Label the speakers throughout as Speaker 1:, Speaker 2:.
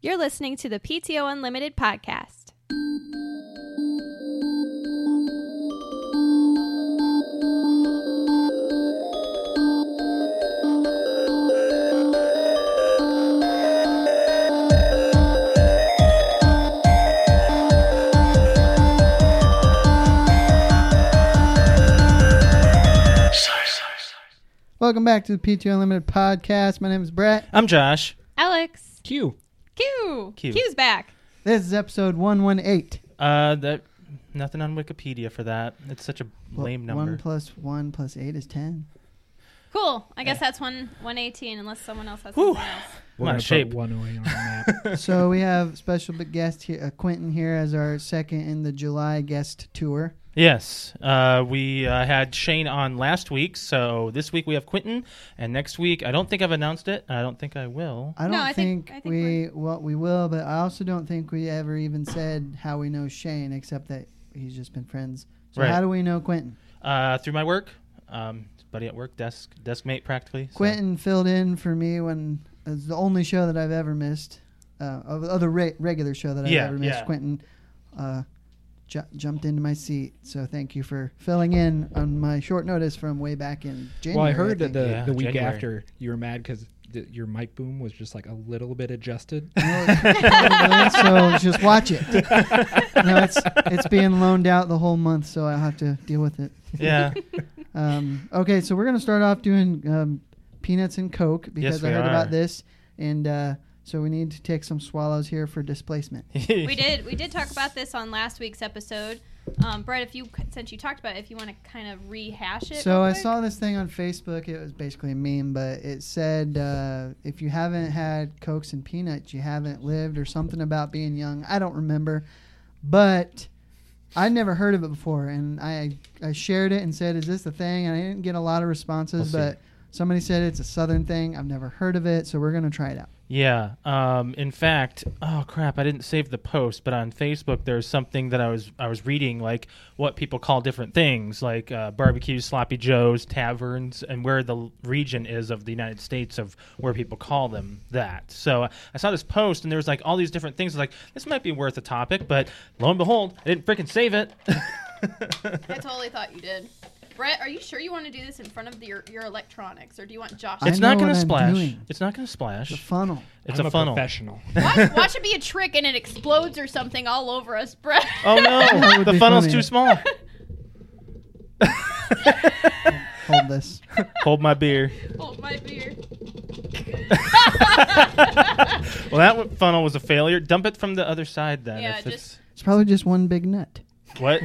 Speaker 1: You're listening to the PTO Unlimited podcast.
Speaker 2: Welcome back to the PTO Unlimited podcast. My name is Brett.
Speaker 3: I'm Josh.
Speaker 1: Alex,
Speaker 3: Q.
Speaker 1: Q.
Speaker 3: Q.
Speaker 1: Q's back.
Speaker 2: This is episode 118.
Speaker 3: Uh, that nothing on Wikipedia for that. It's such a
Speaker 2: Well,
Speaker 3: lame
Speaker 2: 1
Speaker 3: number.
Speaker 2: plus 1 plus 8 is 10.
Speaker 1: Cool. I guess
Speaker 3: Yeah.
Speaker 1: that's one 118 unless someone else has
Speaker 3: Whew.
Speaker 1: something else.
Speaker 3: I'm out of shape.
Speaker 4: One away on the map.
Speaker 2: so we have special big guest here, uh, Quentin here as our second in the July guest tour.
Speaker 3: Yes. Uh, we uh, had Shane on last week, so this week we have Quentin, and next week I don't think I've announced it, and I don't think I will.
Speaker 2: I don't
Speaker 1: No, I think-
Speaker 2: think,
Speaker 1: I think
Speaker 2: we well we will, but I also don't think we ever even said how we know Shane except that he's just been friends. So
Speaker 3: Right.
Speaker 2: how do we know Quentin?
Speaker 3: Uh, through my work, um, buddy at work, desk desk mate practically. so-
Speaker 2: Quentin filled in for me when it's the only show that I've ever missed, uh, of of the re- regular show that I've
Speaker 3: Yeah,
Speaker 2: ever missed.
Speaker 3: yeah.
Speaker 2: Quentin uh, ju- jumped into my seat, so thank you for filling in on my short notice from way back in January.
Speaker 4: well, I heard that
Speaker 2: think.
Speaker 4: the,
Speaker 3: Yeah,
Speaker 4: the week
Speaker 3: January.
Speaker 4: after you were mad because your mic boom was just like a little bit adjusted.
Speaker 2: so just watch it. No, it's it's being loaned out the whole month, so I'll have to deal with it.
Speaker 3: Yeah.
Speaker 2: Um, okay, so we're gonna start off doing um, peanuts and coke because I
Speaker 3: we
Speaker 2: heard
Speaker 3: are.
Speaker 2: about this, and uh, so we need to take some swallows here for displacement.
Speaker 1: We did we did talk about this on last week's episode. Um, Brett, if you since you talked about it, if you want to kind of rehash it.
Speaker 2: So
Speaker 1: real
Speaker 2: I
Speaker 1: quick.
Speaker 2: saw this thing on Facebook. It was basically a meme, but it said uh, if you haven't had cokes and peanuts, you haven't lived, or something about being young. I don't remember, but I never heard of it before, and I I shared it and said, "Is this the thing?" And I didn't get a lot of responses,
Speaker 3: We'll see.
Speaker 2: but somebody said it's a southern thing. I've never heard of it, so we're gonna try it out.
Speaker 3: Yeah. Um, in fact, oh crap, I didn't save the post, but on Facebook there's something that I was I was reading like what people call different things, like uh, barbecues, sloppy joes, taverns, and where the l- region is of the United States of where people call them that. So uh, I saw this post and there was like all these different things. Like this might be worth a topic, but lo and behold, I didn't freaking save it.
Speaker 1: I totally thought you did. Brett, are you sure you want to do this in front of the, your, your electronics, or do you want Josh?
Speaker 2: I
Speaker 3: it's not
Speaker 2: know
Speaker 3: gonna
Speaker 2: what I'm
Speaker 3: splash.
Speaker 2: doing.
Speaker 3: It's not gonna splash.
Speaker 2: The funnel.
Speaker 3: it's
Speaker 4: I'm
Speaker 3: a, funnel.
Speaker 4: professional.
Speaker 1: watch, watch it be a trick and it explodes or something all over us, Brett.
Speaker 3: Oh no,
Speaker 2: would
Speaker 3: the
Speaker 2: be
Speaker 3: funnel's
Speaker 2: funny.
Speaker 3: too small.
Speaker 2: Hold this.
Speaker 3: Hold my beer.
Speaker 1: Hold my beer.
Speaker 3: Well, that w- funnel was a failure. Dump it from the other side then.
Speaker 1: Yeah,
Speaker 3: if
Speaker 1: just-
Speaker 2: It's probably just one big nut.
Speaker 3: it's- what?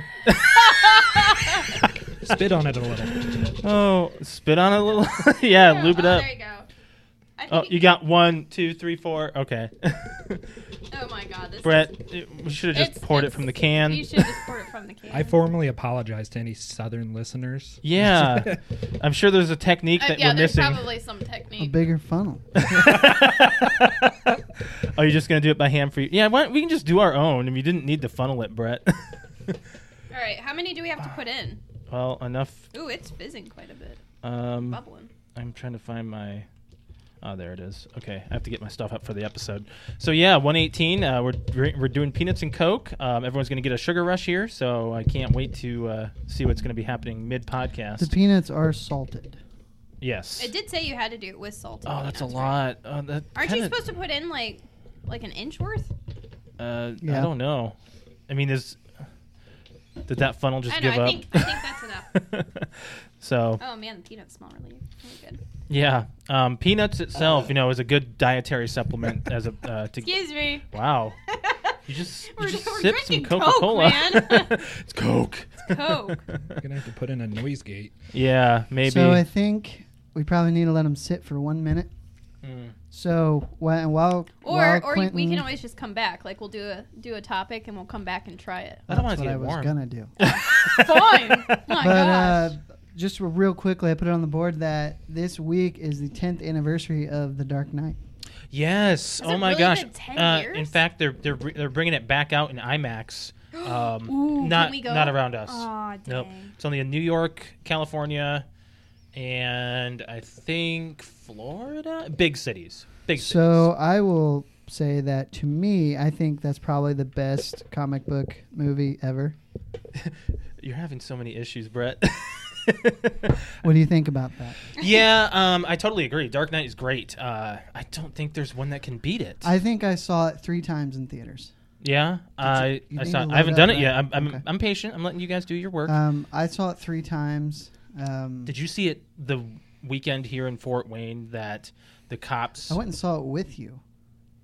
Speaker 4: Spit on it a little.
Speaker 3: oh, spit on it a little. yeah, lube it
Speaker 1: oh,
Speaker 3: up.
Speaker 1: There you go. I think
Speaker 3: Oh, you got one, two, three, four. Okay,
Speaker 1: Oh my God, this
Speaker 3: Brett, it- we should have just
Speaker 1: It's-
Speaker 3: poured it
Speaker 1: it's-
Speaker 3: from the
Speaker 1: Is,
Speaker 3: can.
Speaker 1: you should just pour it from the can.
Speaker 4: I formally apologize to any Southern listeners.
Speaker 3: Yeah, I'm sure there's a technique
Speaker 1: Uh,
Speaker 3: that
Speaker 1: yeah,
Speaker 3: we're
Speaker 1: there's
Speaker 3: missing.
Speaker 1: probably some
Speaker 2: A
Speaker 1: technique.
Speaker 2: bigger funnel.
Speaker 3: Are you just gonna do it by hand for you? Yeah, why, don't- we can just do our own. And you didn't need to funnel it, Brett.
Speaker 1: All right, how many do we have to put in?
Speaker 3: well, enough.
Speaker 1: Ooh, it's fizzing quite a bit,
Speaker 3: Um,
Speaker 1: bubbling.
Speaker 3: I'm trying to find my. Oh, there it is. Okay, I have to get my stuff up for the episode. So yeah, 118. Uh, we're dr- we're doing peanuts and coke. Um, everyone's gonna get a sugar rush here, so I can't wait to uh, see what's gonna be happening mid
Speaker 2: The
Speaker 3: podcast.
Speaker 2: peanuts are salted.
Speaker 3: yes.
Speaker 1: It did say you had to do it with salt.
Speaker 3: Oh, that's a
Speaker 1: right.
Speaker 3: lot. Oh, that
Speaker 1: Aren't you
Speaker 3: kinda-
Speaker 1: supposed to put in like like an inch worth?
Speaker 3: Uh, I
Speaker 2: Yeah.
Speaker 3: don't know. I mean, is did that funnel just
Speaker 1: I know.
Speaker 3: give
Speaker 1: I
Speaker 3: up?
Speaker 1: think I think that's enough.
Speaker 3: so
Speaker 1: Oh man, the peanuts smell really, really good.
Speaker 3: yeah, um, peanuts itself, you know, is a good dietary supplement as a uh, to
Speaker 1: Excuse me.
Speaker 3: Wow. You just,
Speaker 1: We're-
Speaker 3: you just
Speaker 1: we're
Speaker 3: sip some
Speaker 1: drinking
Speaker 3: Coca Cola.
Speaker 1: Coke, man.
Speaker 3: it's Coke.
Speaker 1: Coke.
Speaker 4: You're gonna have to put in a noise gate.
Speaker 3: yeah, maybe.
Speaker 2: So I think we probably need to let them sit for one minute.
Speaker 3: Mm.
Speaker 2: So while while
Speaker 1: Or
Speaker 2: while
Speaker 1: or
Speaker 2: Quentin,
Speaker 1: we can always just come back. Like we'll do a do a topic and we'll come back and try it.
Speaker 3: I don't want
Speaker 2: that's
Speaker 3: to
Speaker 2: what I was
Speaker 3: get warm.
Speaker 2: gonna do.
Speaker 1: Fine. My
Speaker 2: but uh,
Speaker 1: gosh.
Speaker 2: just real quickly, I put it on the board that this week is the 10th anniversary of The Dark Knight.
Speaker 3: Yes.
Speaker 1: Has
Speaker 3: Oh
Speaker 1: it
Speaker 3: my
Speaker 1: really
Speaker 3: gosh.
Speaker 1: been 10
Speaker 3: uh, In
Speaker 1: years?
Speaker 3: fact, they're they're br- they're bringing it back out in IMAX. Um,
Speaker 1: Ooh, can
Speaker 3: not
Speaker 1: we go?
Speaker 3: not around us.
Speaker 1: Aw,
Speaker 3: Nope.
Speaker 1: dang.
Speaker 3: It's only in New York, California, and I think Florida. Big cities. Big cities.
Speaker 2: So I will say that to me, I think that's probably the best comic book movie ever.
Speaker 3: You're having so many issues, Brett.
Speaker 2: What do you think about that?
Speaker 3: yeah, um, I totally agree. Dark Knight is great. Uh, I don't think there's one that can beat it.
Speaker 2: I think I saw it three times in theaters.
Speaker 3: yeah, I
Speaker 2: you
Speaker 3: I,
Speaker 2: need
Speaker 3: saw,
Speaker 2: to
Speaker 3: I haven't
Speaker 2: load
Speaker 3: done
Speaker 2: up
Speaker 3: it yet.
Speaker 2: that.
Speaker 3: I'm I'm,
Speaker 2: Okay.
Speaker 3: I'm patient. I'm letting you guys do your work.
Speaker 2: Um, I saw it three times. Um,
Speaker 3: Did you see it the weekend here in Fort Wayne that the cops?
Speaker 2: I went and saw it with you.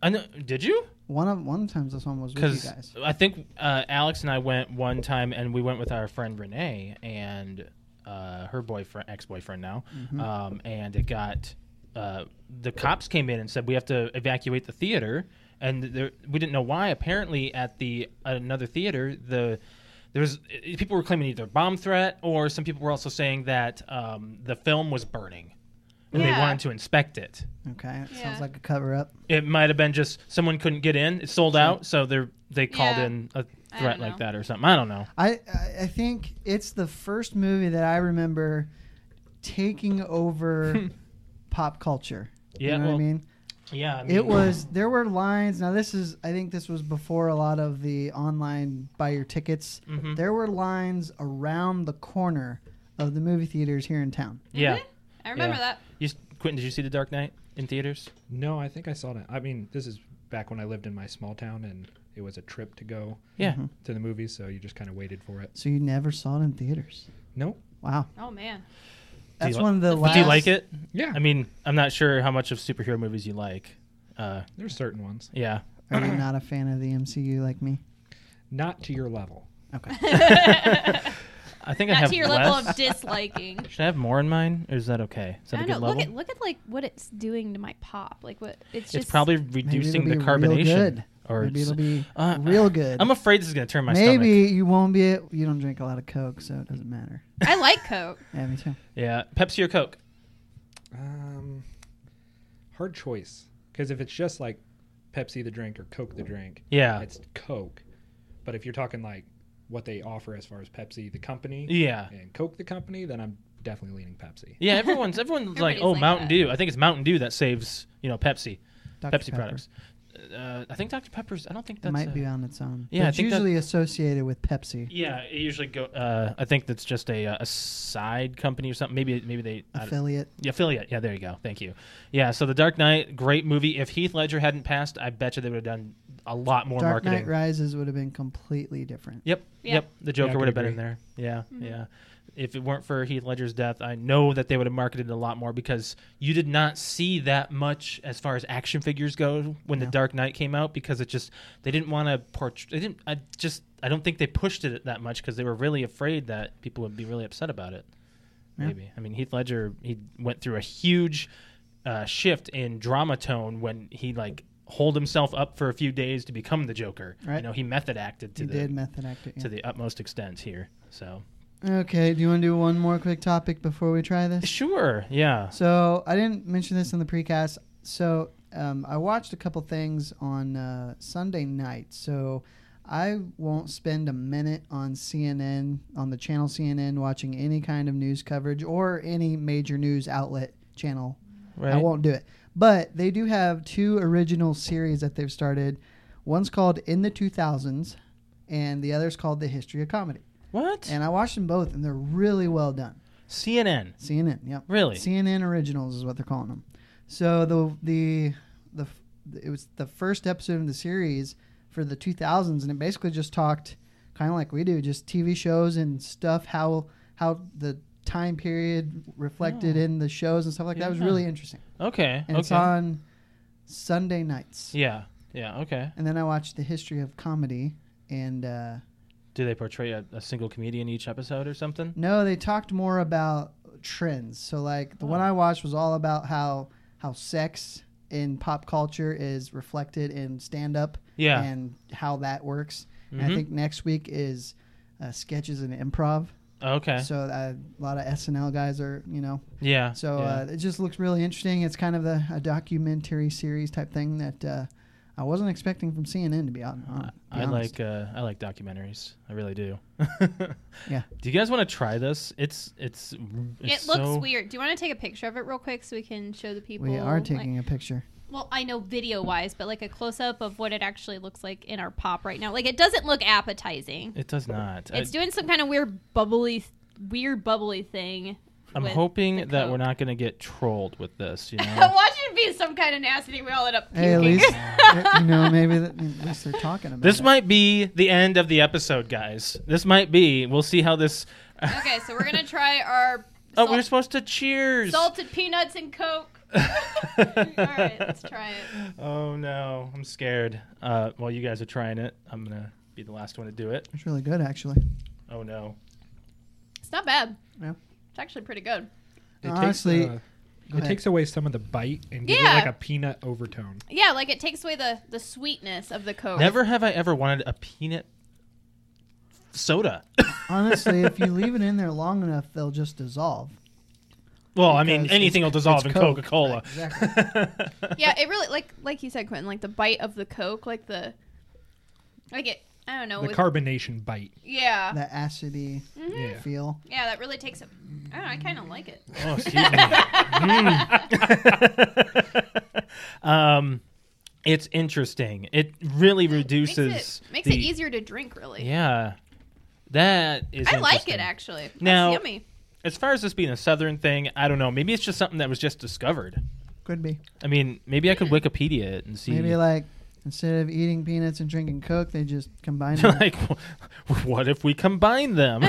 Speaker 3: I know, did you?
Speaker 2: One of one of the times this one was with you
Speaker 3: Because
Speaker 2: guys.
Speaker 3: I think uh, Alex and I went one time, and we went with our friend Renee and uh, her boyfriend, ex-boyfriend now,
Speaker 2: Mm-hmm.
Speaker 3: um, and it got uh, the cops came in and said we have to evacuate the theater, and there, we didn't know why. Apparently, at the at another theater, the there was i- people were claiming either bomb threat or some people were also saying that um, the film was burning, and they
Speaker 1: Yeah.
Speaker 3: wanted to inspect it.
Speaker 2: Okay, it
Speaker 1: Yeah.
Speaker 2: sounds like a cover up.
Speaker 3: It might have been just someone couldn't get in. It sold out, so they they called
Speaker 1: Yeah.
Speaker 3: in a
Speaker 1: I don't
Speaker 3: threat like
Speaker 1: know.
Speaker 3: that or something. I don't know.
Speaker 2: I I- I think it's the first movie that I remember taking over pop culture.
Speaker 3: Yeah,
Speaker 2: you know
Speaker 3: well,
Speaker 2: what I mean.
Speaker 3: Yeah, I
Speaker 2: It
Speaker 3: mean-
Speaker 2: was there were lines. Now this is I think this was before a lot of the online buy your tickets.
Speaker 3: Mhm.
Speaker 2: There were lines around the corner of the movie theaters here in town.
Speaker 3: Yeah,
Speaker 1: Mhm. I remember
Speaker 3: Yeah.
Speaker 1: that.
Speaker 3: you, s- Quentin, did you see the Dark Knight in theaters?
Speaker 4: No, I think I saw it. I mean, this is back when I lived in my small town, and it was a trip to go
Speaker 1: Mm-hmm.
Speaker 3: Yeah,
Speaker 4: to the movies. So you just kind of waited for it.
Speaker 2: So you never saw it in theaters.
Speaker 4: No,
Speaker 2: Wow,
Speaker 1: Oh man.
Speaker 2: that's
Speaker 3: li-
Speaker 2: one of the
Speaker 3: but
Speaker 2: last.
Speaker 3: do you like it?
Speaker 4: yeah,
Speaker 3: I mean, I'm not sure how much of superhero movies you like. Uh,
Speaker 4: there's certain ones
Speaker 3: yeah,
Speaker 2: Are you not a fan of the MCU like me?
Speaker 4: not to your level.
Speaker 2: Okay.
Speaker 3: I think I
Speaker 1: Not
Speaker 3: have
Speaker 1: to your
Speaker 3: less.
Speaker 1: level of disliking.
Speaker 3: Should I have more in mine, or is that okay? Is that
Speaker 1: I
Speaker 3: a
Speaker 1: don't
Speaker 3: good
Speaker 1: know.
Speaker 3: level?
Speaker 1: Look at look at like what it's doing to my pop. Like what it's,
Speaker 3: it's
Speaker 1: just
Speaker 3: probably reducing
Speaker 2: it'll
Speaker 3: the
Speaker 2: be real
Speaker 3: carbonation.
Speaker 2: good.
Speaker 3: Or
Speaker 2: Maybe
Speaker 3: s-
Speaker 2: it'll be
Speaker 3: uh,
Speaker 2: real good.
Speaker 3: I'm afraid this is gonna turn my stomach.
Speaker 2: Maybe you won't be. You don't drink a lot of Coke, so it doesn't matter.
Speaker 1: I like Coke.
Speaker 2: Yeah, me too.
Speaker 3: Yeah, Pepsi or Coke?
Speaker 4: Um, hard choice because if it's just like Pepsi the drink or Coke the drink,
Speaker 3: Yeah,
Speaker 4: it's Coke. But if you're talking like what they offer as far as Pepsi the company
Speaker 3: yeah.
Speaker 4: and Coke the company, then I'm definitely leaning Pepsi.
Speaker 3: Yeah, everyone's everyone's like,
Speaker 1: Everybody's
Speaker 3: oh,
Speaker 1: like
Speaker 3: Mountain
Speaker 1: that.
Speaker 3: Dew. I think it's Mountain Dew that saves, you know, Pepsi,
Speaker 2: Dr.
Speaker 3: Pepsi
Speaker 2: Pepper.
Speaker 3: products. Uh, I think Dr Pepper's. I don't think
Speaker 2: It
Speaker 3: that's.
Speaker 2: might
Speaker 3: a-
Speaker 2: be on its own.
Speaker 3: Yeah,
Speaker 2: But
Speaker 3: I
Speaker 2: it's
Speaker 3: think that-
Speaker 2: usually associated with Pepsi.
Speaker 3: Yeah, it usually go. Uh, I think that's just a uh, a side company or something. Maybe maybe they I don't-
Speaker 2: Affiliate.
Speaker 3: Yeah, affiliate. Yeah, there you go. Thank you. Yeah, so the Dark Knight, great movie. If Heath Ledger hadn't passed, I bet you they would have done a lot more
Speaker 2: Dark
Speaker 3: marketing.
Speaker 2: Knight Rises would have been completely different.
Speaker 3: Yep.
Speaker 1: Yeah.
Speaker 3: Yep. The Joker
Speaker 4: could
Speaker 3: would have been in
Speaker 4: agree.
Speaker 3: there. Yeah. Yeah. If it weren't for Heath Ledger's death, I know that they would have marketed it a lot more because you did not see that much as far as action figures go when The
Speaker 2: No.
Speaker 3: Dark Knight came out because it just they didn't want to portray. They didn't. I just I don't think they pushed it that much because they were really afraid that people would be really upset about it.
Speaker 2: Yeah.
Speaker 3: Maybe. I mean, Heath Ledger he went through a huge uh, shift in drama tone when he like holed himself up for a few days to become the Joker. You
Speaker 2: Right.
Speaker 3: know, he method acted to
Speaker 2: You
Speaker 3: the
Speaker 2: did method act it.
Speaker 3: to the utmost extent here. So
Speaker 2: yeah. Okay, do you want to do one more quick topic before we try this?
Speaker 3: sure, yeah,
Speaker 2: So I didn't mention this in the precast. So um, I watched a couple things on uh, Sunday night. So I won't spend a minute on CNN on the channel CNN watching any kind of news coverage or any major news outlet channel.
Speaker 3: right.
Speaker 2: I won't do it. But they do have two original series that they've started. One's called In the 2000s, and the other's called The History of Comedy.
Speaker 3: What
Speaker 2: And I watched them both, and they're really well done.
Speaker 3: CNN?
Speaker 2: CNN, yep.
Speaker 3: Really?
Speaker 2: CNN Originals is what they're calling them. So the the the f- it was the first episode of the series for the 2000s, and it basically just talked kind of like we do, just TV shows and stuff, how how the time period reflected in the shows and stuff like that. It was
Speaker 3: Yeah.
Speaker 2: really interesting,
Speaker 3: Okay,
Speaker 2: and it's
Speaker 3: okay.
Speaker 2: on Sunday nights.
Speaker 3: yeah, yeah, okay.
Speaker 2: And then I watched the history of comedy, and uh,
Speaker 3: Do they portray a, a single comedian each episode or something?
Speaker 2: No, they talked more about trends. So like the one
Speaker 3: Oh.
Speaker 2: I watched was all about how how sex in pop culture is reflected in stand up
Speaker 3: Yeah.
Speaker 2: and how that works. And
Speaker 3: Mhm.
Speaker 2: I think next week is uh, sketches and improv.
Speaker 3: Okay,
Speaker 2: So uh, a lot of SNL guys are, you know.
Speaker 3: yeah.
Speaker 2: So
Speaker 3: yeah.
Speaker 2: uh, it just looks really interesting. It's kind of a, a documentary series type thing that uh, I wasn't expecting from CNN to be out.
Speaker 3: I- I like uh, I like documentaries. I really do.
Speaker 2: Yeah.
Speaker 3: Do you guys want to try this? It's it's,
Speaker 1: It
Speaker 3: it's
Speaker 1: looks
Speaker 3: so-
Speaker 1: weird. Do you want to take a picture of it real quick so we can show the people?
Speaker 2: We are
Speaker 1: like-
Speaker 2: taking a picture.
Speaker 1: well, I know video wise, but like a close up of what it actually looks like in our pop right now. Like it doesn't look appetizing.
Speaker 3: It does not. I-
Speaker 1: It's doing some kind of weird bubbly, weird bubbly thing.
Speaker 3: I'm
Speaker 1: with the
Speaker 3: hoping that we're
Speaker 1: Coke.
Speaker 3: not going to get trolled with this. You know,
Speaker 1: Watch it be some kind of nasty thing. We all end up puking.
Speaker 2: Hey, at least you know maybe that, at least they're talking about
Speaker 3: this
Speaker 2: it.
Speaker 3: might be the end of the episode, guys. This might be. We'll see how this.
Speaker 1: okay, so we're gonna try our
Speaker 3: Oh,
Speaker 1: salt-
Speaker 3: we're supposed to cheers.
Speaker 1: salted peanuts and Coke. all right, let's try it.
Speaker 3: Oh no, I'm scared. Uh, while you guys are trying it, I'm gonna be the last one to do it.
Speaker 2: It's really good actually.
Speaker 3: Oh no.
Speaker 1: It's not bad.
Speaker 2: Yeah.
Speaker 1: It's actually pretty good.
Speaker 4: It
Speaker 2: Honestly-
Speaker 4: takes, uh,
Speaker 2: Go
Speaker 4: it
Speaker 2: ahead.
Speaker 4: takes away some of the bite and gives
Speaker 1: Yeah.
Speaker 4: it like a peanut overtone.
Speaker 1: Yeah, like it takes away the the sweetness of the Coke.
Speaker 3: Never have I ever wanted a peanut soda.
Speaker 2: Honestly, if you leave it in there long enough, they'll just dissolve.
Speaker 3: well, I mean,
Speaker 2: Because
Speaker 3: anything
Speaker 2: it's-
Speaker 3: will dissolve
Speaker 2: it's
Speaker 3: in
Speaker 2: Coke.
Speaker 3: Coca Cola.
Speaker 2: Right,
Speaker 1: Yeah, it really like like you said, Quentin. Like the bite of the Coke, like the like Oh, it. I don't know.
Speaker 4: The
Speaker 1: with-
Speaker 4: carbonation bite.
Speaker 1: yeah,
Speaker 2: That acidy
Speaker 4: Yeah.
Speaker 2: feel.
Speaker 1: yeah, that really takes it. I don't know. I kind of like it.
Speaker 3: Oh, excuse me. Mm. um, it's interesting. It really
Speaker 1: Makes
Speaker 3: reduces.
Speaker 1: it makes
Speaker 3: the-
Speaker 1: it easier to drink. Really,
Speaker 3: Yeah, that is.
Speaker 1: I like
Speaker 3: interesting.
Speaker 1: it actually. That's
Speaker 3: Now-
Speaker 1: yummy.
Speaker 3: As far as this being a southern thing, I don't know. Maybe it's just something that was just discovered.
Speaker 2: Could be.
Speaker 3: I mean, maybe I could Wikipedia it and see.
Speaker 2: Maybe like instead of eating peanuts and drinking Coke, they just combine them.
Speaker 3: like, wh- what if we combine them?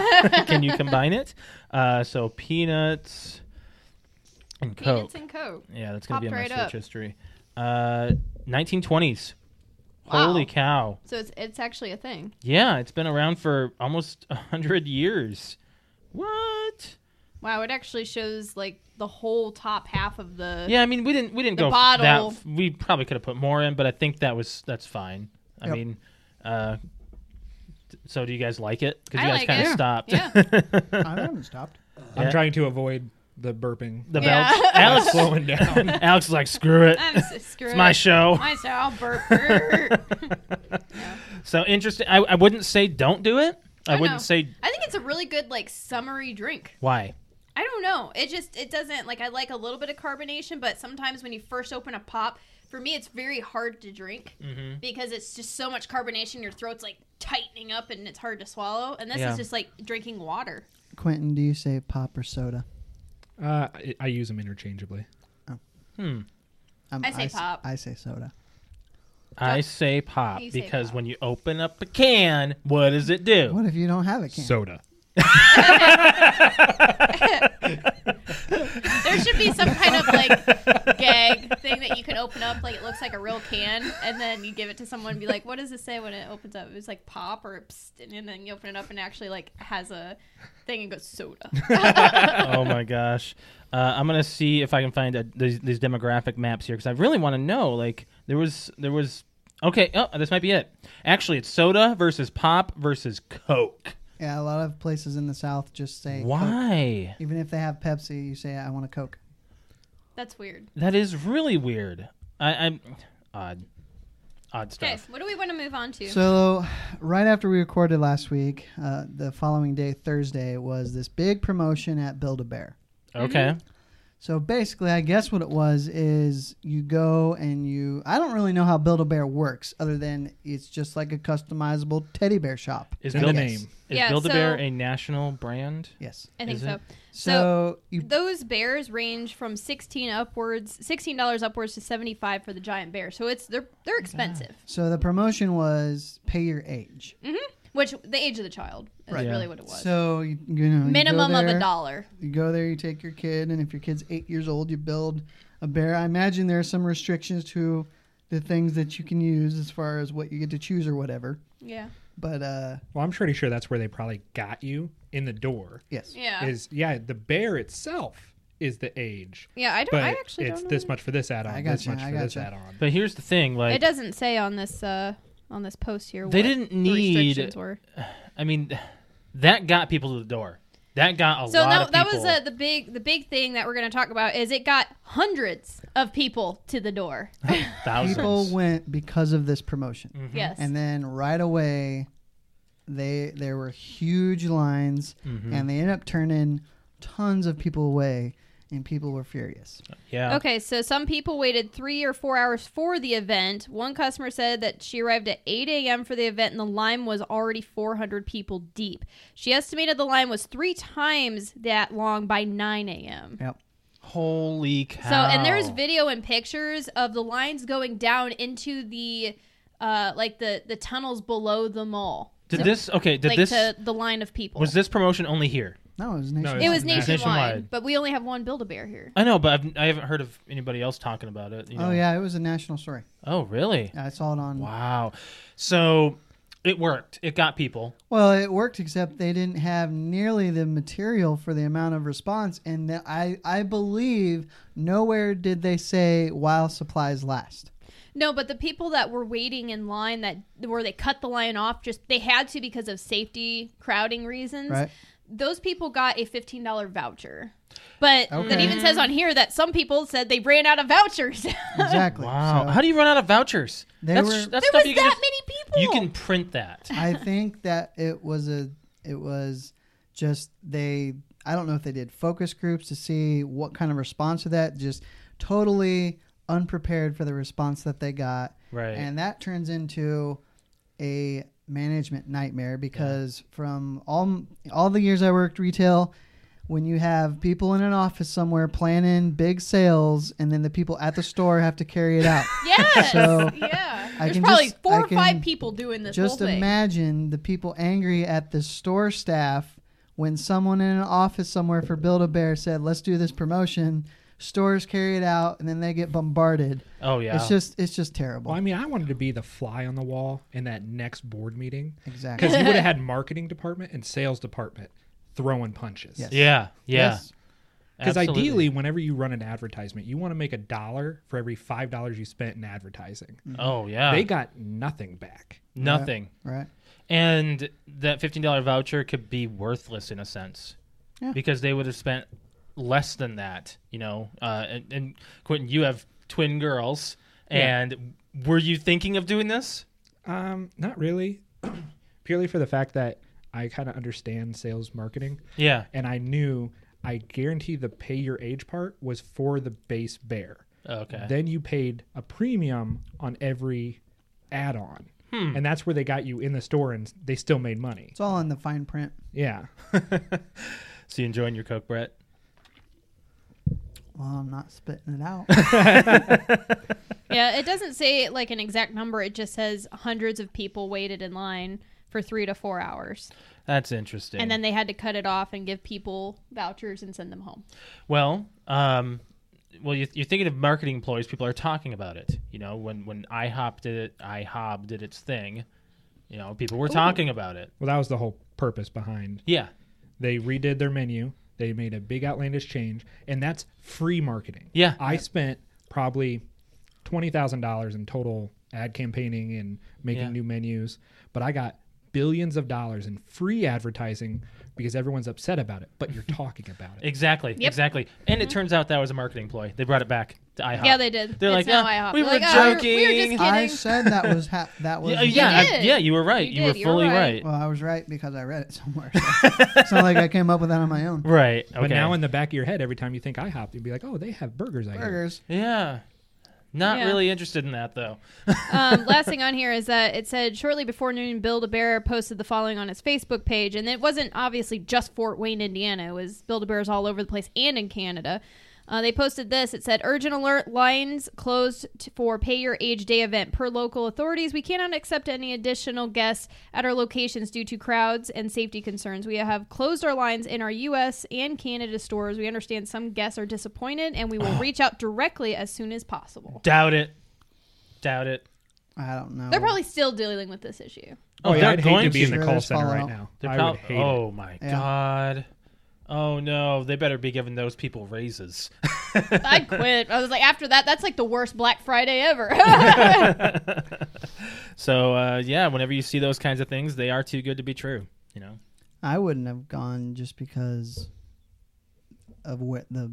Speaker 3: Can you combine it? Uh, so peanuts and
Speaker 1: Peanuts
Speaker 3: Coke.
Speaker 1: and Coke.
Speaker 3: yeah, that's gonna be in
Speaker 1: popped
Speaker 3: my
Speaker 1: right
Speaker 3: search
Speaker 1: up.
Speaker 3: history. Uh, 1920s.
Speaker 1: Wow.
Speaker 3: Holy cow!
Speaker 1: So it's it's actually a thing.
Speaker 3: Yeah, it's been around for almost a hundred years. What?
Speaker 1: Wow, it actually shows like the whole top half of the.
Speaker 3: Yeah, I mean, we didn't we didn't
Speaker 1: The
Speaker 3: go f-
Speaker 1: bottle.
Speaker 3: that. f- We probably could have put more in, but I think that was that's fine. I
Speaker 2: Yep.
Speaker 3: mean, uh, t- so do you guys like it?
Speaker 1: I
Speaker 3: Because you guys
Speaker 1: like
Speaker 3: kind
Speaker 1: it.
Speaker 3: of
Speaker 1: Yeah.
Speaker 3: stopped.
Speaker 1: Yeah.
Speaker 2: I haven't stopped.
Speaker 3: Yeah.
Speaker 4: I'm trying to avoid the burping.
Speaker 3: the
Speaker 1: Yeah.
Speaker 3: belch. Alex,
Speaker 4: slowing down.
Speaker 3: Alex is like, screw it.
Speaker 1: I'm so screwed.
Speaker 3: It's my show.
Speaker 1: My show. I'll burp. burp.
Speaker 3: So interesting. I, I wouldn't say don't do it. I,
Speaker 1: I know.
Speaker 3: wouldn't say
Speaker 1: I think it's a really good like summery drink.
Speaker 3: why.
Speaker 1: I don't know. It just it doesn't like I like a little bit of carbonation, but sometimes when you first open a pop, for me it's very hard to drink
Speaker 3: Mm-hmm.
Speaker 1: because it's just so much carbonation. Your throat's like tightening up and it's hard to swallow. And this
Speaker 3: Yeah.
Speaker 1: is just like drinking water.
Speaker 2: Quentin, do you say pop or soda?
Speaker 4: Uh, I, I use them interchangeably.
Speaker 3: Hmm.
Speaker 2: Um,
Speaker 1: I say
Speaker 2: s-
Speaker 1: pop.
Speaker 2: I say soda.
Speaker 3: I say pop
Speaker 1: You say
Speaker 3: because
Speaker 1: pop.
Speaker 3: when you open up a can, what does it do?
Speaker 2: What if you don't have a can?
Speaker 4: Soda.
Speaker 1: There should be some kind of like gag thing that you can open up like it looks like a real can, and then you give it to someone and be like, "What does it say when it opens up?" It's like pop or psst, and then you open it up and it actually like has a thing and goes soda.
Speaker 3: oh my gosh. Uh, I'm gonna see if I can find uh these, these demographic maps here because I really want to know. Like there was there was okay. Oh, this might be it. Actually, it's soda versus pop versus Coke.
Speaker 2: Yeah, a lot of places in the South just say Coke.
Speaker 3: Why?
Speaker 2: Even if they have Pepsi, you say I want a Coke.
Speaker 1: That's weird.
Speaker 3: That is really weird. I, I'm odd. Odd
Speaker 1: Okay,
Speaker 3: stuff.
Speaker 1: what do we want to move on to?
Speaker 2: So, right after we recorded last week, uh, the following day, Thursday, was this big promotion at Build a Bear.
Speaker 1: Mm-hmm.
Speaker 3: Okay.
Speaker 2: So basically, I guess what it was is you go and you. I don't really know how Build a Bear works, other than it's just like a customizable teddy bear shop.
Speaker 3: Is
Speaker 4: In
Speaker 3: Build-
Speaker 4: the name.
Speaker 3: Is
Speaker 1: Yeah,
Speaker 3: Build a Bear
Speaker 1: so-
Speaker 3: a national brand?
Speaker 2: Yes.
Speaker 1: I think
Speaker 3: Is
Speaker 1: so.
Speaker 3: it?
Speaker 2: So, you
Speaker 1: Those bears range from sixteen upwards, sixteen dollars upwards to seventy five for the giant bear. So it's they're they're expensive.
Speaker 2: so the promotion was pay your age.
Speaker 1: Which the age of the child is
Speaker 3: Right.
Speaker 1: really
Speaker 3: Yeah.
Speaker 1: what it was.
Speaker 2: So you, you know you go
Speaker 1: Minimum of
Speaker 2: there,
Speaker 1: a dollar.
Speaker 2: You go there, you take your kid, and if your kid's eight years old, you build a bear. I imagine there are some restrictions to the things that you can use as far as what you get to choose or whatever.
Speaker 1: Yeah.
Speaker 2: But uh,
Speaker 4: Well, I'm pretty sure that's where they probably got you in the door.
Speaker 2: yes,
Speaker 1: Yeah.
Speaker 4: Is yeah, the bear itself is the age,
Speaker 1: yeah, I don't
Speaker 4: but
Speaker 1: I actually
Speaker 4: it's
Speaker 1: don't know.
Speaker 4: this much for this add-on,
Speaker 2: I
Speaker 4: this
Speaker 2: gotcha,
Speaker 4: much
Speaker 2: I
Speaker 4: for this
Speaker 2: gotcha.
Speaker 4: add-on.
Speaker 3: But here's the thing, like
Speaker 1: It doesn't say on this uh on this post here
Speaker 3: They
Speaker 1: what
Speaker 3: didn't
Speaker 1: the
Speaker 3: need-
Speaker 1: restrictions were.
Speaker 3: I mean, that got people to the door. That got a
Speaker 1: So
Speaker 3: lot
Speaker 1: that,
Speaker 3: of
Speaker 1: that
Speaker 3: people.
Speaker 1: was uh, the big the big thing that we're going to talk about is it got hundreds of people to the door.
Speaker 3: thousands.
Speaker 2: people went because of this promotion.
Speaker 1: Yes.
Speaker 2: and then right away they there Mm-hmm. were huge lines and they ended up turning tons of people away and people were furious.
Speaker 3: Yeah.
Speaker 1: Okay, so some people waited three or four hours for the event. One customer said that she arrived at 8 a.m. for the event and the line was already 400 people deep. She estimated the line was three times that long by 9 a.m.
Speaker 2: Yep.
Speaker 3: Holy cow.
Speaker 1: So, and there's video and pictures of the lines going down into the, uh, like the the tunnels below the mall.
Speaker 3: Did
Speaker 1: So,
Speaker 3: this? Okay. Did
Speaker 1: like
Speaker 3: this?
Speaker 1: to the line of people?
Speaker 3: was this promotion only here?
Speaker 2: No, it was
Speaker 4: No,
Speaker 2: nationwide.
Speaker 1: it was
Speaker 4: Nationwide.
Speaker 1: nationwide,
Speaker 3: Nationwide.
Speaker 1: but we only have one Build a Bear here.
Speaker 3: I know, but I've, I haven't heard of anybody else talking about it. you
Speaker 2: Oh
Speaker 3: know.
Speaker 2: yeah, it was a national story.
Speaker 3: Oh really?
Speaker 2: I saw it on.
Speaker 3: Wow. So it worked. It got people.
Speaker 2: Well, it worked, except they didn't have nearly the material for the amount of response, and that I I believe nowhere did they say while supplies last.
Speaker 1: No, but the people that were waiting in line that where they cut the line off just they had to because of safety crowding reasons.
Speaker 2: Right.
Speaker 1: Those people got a fifteen dollar voucher, but it
Speaker 2: Okay.
Speaker 1: even says on here that some people said they ran out of vouchers.
Speaker 2: Exactly.
Speaker 3: Wow.
Speaker 2: So
Speaker 3: How do you run out of vouchers?
Speaker 2: They
Speaker 3: that's
Speaker 2: were-
Speaker 3: that's
Speaker 1: there
Speaker 3: stuff
Speaker 1: was
Speaker 3: you
Speaker 1: that
Speaker 3: can, just,
Speaker 1: many people.
Speaker 3: you can print that.
Speaker 2: I think that it was a it was just they I don't know if they did focus groups to see what kind of response to that just totally unprepared for the response that they got
Speaker 3: Right.
Speaker 2: and that turns into a management nightmare because from all all the years I worked retail when you have people in an office somewhere planning big sales and then the people at the store have to carry it out
Speaker 1: yes.
Speaker 2: So,
Speaker 1: yeah.
Speaker 2: I
Speaker 1: There's
Speaker 2: can
Speaker 1: probably
Speaker 2: just- I
Speaker 1: four or
Speaker 2: can
Speaker 1: five people doing this
Speaker 2: just
Speaker 1: whole thing.
Speaker 2: imagine the people angry at the store staff when someone in an office somewhere for Build a Bear said, "Let's do this promotion." Stores carry it out, and then they get bombarded.
Speaker 3: oh yeah.
Speaker 2: It's just, it's just terrible.
Speaker 4: Well, I mean, I wanted to be the fly on the wall in that next board meeting
Speaker 2: exactly.
Speaker 4: because you would have had marketing department and sales department throwing punches.
Speaker 2: Yes.
Speaker 3: yeah. Yeah.
Speaker 2: Yes.
Speaker 4: Because
Speaker 3: absolutely.
Speaker 4: ideally, whenever you run an advertisement, you want to make a dollar for every five dollars you spent in advertising.
Speaker 2: Mm.
Speaker 3: Oh yeah.
Speaker 4: They got nothing back.
Speaker 3: nothing.
Speaker 2: Right.
Speaker 3: And that fifteen dollar voucher could be worthless in a sense,
Speaker 2: Yeah.
Speaker 3: because they would have spent less than that. You know, uh, and, and Quentin, you have twin girls, and were you thinking of doing this?
Speaker 4: Um, not really. Purely for the fact that I kind of understand sales marketing,
Speaker 3: Yeah.
Speaker 4: and I knew I guarantee the pay your age part was for the base bear.
Speaker 3: Oh, Okay.
Speaker 4: Then you paid a premium on every add-on, and that's where they got you in the store, and they still made money.
Speaker 2: It's all in the fine print.
Speaker 4: Yeah.
Speaker 3: so you enjoying your coke, Brett?
Speaker 2: Well, I'm not spitting it out.
Speaker 1: Yeah, it doesn't say like an exact number. It just says hundreds of people waited in line for three to four hours.
Speaker 3: That's interesting.
Speaker 1: And then they had to cut it off and give people vouchers and send them home.
Speaker 3: Well, um, well, you, you're thinking of marketing employees. People are talking about it. You know, when when IHOP did it, IHOB did its thing. You know, people were talking about it.
Speaker 4: Well, that was the whole purpose behind.
Speaker 3: Yeah,
Speaker 4: They redid their menu. They made a big outlandish change, and that's free marketing.
Speaker 3: Yeah.
Speaker 4: I spent probably twenty thousand dollars in total ad campaigning and making
Speaker 3: Yeah.
Speaker 4: new menus, but I got billions of dollars in free advertising because everyone's upset about it. But you're talking about it.
Speaker 3: exactly,
Speaker 1: Yep. Mm-hmm.
Speaker 3: exactly. And it turns out that was a marketing ploy. They brought it back to IHOP.
Speaker 1: Yeah, they did.
Speaker 3: They're
Speaker 1: It's
Speaker 3: like,
Speaker 1: now
Speaker 3: "Yeah,
Speaker 1: IHOP."
Speaker 3: we
Speaker 1: They're
Speaker 3: were
Speaker 1: like, "Oh, we were- we were
Speaker 3: joking."
Speaker 1: just
Speaker 2: I
Speaker 1: kidding."
Speaker 2: said that was ha- that was.
Speaker 3: Yeah, yeah, I-
Speaker 1: did.
Speaker 3: yeah, you were right. You,
Speaker 1: You
Speaker 3: were
Speaker 1: did. You're
Speaker 3: fully right.
Speaker 1: right.
Speaker 2: Well, I was right because I read it somewhere. so it's not like I came up with that on my own.
Speaker 3: Right. Okay.
Speaker 4: But now in the back of your head, every time you think IHOP, you'd be like, "Oh, they have burgers." I hear.
Speaker 2: Burgers.
Speaker 3: yeah. Not
Speaker 1: Yeah.
Speaker 3: really interested in that though.
Speaker 1: um, last thing on here is that it said shortly before noon, Build a Bear posted the following on its Facebook page, and it wasn't obviously just Fort Wayne, Indiana. It was Build a Bears all over the place and in Canada. Uh, they posted this. It said, "Urgent alert! Lines closed t- for Pay Your Age Day event. Per local authorities, we cannot accept any additional guests at our locations due to crowds and safety concerns. We have closed our lines in our U.S. and Canada stores. We understand some guests are disappointed, and we will reach out directly as soon as possible."
Speaker 3: Doubt it. Doubt it.
Speaker 2: I don't know.
Speaker 1: They're probably still dealing with this issue.
Speaker 4: Oh,
Speaker 3: they're
Speaker 4: yeah, I'd hate
Speaker 3: going
Speaker 4: to be
Speaker 2: to.
Speaker 4: in the
Speaker 2: Sure,
Speaker 4: call
Speaker 2: let's
Speaker 4: center
Speaker 2: follow
Speaker 4: right
Speaker 2: up.
Speaker 4: now.
Speaker 3: They're
Speaker 4: I
Speaker 3: prob-
Speaker 4: would hate it.
Speaker 3: oh my
Speaker 2: Yeah.
Speaker 3: god. Oh no, they better be giving those people raises.
Speaker 1: I quit. I was like, after that, that's like the worst Black Friday ever.
Speaker 3: So uh, yeah, whenever you see those kinds of things, they are too good to be true. You know.
Speaker 2: I wouldn't have gone just because of what the.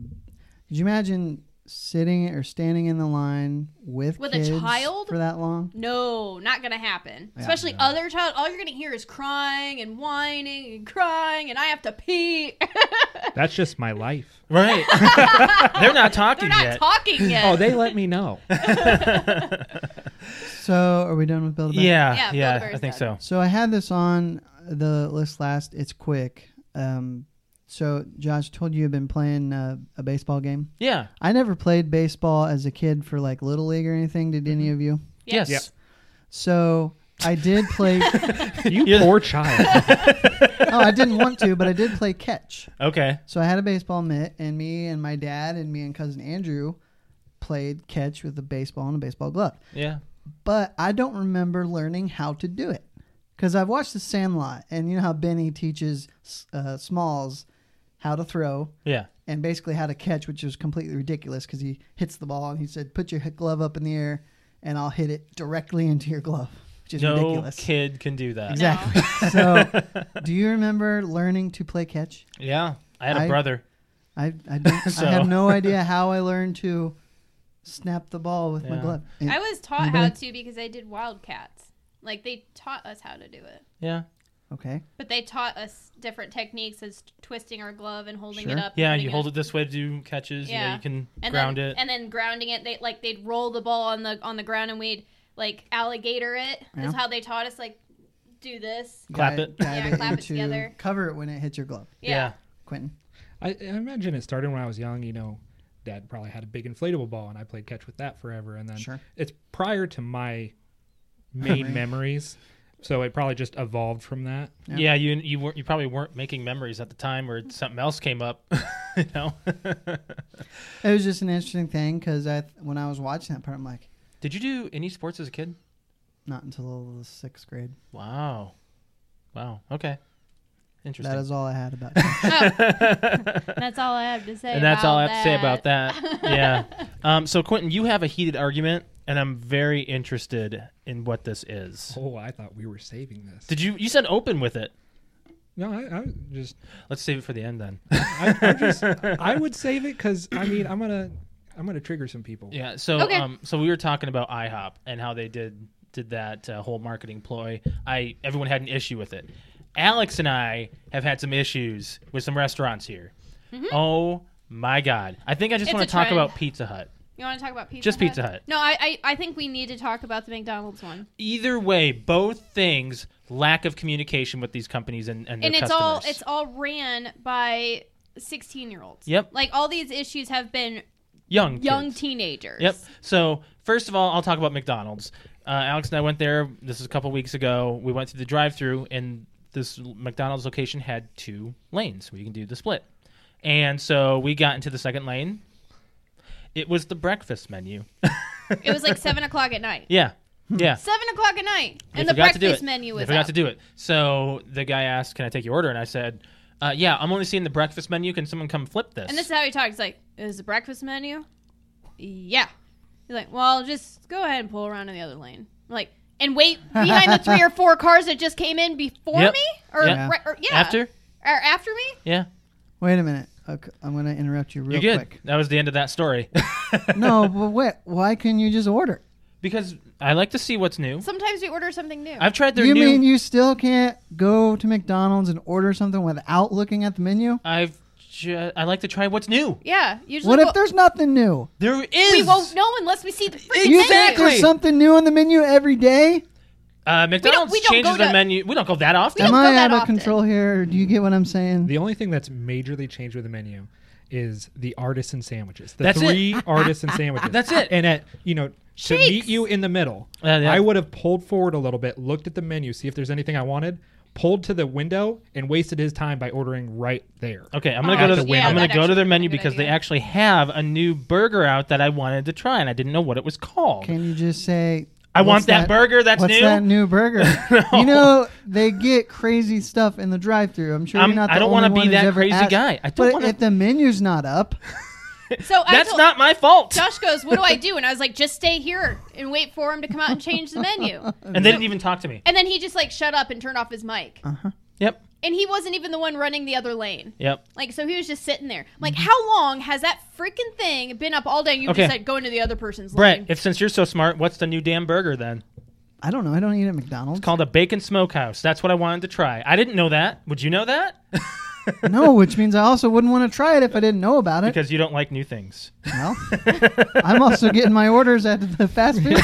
Speaker 2: Could you imagine sitting or standing in the line with
Speaker 1: With a
Speaker 2: kids
Speaker 1: child?
Speaker 2: for that long?
Speaker 1: No, not gonna happen.
Speaker 2: Yeah,
Speaker 1: Especially
Speaker 4: no.
Speaker 1: other child. All you're gonna hear is crying and whining and crying, and I have to pee.
Speaker 4: That's just my life.
Speaker 3: Right. They're not talking
Speaker 1: They're not
Speaker 3: yet.
Speaker 1: talking yet.
Speaker 4: Oh, they let me know.
Speaker 2: So are we done with Build a Bear?
Speaker 1: Yeah,
Speaker 3: yeah, yeah,
Speaker 1: Build-A-Bear's
Speaker 3: I think
Speaker 1: done.
Speaker 3: so.
Speaker 2: So I had this on the list last. It's quick. Um, so Josh told you you've been playing uh, a baseball game.
Speaker 3: Yeah.
Speaker 2: I never played baseball as a kid for like little league or anything. Did
Speaker 1: Mm-hmm.
Speaker 2: any of you?
Speaker 1: Yeah.
Speaker 3: Yes.
Speaker 4: Yep.
Speaker 2: So I did play.
Speaker 4: You
Speaker 3: Yeah.
Speaker 4: poor child.
Speaker 2: oh, I didn't want to, but I did play catch.
Speaker 3: Okay.
Speaker 2: So I had a baseball mitt, and me and my dad and me and cousin Andrew played catch with a baseball and a baseball glove.
Speaker 3: Yeah.
Speaker 2: But I don't remember learning how to do it because I've watched The Sandlot, and you know how Benny teaches uh, Smalls how to throw
Speaker 3: Yeah.
Speaker 2: and basically how to catch, which is completely ridiculous because he hits the ball and he said, "Put your glove up in the air, and I'll hit it directly into your glove," which is
Speaker 3: no
Speaker 2: ridiculous.
Speaker 3: kid can do that.
Speaker 2: Exactly. so, do you remember learning to play catch?
Speaker 3: Yeah. I had a
Speaker 2: I-
Speaker 3: brother.
Speaker 2: I I, don't,
Speaker 3: So-
Speaker 2: I have no idea how I learned to snap the ball with my
Speaker 3: Yeah.
Speaker 2: glove. And-
Speaker 1: I was taught
Speaker 2: Anybody?
Speaker 1: how to because I did Wildcats. Like they taught us how to do it,
Speaker 3: Yeah.
Speaker 2: okay.
Speaker 1: but they taught us different techniques as twisting our glove and holding
Speaker 2: Sure.
Speaker 1: it up. and
Speaker 3: Yeah.
Speaker 1: putting
Speaker 3: You hold it this way to do catches.
Speaker 1: Yeah.
Speaker 3: You, know, you can
Speaker 1: and
Speaker 3: ground
Speaker 1: then,
Speaker 3: it.
Speaker 1: and then grounding it. They like they'd roll the ball on the on the ground and we'd like alligator it.
Speaker 2: Yeah.
Speaker 1: That's how they taught us. Like do this.
Speaker 3: Clap
Speaker 2: Guide-
Speaker 3: it.
Speaker 2: guide
Speaker 1: Yeah, clap it
Speaker 2: into-
Speaker 1: together.
Speaker 2: Cover it when it hits your glove,
Speaker 1: Yeah.
Speaker 2: Quentin.
Speaker 4: I, I imagine it started when I was young. You know, Dad probably had a big inflatable ball, and I played catch with that forever. And then
Speaker 2: Sure.
Speaker 4: it's prior to my main memories, so it probably just evolved from that.
Speaker 3: yeah.
Speaker 2: Yeah.
Speaker 3: You you weren't you probably weren't making memories at the time where something else came up. you know.
Speaker 2: It was just an interesting thing because I th- when I was watching that part, I'm like,
Speaker 3: Did you do any sports as a kid?
Speaker 2: not until the sixth grade.
Speaker 3: Wow. Wow. Okay. Interesting.
Speaker 2: That is all I had about. It.
Speaker 1: That's all I have to say.
Speaker 3: and that's all I have to say
Speaker 1: that.
Speaker 3: about that. yeah. Um, so Quentin, you have a heated argument, and I'm very interested in what this is.
Speaker 4: Oh, I thought we were saving this.
Speaker 3: Did you you said open with it?
Speaker 4: no, I, I just
Speaker 3: Let's save it for the end then.
Speaker 4: I, I just I would save it because I mean I'm gonna I'm gonna trigger some people.
Speaker 3: Yeah. So
Speaker 1: Okay.
Speaker 3: um, so we were talking about IHOP and how they did did that uh, whole marketing ploy. I everyone had an issue with it. Alex and I have had some issues with some restaurants here. Oh my god! I think I just
Speaker 1: Mm-hmm. It's
Speaker 3: want
Speaker 1: a
Speaker 3: to talk
Speaker 1: trend.
Speaker 3: about Pizza Hut.
Speaker 1: You want to talk about Pizza
Speaker 3: Just
Speaker 1: Hut?
Speaker 3: Pizza Hut.
Speaker 1: No, I, I I think we need to talk about the McDonald's one.
Speaker 3: Either way, both things lack of communication with these companies and and, their
Speaker 1: and it's all
Speaker 3: customers.
Speaker 1: it's all ran by 16 year olds
Speaker 3: Yep.
Speaker 1: like all these issues have been
Speaker 3: young
Speaker 1: young
Speaker 3: kids.
Speaker 1: teenagers
Speaker 3: Yep. So first of all, I'll talk about McDonald's. Uh, Alex and I went there. This is a couple weeks ago. We went through the drive-through, and this McDonald's location had two lanes where you can do the split. And so we got into the second lane. It was the breakfast menu.
Speaker 1: it was like seven o'clock at night
Speaker 3: Yeah. Yeah.
Speaker 1: seven o'clock at night
Speaker 3: They
Speaker 1: Hmm. and the
Speaker 3: forgot to do
Speaker 1: breakfast
Speaker 3: it.
Speaker 1: menu
Speaker 3: They
Speaker 1: was
Speaker 3: forgot
Speaker 1: up.
Speaker 3: to do it. So the guy asked, "Can I take your order?" And I said, uh, "Yeah, I'm only seeing the breakfast menu. Can someone come flip this?"
Speaker 1: and this is how he talks he's like is the breakfast menu yeah he's like well just go ahead and pull around in the other lane I'm like and wait behind the three or four cars that just came in before
Speaker 3: Yep.
Speaker 1: me or
Speaker 3: Yeah.
Speaker 1: right- or- yeah
Speaker 3: after.
Speaker 1: or after me
Speaker 3: Yeah,
Speaker 2: Wait a minute. Okay, I'm going to interrupt you real
Speaker 3: you're good.
Speaker 2: quick.
Speaker 3: That was the end of that story.
Speaker 2: No, but wait. Why couldn't you just order?
Speaker 3: because I like to see what's new.
Speaker 1: sometimes we order something new
Speaker 3: I've tried their
Speaker 2: you
Speaker 3: new.
Speaker 2: mean you still can't go to McDonald's and order something without looking at the menu?
Speaker 3: I've ju- I like to try what's new.
Speaker 1: yeah usually
Speaker 2: What
Speaker 1: we'll-
Speaker 2: if there's nothing new?
Speaker 3: There is
Speaker 1: we won't know unless we see the freaking
Speaker 2: You
Speaker 1: menu.
Speaker 2: think there's something new on the menu every day?
Speaker 3: uh, McDonald's
Speaker 1: we don't
Speaker 3: changes
Speaker 1: go
Speaker 3: their
Speaker 1: to-
Speaker 3: menu. We don't go that often.
Speaker 2: Am
Speaker 1: don't go
Speaker 2: I
Speaker 1: that
Speaker 2: out of
Speaker 1: often.
Speaker 2: control here? Or do you get what I'm saying?
Speaker 4: The only thing that's majorly changed with the menu is the artisan sandwiches. The
Speaker 3: That's it.
Speaker 4: three artisan sandwiches.
Speaker 3: That's it.
Speaker 4: And at you know to meet
Speaker 1: Shakes.
Speaker 4: you in the middle,
Speaker 3: Uh, yeah.
Speaker 4: I would have pulled forward a little bit, looked at the menu, see if there's anything I wanted, pulled to the window, and wasted his time by ordering right there.
Speaker 3: Okay, I'm
Speaker 1: Oh,
Speaker 3: gonna go to
Speaker 4: that's-
Speaker 3: the,
Speaker 4: yeah,
Speaker 3: I'm gonna
Speaker 1: that
Speaker 3: go to their
Speaker 1: actually
Speaker 3: menu
Speaker 1: is a good
Speaker 3: because they
Speaker 1: idea.
Speaker 3: actually have a new burger out that I wanted to try and I didn't know what it was called.
Speaker 2: Can you just say?
Speaker 3: I want
Speaker 2: "What's
Speaker 3: that burger that's
Speaker 2: what's
Speaker 3: new?"
Speaker 2: that new burger?
Speaker 3: No.
Speaker 2: You know they get crazy stuff in the drive-through. I'm sure
Speaker 3: I'm-
Speaker 2: you're not. The
Speaker 3: I don't
Speaker 2: want to
Speaker 3: wanna be that crazy guy. I don't
Speaker 2: but
Speaker 3: wanna-
Speaker 2: if the menu's not up,
Speaker 1: So I
Speaker 3: That's
Speaker 1: told,
Speaker 3: not my fault.
Speaker 1: Josh goes, "What do I do?" And I was like, "Just stay here and wait for him to come out and change the menu."
Speaker 3: and they didn't even talk to me.
Speaker 2: Uh.
Speaker 1: And then he just like shut up and turned off his mic.
Speaker 3: Yep.
Speaker 1: and he wasn't even the one running the other lane.
Speaker 3: Yep.
Speaker 1: Like, so he was just sitting there.
Speaker 2: Mm-hmm.
Speaker 1: I'm Like, how long has that freaking thing been up all day? And you
Speaker 3: Okay.
Speaker 1: just like going to the other person's
Speaker 3: Brett,
Speaker 1: lane.
Speaker 3: if since you're so smart, what's the new damn burger then?
Speaker 2: I don't know. I don't eat at McDonald's.
Speaker 3: Called a bacon smokehouse. That's what I wanted to try. I didn't know that. Would you know that?
Speaker 2: no, which means I also wouldn't want to try it if I didn't know about it.
Speaker 3: because you don't like new things.
Speaker 2: Well, I'm also getting my orders at the fast food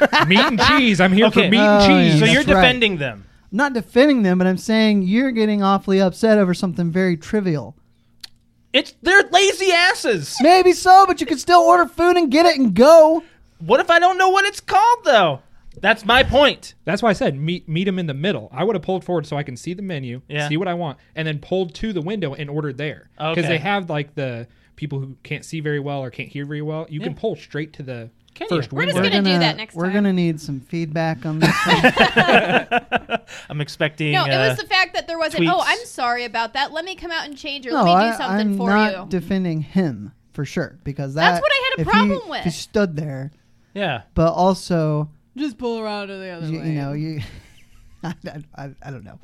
Speaker 2: place.
Speaker 4: meat and cheese. I'm here
Speaker 3: Okay.
Speaker 4: for meat
Speaker 2: Oh,
Speaker 4: and
Speaker 2: yeah.
Speaker 4: cheese.
Speaker 3: So
Speaker 2: that's
Speaker 3: you're
Speaker 2: right.
Speaker 3: defending them.
Speaker 2: I'm not defending them, but I'm saying you're getting awfully upset over something very trivial.
Speaker 3: It's they're lazy asses.
Speaker 2: Maybe so, but you can still order food and get it and go.
Speaker 3: What if I don't know what it's called though? That's my point.
Speaker 4: That's why I said meet meet him in the middle. I would have pulled forward so I can see the menu,
Speaker 3: Yeah.
Speaker 4: see what I want, and then pulled to the window and ordered there. Because
Speaker 3: Okay.
Speaker 4: they have like the people who can't see very well or can't hear very well. You can
Speaker 3: Yeah.
Speaker 4: pull straight to the
Speaker 3: Can
Speaker 4: first
Speaker 3: you?
Speaker 1: We're just
Speaker 4: window.
Speaker 1: gonna do that next
Speaker 2: We're
Speaker 1: time.
Speaker 2: gonna need some feedback on this. one.
Speaker 3: I'm expecting.
Speaker 1: no, it
Speaker 3: uh,
Speaker 1: was the fact that there wasn't.
Speaker 3: tweets.
Speaker 1: Oh, I'm sorry about that. Let me come out and change, or
Speaker 2: no,
Speaker 1: let me do
Speaker 2: I,
Speaker 1: something
Speaker 2: am
Speaker 1: for
Speaker 2: not
Speaker 1: you.
Speaker 2: defending him for sure because that,
Speaker 1: That's what I had a
Speaker 2: if
Speaker 1: problem
Speaker 2: he,
Speaker 1: with.
Speaker 2: If he stood there,
Speaker 3: yeah.
Speaker 2: but also
Speaker 1: just pull around to the other
Speaker 2: you, you know you. I, I, I don't know.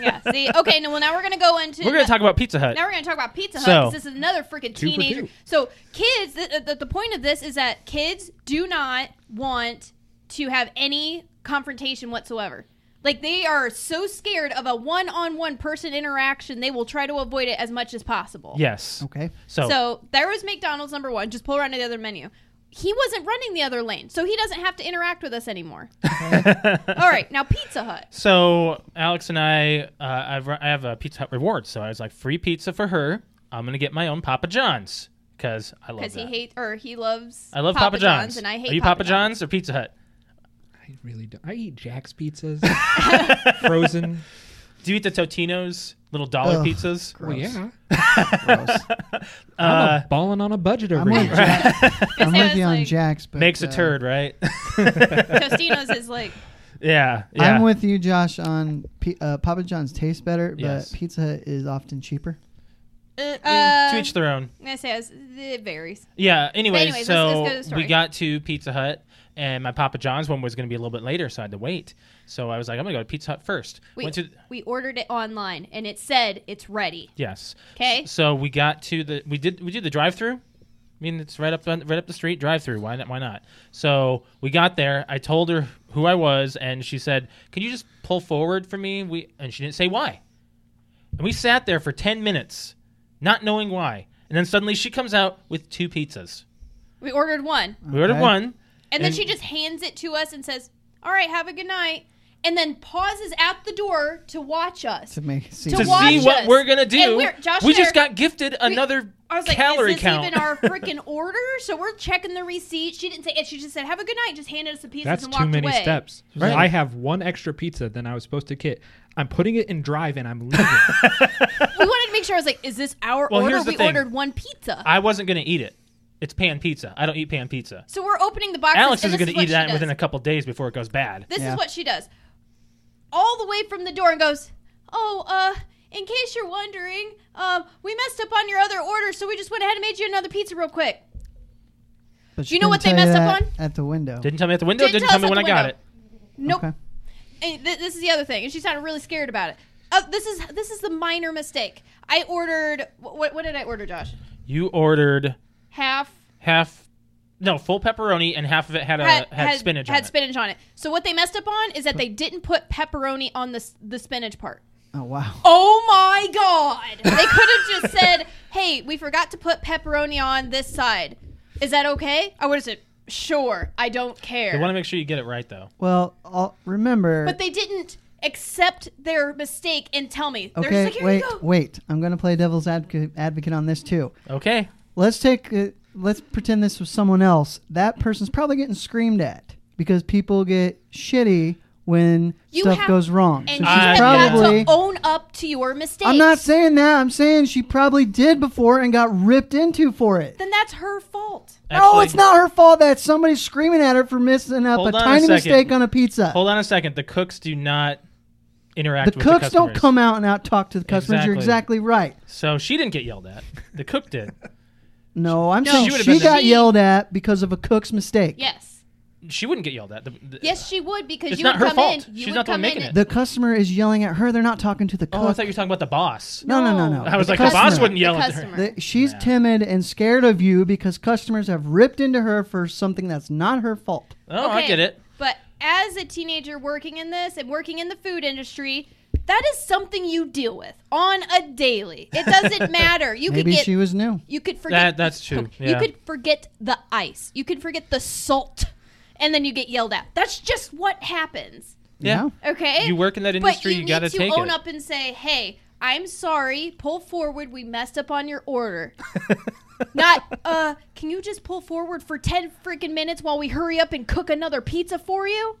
Speaker 1: yeah. See. Okay. No. Well, now we're gonna go into.
Speaker 3: We're gonna talk about Pizza Hut.
Speaker 1: Now we're going to talk about Pizza Hut
Speaker 3: So-
Speaker 1: 'cause this is another freaking
Speaker 4: Two for
Speaker 1: teenager.
Speaker 4: two.
Speaker 1: So kids, the, the, the point of this is that kids do not want to have any confrontation whatsoever. Like they are so scared of a one-on-one person interaction, they will try to avoid it as much as possible.
Speaker 3: Yes.
Speaker 2: Okay,
Speaker 3: So,
Speaker 1: So there was McDonald's number one. Just pull around to the other menu. He wasn't running the other lane, so he doesn't have to interact with us anymore. All right, now Pizza Hut.
Speaker 3: so Alex and I, uh, I've, I have a Pizza Hut reward. So I was like, free pizza for her. I'm gonna get my own Papa John's because I love
Speaker 1: Because
Speaker 3: that.
Speaker 1: he hates or he loves
Speaker 3: I love
Speaker 1: Papa,
Speaker 3: Papa,
Speaker 1: John's, and I hate
Speaker 3: Are you Papa, John's or Pizza Hut?
Speaker 4: I really don't. I eat Jack's pizzas, frozen.
Speaker 3: Do you eat the Totino's little dollar
Speaker 2: Ugh.
Speaker 3: pizzas? Uh,
Speaker 4: Well, yeah,
Speaker 2: gross.
Speaker 4: I'm a balling on a budget over
Speaker 2: I'm, on
Speaker 4: here.
Speaker 2: Jack, I'm
Speaker 1: I
Speaker 2: with
Speaker 1: was
Speaker 2: you on
Speaker 1: like-
Speaker 2: Jack's, but
Speaker 3: Makes a
Speaker 2: uh,
Speaker 3: turd, right?
Speaker 1: Tostino's is like
Speaker 3: yeah, yeah.
Speaker 2: I'm with you, Josh, on P- uh, Papa John's tastes better, but
Speaker 3: Yes.
Speaker 2: Pizza Hut is often cheaper.
Speaker 1: Uh,
Speaker 3: to each their own.
Speaker 1: I say it's- it varies.
Speaker 3: Yeah. Anyways,
Speaker 1: anyways, let's-
Speaker 3: so
Speaker 1: let's go to the story.
Speaker 3: we got to Pizza Hut, and my Papa John's one was going to be a little bit later, so I had to wait. So I was like, I'm going to go to Pizza Hut first.
Speaker 1: We,
Speaker 3: Went to
Speaker 1: we ordered it online and it said it's ready.
Speaker 3: yes.
Speaker 1: Okay.
Speaker 3: So we got to the we did we did the drive through. I mean, it's right up on, right up the street, drive through. Why not? Why not? So we got there. I told her who I was, and she said, "Can you just pull forward for me?" We and she didn't say why. And we sat there for ten minutes, not knowing why. And then suddenly she comes out with two pizzas.
Speaker 1: We ordered one.
Speaker 3: We ordered
Speaker 2: Okay.
Speaker 3: one.
Speaker 1: And then
Speaker 3: And-
Speaker 1: she just hands it to us and says, All right, have a good night. And then pauses at the door to watch us.
Speaker 2: To make see,
Speaker 1: To
Speaker 3: to
Speaker 1: watch
Speaker 3: see what
Speaker 1: us.
Speaker 3: we're gonna
Speaker 1: And
Speaker 3: do.
Speaker 1: we're- Josh
Speaker 3: we
Speaker 1: and I
Speaker 3: just
Speaker 1: are-
Speaker 3: got gifted another
Speaker 1: I was like,
Speaker 3: calorie
Speaker 1: Is this
Speaker 3: count.
Speaker 1: even our freaking order? So we're checking the receipt. She didn't say it. She just said, Have a good night. Just handed us the pizzas
Speaker 4: That's
Speaker 1: and walked
Speaker 4: too many
Speaker 1: away.
Speaker 4: steps.
Speaker 3: Right.
Speaker 4: I have one extra pizza than I was supposed to get. I'm putting it in drive and I'm leaving.
Speaker 1: We wanted to make sure. I was like, Is this our
Speaker 3: Well,
Speaker 1: order?
Speaker 3: here's the
Speaker 1: We
Speaker 3: thing.
Speaker 1: ordered one pizza.
Speaker 3: I wasn't gonna eat it. It's pan pizza. I don't eat pan pizza.
Speaker 1: so we're opening the box.
Speaker 3: Alex
Speaker 1: and
Speaker 3: is
Speaker 1: this
Speaker 3: gonna
Speaker 1: what
Speaker 3: eat
Speaker 1: she
Speaker 3: that
Speaker 1: does.
Speaker 3: within a couple days before it goes bad.
Speaker 1: This
Speaker 2: Yeah.
Speaker 1: is what she does. All the way from the door and goes, "Oh, uh, in case you're wondering, um, we messed up on your other order, so we just went ahead and made you another pizza real quick."
Speaker 2: but
Speaker 1: you know what they
Speaker 2: couldn't tell you
Speaker 1: messed up
Speaker 2: that At the window.
Speaker 3: Didn't tell me at the window.
Speaker 1: Didn't
Speaker 3: Didn't,
Speaker 1: tell
Speaker 3: tell,
Speaker 1: us at
Speaker 3: me when I
Speaker 1: the
Speaker 3: got
Speaker 1: window.
Speaker 3: it.
Speaker 1: Nope.
Speaker 2: Okay.
Speaker 1: And th- this is the other thing, and she sounded really scared about it. Uh, this is this is the minor mistake. I ordered. What, what did I order, Josh?
Speaker 3: You ordered
Speaker 1: Half
Speaker 3: half, no, full pepperoni, and half of it had a Uh, had, spinach.
Speaker 1: Had
Speaker 3: on
Speaker 1: spinach on it. So what they messed up on is that they didn't put pepperoni on the s- the spinach part.
Speaker 2: Oh wow.
Speaker 1: Oh my god! They could have just said, "Hey, we forgot to put pepperoni on this side. Is that okay?" I would have said, "Sure, I don't
Speaker 3: It.
Speaker 1: care."
Speaker 3: You want to make sure you get it right though.
Speaker 2: Well, I'll, remember.
Speaker 1: but they didn't accept their mistake and tell me. They're
Speaker 2: okay,
Speaker 1: just like, "Here
Speaker 2: wait,
Speaker 1: you go."
Speaker 2: wait. I'm gonna play devil's advocate, advocate on this too.
Speaker 3: Okay.
Speaker 2: Let's take. Uh, let's pretend this was someone else. That person's probably getting screamed at because people get shitty when
Speaker 1: You
Speaker 2: stuff
Speaker 1: have-
Speaker 2: goes wrong. So
Speaker 1: And
Speaker 2: she's
Speaker 1: you
Speaker 3: I
Speaker 1: have
Speaker 2: probably.
Speaker 1: got to own up to your mistake.
Speaker 2: I'm not saying that. I'm saying she probably did before and got ripped into for it.
Speaker 1: Then that's her fault.
Speaker 2: no,
Speaker 3: Actually-
Speaker 2: it's not her fault that somebody's screaming at her for missing up a
Speaker 3: Hold on a
Speaker 2: tiny
Speaker 3: second.
Speaker 2: mistake on a pizza.
Speaker 3: Hold on a second. The cooks do not interact
Speaker 2: the
Speaker 3: with
Speaker 2: cooks
Speaker 3: the
Speaker 2: don't
Speaker 3: customers.
Speaker 2: come out and out talk to the customers. You're
Speaker 3: Exactly.
Speaker 2: exactly right.
Speaker 3: So she didn't get yelled at. The cook did.
Speaker 2: No, I'm
Speaker 1: No,
Speaker 2: saying
Speaker 3: she would've
Speaker 2: she
Speaker 3: been-
Speaker 2: got
Speaker 1: She-
Speaker 2: yelled at because of a cook's mistake.
Speaker 1: Yes.
Speaker 3: she wouldn't get yelled at. The- the-
Speaker 1: Yes, she would because
Speaker 3: It's
Speaker 1: you
Speaker 3: not
Speaker 1: would
Speaker 3: her
Speaker 1: come
Speaker 3: fault.
Speaker 1: in. You
Speaker 3: She's
Speaker 1: would
Speaker 3: not the one
Speaker 1: come
Speaker 3: making
Speaker 1: in
Speaker 3: it.
Speaker 1: and-
Speaker 2: The customer is yelling at her. They're not talking to the cook.
Speaker 3: Oh, I thought you were talking about the boss.
Speaker 2: no, no, no,
Speaker 1: No.
Speaker 2: no.
Speaker 3: I was
Speaker 2: The
Speaker 3: like, the boss
Speaker 2: customer.
Speaker 3: wouldn't yell
Speaker 1: The
Speaker 3: at her.
Speaker 1: customer.
Speaker 2: The- she's
Speaker 3: Nah.
Speaker 2: timid and scared of you because customers have ripped into her for something that's not her fault.
Speaker 3: Oh, I
Speaker 1: Okay,
Speaker 3: get it.
Speaker 1: But as a teenager working in this and working in the food industry, that is something you deal with on a daily. It doesn't matter. You could
Speaker 2: Maybe
Speaker 1: get
Speaker 2: she was new.
Speaker 1: you could
Speaker 3: That
Speaker 1: forget
Speaker 3: that's true.
Speaker 1: you
Speaker 3: Yeah.
Speaker 1: could forget the ice. You could forget the salt and then you get yelled at. That's just what happens.
Speaker 3: yeah.
Speaker 1: Okay?
Speaker 3: You work in that industry,
Speaker 1: but you,
Speaker 3: you, gotta
Speaker 1: need to
Speaker 3: take
Speaker 1: own
Speaker 3: it.
Speaker 1: up and say, "Hey, I'm sorry. Pull forward. We messed up on your order." Not, uh, can you just pull forward for ten freaking minutes while we hurry up and cook another pizza for you?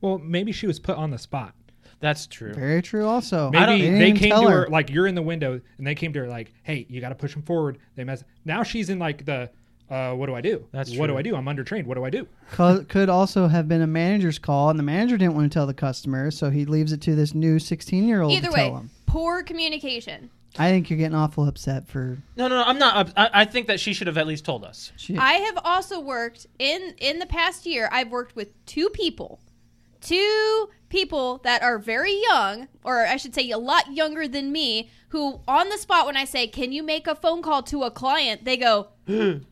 Speaker 4: Well, maybe she was put on the spot.
Speaker 3: That's true.
Speaker 2: Very true. Also,
Speaker 3: don't-
Speaker 4: Maybe
Speaker 2: didn't
Speaker 4: they
Speaker 2: even
Speaker 4: came
Speaker 2: tell
Speaker 4: to her like you're in the window, and they came to her like, "Hey, you got to push him forward." They mess. Now she's in like the, uh, "What do I do?
Speaker 3: That's
Speaker 4: what do
Speaker 3: true.
Speaker 4: I do? I'm undertrained. What do I do?"
Speaker 2: Co- could also have been a manager's call, and the manager didn't want to tell the customer, so he leaves it to this new 16 year old to
Speaker 1: Either
Speaker 2: tell
Speaker 1: way,
Speaker 2: him.
Speaker 1: poor communication.
Speaker 2: I think you're getting awful upset for.
Speaker 3: No, no, no. I'm not. up- I, I think that she should have at least told us.
Speaker 2: She,
Speaker 1: I have also worked in in the past year. I've worked with two people, two people that are very young, or I should say, a lot younger than me, who on the spot when I say, "Can you make a phone call to a client?" they go, "I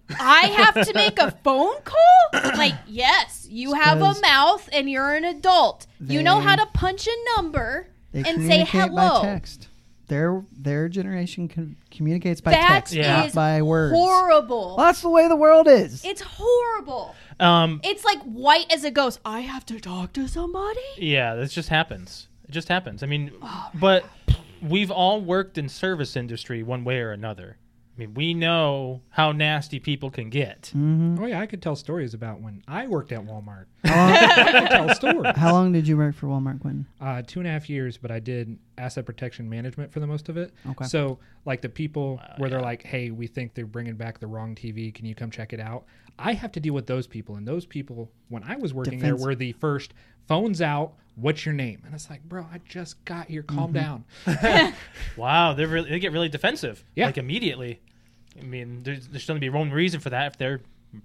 Speaker 1: have to make a phone call." like, yes, you
Speaker 2: It's
Speaker 1: have a
Speaker 2: 'cause
Speaker 1: mouth and you're an adult. you know
Speaker 2: they-
Speaker 1: how to punch a number
Speaker 2: they
Speaker 1: and say
Speaker 2: communicate
Speaker 1: hello.
Speaker 2: by text. Their their generation com- communicates by
Speaker 1: That
Speaker 2: text,
Speaker 3: Yeah.
Speaker 2: not
Speaker 1: is
Speaker 2: by words.
Speaker 1: Horrible.
Speaker 2: Well, that's the way the world is.
Speaker 1: It's horrible.
Speaker 3: Um,
Speaker 1: It's like white as a ghost. I have to talk to somebody.
Speaker 3: yeah, this just happens. It just happens. I mean, but we've all worked in service industry one way or another. I mean, we know how nasty people can get.
Speaker 4: Oh yeah, I could tell stories about when I worked at Walmart.
Speaker 2: How,
Speaker 4: I could tell stories.
Speaker 2: long, Oh. how long did you work for Walmart, Gwen?
Speaker 4: Uh, two and a half years, but I did asset protection management for the most of it.
Speaker 2: Okay.
Speaker 4: So like the people where they're like, "Hey, we think they're bringing back the wrong TV. Can you come check it out?" I have to deal with those people, and those people when I was working
Speaker 2: Defense-
Speaker 4: there were the first phones out. What's your name? And it's like, bro, I just got here.
Speaker 2: Mm-hmm.
Speaker 4: Calm down.
Speaker 3: Wow, they really, they get really defensive.
Speaker 4: Yeah.
Speaker 3: like immediately. I mean, there's, there's going to be one reason for that if they're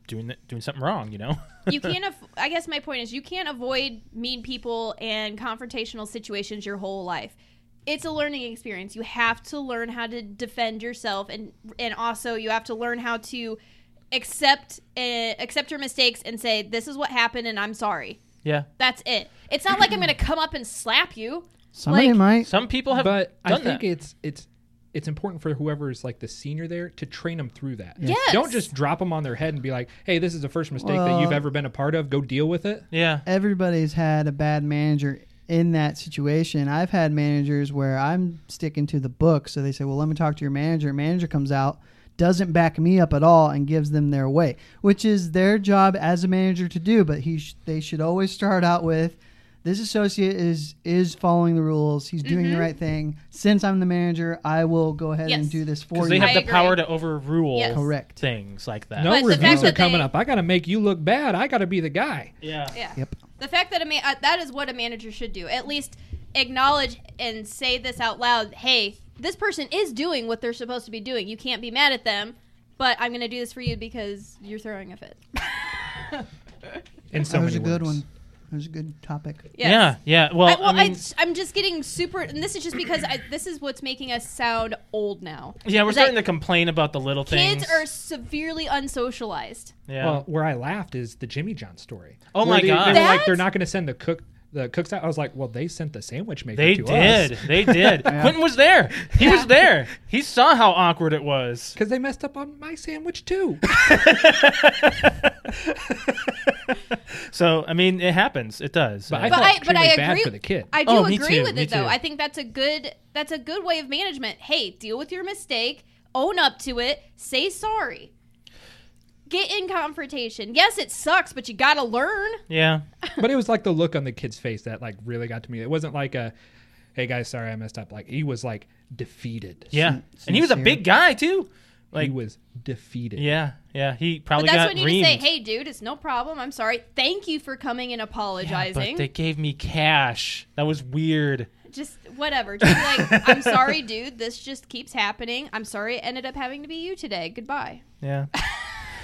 Speaker 3: doing th- doing something wrong. You know.
Speaker 1: you can't. Af- I guess my point is you can't avoid mean people and confrontational situations your whole life. It's a learning experience. You have to learn how to defend yourself, and and also you have to learn how to accept uh, accept your mistakes and say this is what happened and I'm sorry.
Speaker 3: yeah.
Speaker 1: That's it. It's not like I'm going to come up and slap you.
Speaker 2: Somebody
Speaker 1: Like-
Speaker 2: might.
Speaker 3: Some people have
Speaker 4: but I
Speaker 3: done
Speaker 4: think
Speaker 3: that.
Speaker 4: it's it's it's important for whoever is like the senior there to train them through that.
Speaker 1: Yes.
Speaker 4: Don't just drop them on their head and be like, "Hey, this is the first mistake that
Speaker 2: Well-
Speaker 4: you've ever been a part of. Go deal with it."
Speaker 3: yeah.
Speaker 2: everybody's had a bad manager in that situation. I've had managers where I'm sticking to the book, so they say, "Well, let me talk to your manager." Manager comes out, doesn't back me up at all, and gives them their way, which is their job as a manager to do. But he, sh- they should always start out with. This associate is is following the rules. He's doing
Speaker 1: Mm-hmm.
Speaker 2: the right thing. Since I'm the manager, I will go ahead
Speaker 1: Yes.
Speaker 2: and do this for you.
Speaker 3: Because they have
Speaker 1: I
Speaker 3: the
Speaker 1: agree.
Speaker 3: power to overrule
Speaker 1: Yes.
Speaker 2: Correct.
Speaker 3: things like that.
Speaker 4: No
Speaker 1: But the fact
Speaker 4: reviews are
Speaker 1: that they-
Speaker 4: coming up. I got to make you look bad. I got to be the guy.
Speaker 3: Yeah.
Speaker 1: Yeah.
Speaker 2: Yep.
Speaker 1: The fact that a man uh, that is what a manager should do. At least acknowledge and say this out loud. Hey, this person is doing what they're supposed to be doing. You can't be mad at them, but I'm going to do this for you because you're throwing a fit.
Speaker 4: In so
Speaker 2: that was a
Speaker 4: many
Speaker 2: good
Speaker 4: words.
Speaker 2: one. That was a good topic.
Speaker 1: Yes.
Speaker 3: Yeah. Yeah. Well,
Speaker 1: I, well,
Speaker 3: I mean,
Speaker 1: I, am just getting super, and this is just because I, this is what's making us sound old now.
Speaker 3: yeah, we're
Speaker 1: is
Speaker 3: starting
Speaker 1: that
Speaker 3: to complain about the little things.
Speaker 1: Kids are severely unsocialized.
Speaker 3: Yeah.
Speaker 4: Well, where I laughed is the Jimmy John story.
Speaker 3: Oh
Speaker 4: Where
Speaker 3: my
Speaker 4: they,
Speaker 3: God.
Speaker 4: They were like
Speaker 1: That-
Speaker 4: they're not going to send the cook the cooks out. I was like, well, they sent the sandwich maker.
Speaker 3: they
Speaker 4: to
Speaker 3: did. They did. Quentin was there. He was there. He saw how awkward it was.
Speaker 4: because they messed up on my sandwich too.
Speaker 3: So I mean, it happens. It does.
Speaker 4: But
Speaker 3: Uh,
Speaker 4: I
Speaker 1: But
Speaker 4: felt
Speaker 1: I- but
Speaker 4: extremely
Speaker 1: I
Speaker 4: bad
Speaker 1: agree-
Speaker 4: for the kid.
Speaker 1: I do
Speaker 3: Oh, me
Speaker 1: agree
Speaker 3: too,
Speaker 1: with
Speaker 3: me
Speaker 1: it though.
Speaker 3: too.
Speaker 1: I think that's a good that's a good way of management. Hey, deal with your mistake, own up to it, say sorry. Get in confrontation. Yes, it sucks, but you got to learn.
Speaker 3: yeah.
Speaker 4: but it was like the look on the kid's face that like really got to me. It wasn't like a, hey guys, sorry I messed up. Like he was like defeated.
Speaker 3: Yeah. and he was a
Speaker 2: sincere.
Speaker 3: big guy too. Like.
Speaker 4: he was defeated.
Speaker 3: yeah. Yeah. He
Speaker 1: But
Speaker 3: probably
Speaker 1: that's
Speaker 3: got
Speaker 1: when you just say,
Speaker 3: reamed.
Speaker 1: "Hey, dude, it's no problem. I'm sorry. Thank you for coming and
Speaker 3: Yeah,
Speaker 1: apologizing.
Speaker 3: but they gave me cash. That was weird.
Speaker 1: just whatever. Just be like, I'm sorry, dude. This just keeps happening. I'm sorry it ended up having to be you today. Goodbye."
Speaker 3: Yeah.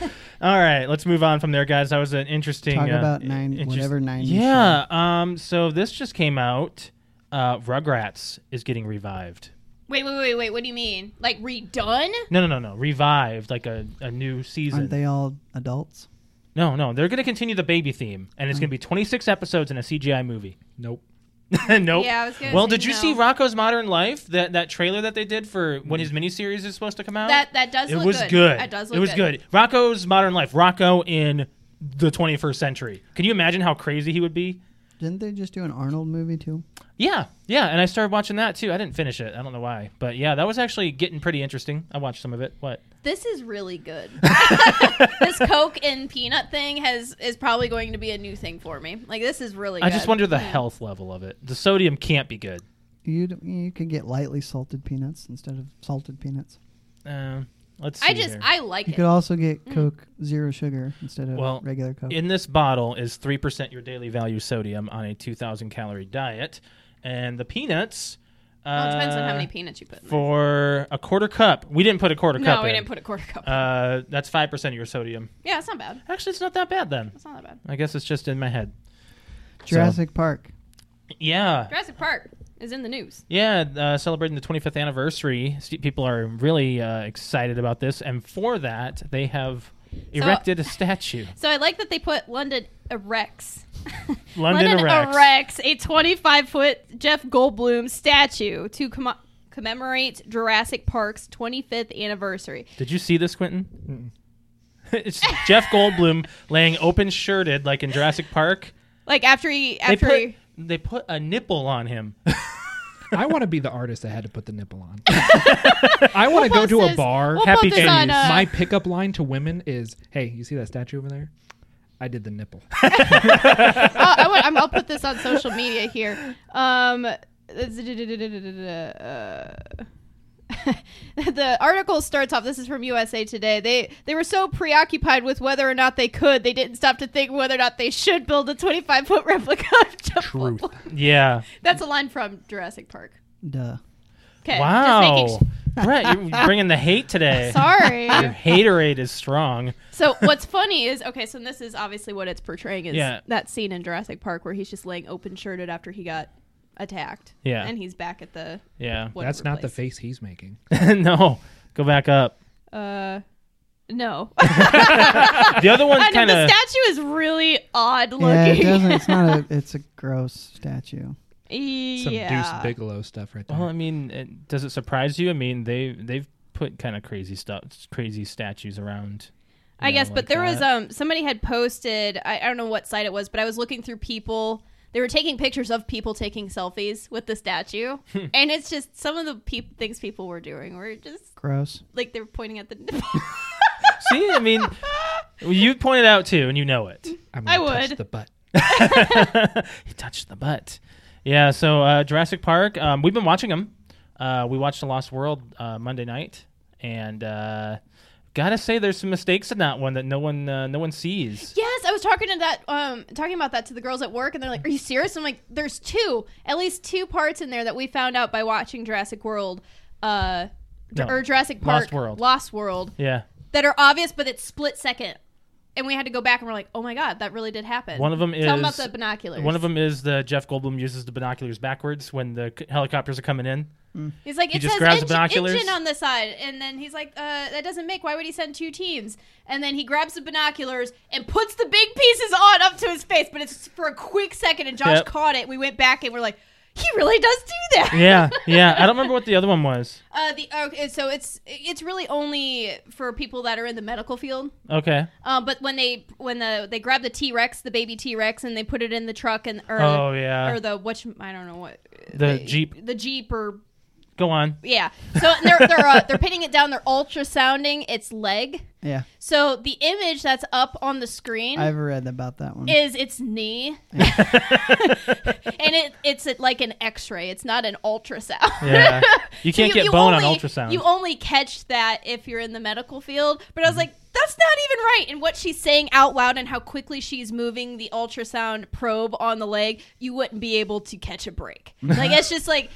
Speaker 3: All right, let's move on from there, guys. That was an interesting.
Speaker 2: Talk
Speaker 3: uh,
Speaker 2: about nine- whatever 90s
Speaker 3: Yeah. Um. So this just came out. Uh, Rugrats is getting revived.
Speaker 1: Wait, wait, wait, wait. What do you mean? Like redone?
Speaker 3: No, no, no, no. Revived, like a, a new season.
Speaker 2: Aren't they all adults?
Speaker 3: No, no. They're going to continue the baby theme, and it's going to be 26 episodes in a CGI movie.
Speaker 4: Nope.
Speaker 3: nope.
Speaker 1: Yeah, I was gonna
Speaker 3: well,
Speaker 1: say
Speaker 3: did you
Speaker 1: no.
Speaker 3: see Rocco's Modern Life? That that trailer that they did for when his miniseries is supposed to come out.
Speaker 1: That that does
Speaker 3: it
Speaker 1: look
Speaker 3: was
Speaker 1: good.
Speaker 3: good.
Speaker 1: That does look
Speaker 3: it was
Speaker 1: good.
Speaker 3: good. Rocco's Modern Life. Rocco in the 21st century. Can you imagine how crazy he would be?
Speaker 2: Didn't they just do an Arnold movie too?
Speaker 3: Yeah, yeah. And I started watching that too. I didn't finish it. I don't know why, but yeah, that was actually getting pretty interesting. I watched some of it. What?
Speaker 1: This is really good. this Coke and peanut thing has is probably going to be a new thing for me. Like this is really.
Speaker 3: I
Speaker 1: good.
Speaker 3: just wonder the health level of it. The sodium can't be good.
Speaker 2: You you could get lightly salted peanuts instead of salted peanuts.
Speaker 3: Um, let's. See
Speaker 1: I just
Speaker 3: here.
Speaker 1: I like
Speaker 2: You
Speaker 1: it. Mm.
Speaker 2: could also get Coke zero sugar instead of
Speaker 3: Well,
Speaker 2: regular Coke.
Speaker 3: In this bottle is 3% your daily value sodium on a 2,000 calorie diet. And the peanuts.
Speaker 1: well, it depends on how
Speaker 3: uh,
Speaker 1: many peanuts you put. in there.
Speaker 3: For a quarter cup. We didn't put a quarter cup
Speaker 1: No, we
Speaker 3: in.
Speaker 1: didn't put a quarter cup.
Speaker 3: uh, that's 5% of your sodium.
Speaker 1: yeah, it's not bad.
Speaker 3: Actually, it's not that bad then.
Speaker 1: It's not that bad.
Speaker 3: I guess it's just in my head. uh,
Speaker 2: Jurassic Park.
Speaker 3: Yeah.
Speaker 1: Jurassic Park is in the news.
Speaker 3: Yeah, uh, celebrating the 25th anniversary. St- People are really uh, excited about this. And for that, they have erected a statue.
Speaker 1: So I like that they put London erects.
Speaker 3: London erects.
Speaker 1: erects a 25 foot Jeff Goldblum statue to commo- commemorate Jurassic Park's 25th anniversary.
Speaker 3: Did you see this, Quentin? it's Jeff Goldblum laying open shirted like in Jurassic Park.
Speaker 1: Like after he
Speaker 3: They
Speaker 1: after
Speaker 3: put,
Speaker 1: he,
Speaker 3: they put a nipple on him.
Speaker 4: I want to be the artist that had to put the nipple on. I want to go
Speaker 1: post
Speaker 4: to a
Speaker 1: this-
Speaker 4: bar.
Speaker 1: we'll
Speaker 3: Happy
Speaker 1: put this
Speaker 3: days.
Speaker 1: on, uh,
Speaker 4: My pickup line to women is, "Hey, you see that statue over there? I did the nipple."
Speaker 1: I'll, I want, I'm, I'll put this on social media here. Um, uh, the article starts off. This is from USA Today. They they were so preoccupied with whether or not they could, they didn't stop to think whether or not they should build a 25 foot replica. Of Jeff
Speaker 4: Truth.
Speaker 1: Goldblum.
Speaker 3: yeah.
Speaker 1: That's a line from Jurassic Park.
Speaker 2: Duh.
Speaker 1: Okay.
Speaker 3: wow. Brett, you're bringing the hate today. Your
Speaker 1: Sorry.
Speaker 3: haterade is strong.
Speaker 1: so what's funny is okay. So this is obviously what it's portraying is
Speaker 3: Yeah.
Speaker 1: that scene in Jurassic Park where he's just laying open shirted after he got attacked.
Speaker 3: Yeah.
Speaker 1: And he's back at the
Speaker 3: Yeah.
Speaker 1: whatever
Speaker 4: That's not the
Speaker 1: place.
Speaker 4: face he's making.
Speaker 3: no. Go back up.
Speaker 1: Uh, no.
Speaker 3: The other one's
Speaker 1: I know,
Speaker 3: kind
Speaker 1: the
Speaker 3: of.
Speaker 1: statue is really odd looking.
Speaker 2: Yeah, it doesn't. It's not a. It's a gross statue.
Speaker 4: Some
Speaker 1: Yeah.
Speaker 4: Deuce Bigelow stuff right there.
Speaker 3: Well, I mean, it, does it surprise you? I mean, they they've put kind of crazy stuff, crazy statues around. you
Speaker 1: I
Speaker 3: know,
Speaker 1: guess, but
Speaker 3: like
Speaker 1: there was
Speaker 3: that.
Speaker 1: um somebody had posted. I, I don't know what site it was, but I was looking through people. They were taking pictures of people taking selfies with the statue, and it's just some of the peop things people were doing were just
Speaker 2: Gross.
Speaker 1: like they're pointing at the nipple.
Speaker 3: See, I mean, you pointed out too, and you know it.
Speaker 4: I'm
Speaker 1: I
Speaker 4: gonna touch
Speaker 1: would.
Speaker 4: the butt.
Speaker 3: he touched the butt. Yeah, so uh, Jurassic Park, um, we've been watching them. Uh, we watched The Lost World uh, Monday night, and uh, gotta say, there's some mistakes in that one that no one uh, no one sees.
Speaker 1: yes, I was talking to that um talking about that to the girls at work, and they're like, "Are you serious?" I'm like, "There's two, at least two parts in there that we found out by watching Jurassic World." Uh,
Speaker 3: No.
Speaker 1: or Jurassic Park,
Speaker 3: Lost World.
Speaker 1: Lost World,
Speaker 3: Yeah,
Speaker 1: that are obvious, but it's split second. And we had to go back and we're like, oh my god, that really did happen.
Speaker 3: One of 'em
Speaker 1: Tell 'em about
Speaker 3: is-
Speaker 1: the binoculars.
Speaker 3: one of them is the Jeff Goldblum uses the binoculars backwards when the c- helicopters are coming in.
Speaker 1: He's like,
Speaker 3: he
Speaker 1: it
Speaker 3: just
Speaker 1: says
Speaker 3: grabs the
Speaker 1: engine,
Speaker 3: binoculars.
Speaker 1: engine on the side, and then he's like, uh, that doesn't make. Why would he send two teams? And then he grabs the binoculars and puts the big pieces on up to his face, but it's for a quick second. And Josh
Speaker 3: Yep.
Speaker 1: caught it. We went back and we're like, he really does do that.
Speaker 3: Yeah, yeah. I don't remember what the other one was.
Speaker 1: Uh, the okay, so it's it's really only for people that are in the medical field.
Speaker 3: Okay.
Speaker 1: Um, but when they when the they grab the T Rex, the baby T Rex, and they put it in the truck and or
Speaker 3: Oh, yeah.
Speaker 1: or the which I don't know what
Speaker 3: The Jeep.
Speaker 1: the Jeep or
Speaker 3: Go on.
Speaker 1: yeah. So and they're they're uh, they're pinning it down. They're ultrasounding its leg.
Speaker 2: Yeah,
Speaker 1: So the image that's up on the screen
Speaker 2: I've read about that one.
Speaker 1: is its knee, and it it's uh, like an X ray. It's not an ultrasound.
Speaker 3: Yeah. You
Speaker 1: So
Speaker 3: can't get bone
Speaker 1: only-
Speaker 3: on ultrasound.
Speaker 1: You only catch that if you're in the medical field. But I
Speaker 3: Mm-hmm.
Speaker 1: was like, that's not even right. And what she's saying out loud and how quickly she's moving the ultrasound probe on the leg, you wouldn't be able to catch a break. Like it's just like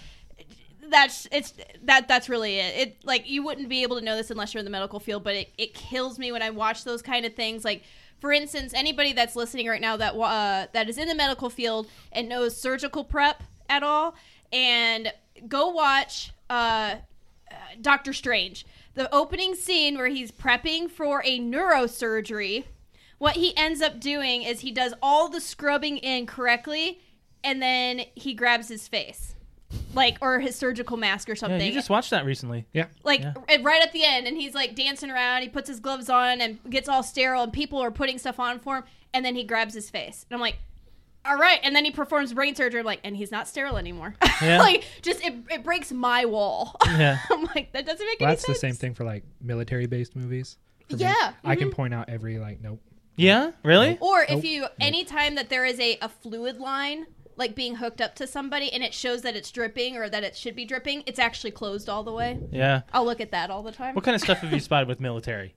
Speaker 1: that's it's that that's really it. It like you wouldn't be able to know this unless you're in the medical field, but it, it kills me when I watch those kind of things. Like for instance, anybody that's listening right now that uh, that is in the medical field and knows surgical prep at all, and go watch uh, uh, Doctor Strange. The opening scene where he's prepping for a neurosurgery, what he ends up doing is he does all the scrubbing in correctly, and then he grabs his face, like or his surgical mask or
Speaker 3: Yeah,
Speaker 1: something
Speaker 3: you just watched that recently.
Speaker 4: Yeah.
Speaker 1: like
Speaker 3: Yeah.
Speaker 1: r- right at the end and he's like dancing around he puts his gloves on and gets all sterile and people are putting stuff on for him and then he grabs his face and i'm like all right and then he performs brain surgery I'm like and he's not sterile anymore
Speaker 3: Yeah.
Speaker 1: like just it, it breaks my wall
Speaker 3: Yeah.
Speaker 1: i'm like that doesn't make
Speaker 4: Well,
Speaker 1: any
Speaker 4: that's
Speaker 1: sense
Speaker 4: the same thing for like military-based movies. for me.
Speaker 1: Yeah,
Speaker 4: I
Speaker 3: Mm-hmm.
Speaker 4: can point out every like nope.
Speaker 3: Yeah, really?
Speaker 1: or
Speaker 4: Nope.
Speaker 1: if you anytime that there is a, a fluid line like being hooked up to somebody and it shows that it's dripping or that it should be dripping it's actually closed all the way
Speaker 3: Yeah.
Speaker 1: i'll look at that all the time
Speaker 3: What kind of stuff have you spotted with military?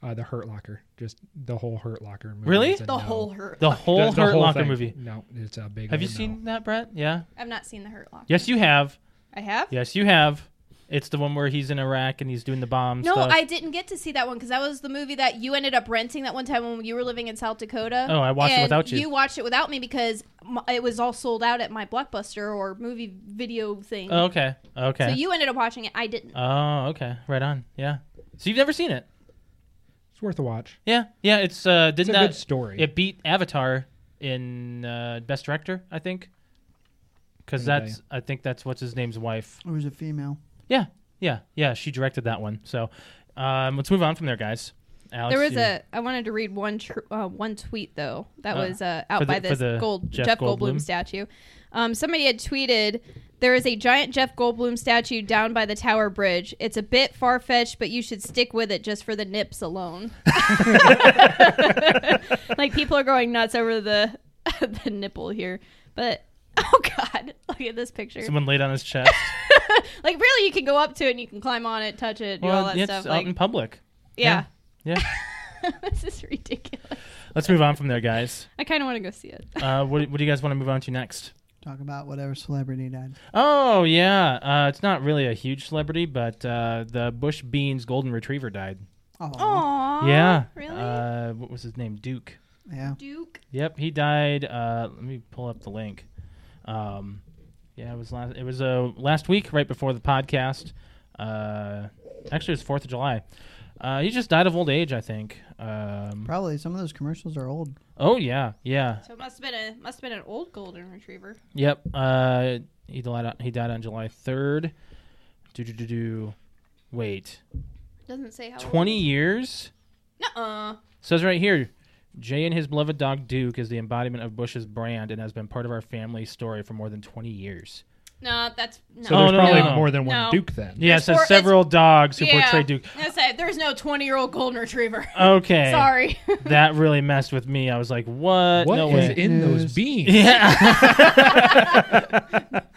Speaker 4: Uh, the Hurt Locker, just the whole Hurt Locker movie.
Speaker 3: Really?
Speaker 4: is a
Speaker 1: the
Speaker 4: no.
Speaker 1: whole hurt
Speaker 3: The
Speaker 1: Locker.
Speaker 4: The-
Speaker 3: whole
Speaker 4: the
Speaker 3: Hurt
Speaker 4: whole
Speaker 3: Locker
Speaker 4: thing.
Speaker 3: movie.
Speaker 4: No, it's a big.
Speaker 3: Have you
Speaker 4: old no.
Speaker 3: seen that, Brett? Yeah.
Speaker 1: i've not seen the hurt locker
Speaker 3: Yes, you have.
Speaker 1: i have
Speaker 3: Yes, you have. It's the one where he's in Iraq and he's doing the bomb
Speaker 1: No,
Speaker 3: stuff.
Speaker 1: I didn't get to see that one because that was the movie that you ended up renting that one time when you were living in South Dakota.
Speaker 3: Oh, I watched it
Speaker 1: And
Speaker 3: without you.
Speaker 1: You watched it without me because m- it was all sold out at my Blockbuster or movie video thing.
Speaker 3: Oh, okay. Okay.
Speaker 1: So you ended up watching it. I didn't.
Speaker 3: oh, okay. Right on. Yeah. So you've never seen it?
Speaker 4: It's worth a watch.
Speaker 3: Yeah. Yeah. It's uh did
Speaker 4: It's a
Speaker 3: not
Speaker 4: good story.
Speaker 3: it beat Avatar in uh, best director, I think. Because
Speaker 4: Let me
Speaker 3: that's I think that's what's his name's wife.
Speaker 2: Or is it female?
Speaker 3: Yeah. Yeah. Yeah. She directed that one. So um, let's move on from there, guys. Alex,
Speaker 1: there was
Speaker 3: you-
Speaker 1: a. I wanted to read one tr- uh, one tweet though that
Speaker 3: Uh,
Speaker 1: was uh, out
Speaker 3: for the-
Speaker 1: by
Speaker 3: for
Speaker 1: this
Speaker 3: the
Speaker 1: gold
Speaker 3: Jeff
Speaker 1: Jeff, Goldblum,
Speaker 3: Goldblum?
Speaker 1: statue. Um, somebody had tweeted, "There is a giant Jeff Goldblum statue down by the Tower Bridge. It's a bit far fetched, but you should stick with it just for the nips alone." like people are going nuts over the the nipple here, but. Oh God! Look at this picture.
Speaker 3: someone laid on his chest.
Speaker 1: Like really, you can go up to it and you can climb on it, touch it, do all that
Speaker 3: yeah, it's
Speaker 1: stuff.
Speaker 3: out
Speaker 1: Like,
Speaker 3: in public.
Speaker 1: yeah,
Speaker 3: Yeah.
Speaker 1: this is ridiculous.
Speaker 3: Let's move on from there, guys.
Speaker 1: I kind of want to go see it.
Speaker 3: Uh, what, what do you guys want to move on to next?
Speaker 2: Talk about whatever celebrity died.
Speaker 3: Oh yeah, uh, it's not really a huge celebrity, but uh, the Bush Beans Golden Retriever died.
Speaker 2: Oh,
Speaker 1: Aww.
Speaker 3: yeah,
Speaker 1: Really?
Speaker 3: Uh, what was his name? Duke.
Speaker 2: yeah.
Speaker 1: Duke.
Speaker 3: Yep, he died. Uh, let me pull up the link. Um, yeah, it was last. It was uh, last week, right before the podcast. Uh, actually, it was Fourth of July. Uh, he just died of old age, I think. Um,
Speaker 2: Probably some of those commercials are old.
Speaker 3: oh yeah, yeah,
Speaker 1: So it must have been a must have been an old golden retriever.
Speaker 3: yep. Uh, he died. On, he died on July third. Do do do do. Wait,
Speaker 1: Doesn't say how.
Speaker 3: twenty years.
Speaker 1: Uh.
Speaker 3: Says right here, Jay and his beloved dog Duke is the embodiment of Bush's brand and has been part of our family story for more than 20 years.
Speaker 1: No, that's no.
Speaker 4: So
Speaker 3: Oh,
Speaker 4: there's
Speaker 3: no,
Speaker 4: probably
Speaker 3: no, no.
Speaker 4: more than one
Speaker 1: No.
Speaker 4: Duke then.
Speaker 3: Yeah, it
Speaker 1: It's
Speaker 3: says
Speaker 1: for- it's-
Speaker 3: several dogs who
Speaker 1: yeah.
Speaker 3: portray Duke.
Speaker 1: I was gonna say, there's no 20 year old golden retriever.
Speaker 3: Okay.
Speaker 1: Sorry.
Speaker 3: That really messed with me. I was like, what?
Speaker 4: What
Speaker 3: no
Speaker 4: is
Speaker 3: way.
Speaker 4: in
Speaker 2: News.
Speaker 4: those beans?
Speaker 3: Yeah.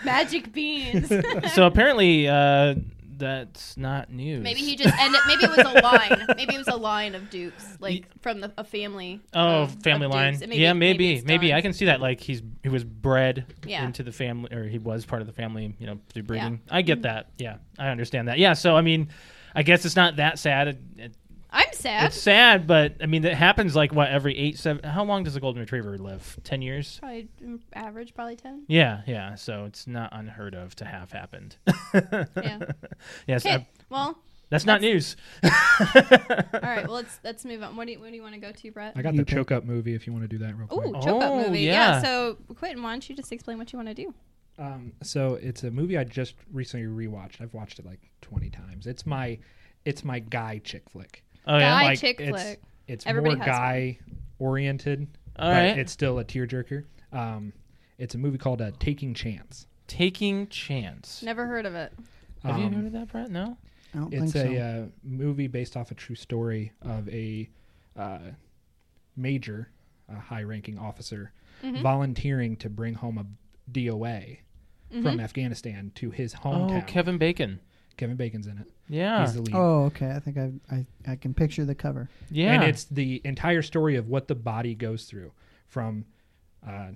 Speaker 1: Magic beans.
Speaker 3: so apparently, uh, that's not news.
Speaker 1: maybe he just ended. Maybe it was a line. Maybe it was a line of Dukes, like from the, a family.
Speaker 3: Oh,
Speaker 1: of-
Speaker 3: family
Speaker 1: of
Speaker 3: line.
Speaker 1: Dukes. And
Speaker 3: yeah, maybe,
Speaker 1: it's
Speaker 3: maybe,
Speaker 1: done.
Speaker 3: I can see that. Like he's he was bred
Speaker 1: Yeah.
Speaker 3: into the family, or he was part of the family, you know, through
Speaker 1: Yeah. Mm-hmm.
Speaker 3: breeding. I get that. Yeah, I understand that. Yeah, so I mean, I guess it's not that sad. It, it,
Speaker 1: I'm sad.
Speaker 3: it's sad, but I mean, it happens like what every eight, seven. How long does a golden retriever live? Ten years.
Speaker 1: probably mm, average, probably 10.
Speaker 3: Yeah, yeah. So it's not unheard of to have happened.
Speaker 1: Yeah.
Speaker 3: Yes,
Speaker 1: Okay.
Speaker 3: I-
Speaker 1: Well,
Speaker 3: that's not news.
Speaker 1: all right. Well, let's let's move on. What do you, what do you want to go to, Brett?
Speaker 4: I got
Speaker 2: You
Speaker 4: the
Speaker 2: pick.
Speaker 4: choke up movie if you want to do that real quick.
Speaker 1: Ooh, choke up
Speaker 3: Oh,
Speaker 1: movie.
Speaker 3: yeah.
Speaker 1: yeah. So, Quentin, why don't you just explain what you want to do?
Speaker 4: Um, so it's a movie I just recently rewatched. I've watched it like 20 times. It's my it's my guy chick flick.
Speaker 3: Oh yeah.
Speaker 1: Guy
Speaker 4: like,
Speaker 1: chick
Speaker 4: it's,
Speaker 1: flick.
Speaker 4: It's
Speaker 1: Everybody
Speaker 4: more
Speaker 1: has one.
Speaker 4: guy oriented,
Speaker 3: All
Speaker 4: but
Speaker 3: right.
Speaker 4: it's still a tearjerker. Um, it's a movie called uh, Taking Chance.
Speaker 3: Taking chance.
Speaker 1: Never heard of it.
Speaker 3: Have you
Speaker 4: Um,
Speaker 3: heard of that, Brett? No.
Speaker 2: I don't
Speaker 4: It's
Speaker 2: think so.
Speaker 4: a uh, movie based off a true story of a uh, major, a high-ranking officer, volunteering to bring home a DOA from Afghanistan to his hometown.
Speaker 3: Oh, Kevin Bacon.
Speaker 4: Kevin Bacon's in it.
Speaker 3: Yeah.
Speaker 4: He's the lead.
Speaker 2: Oh, okay. I think I, I I can picture the cover.
Speaker 3: yeah.
Speaker 4: And it's the entire story of what the body goes
Speaker 1: Mm-hmm.
Speaker 4: through from uh,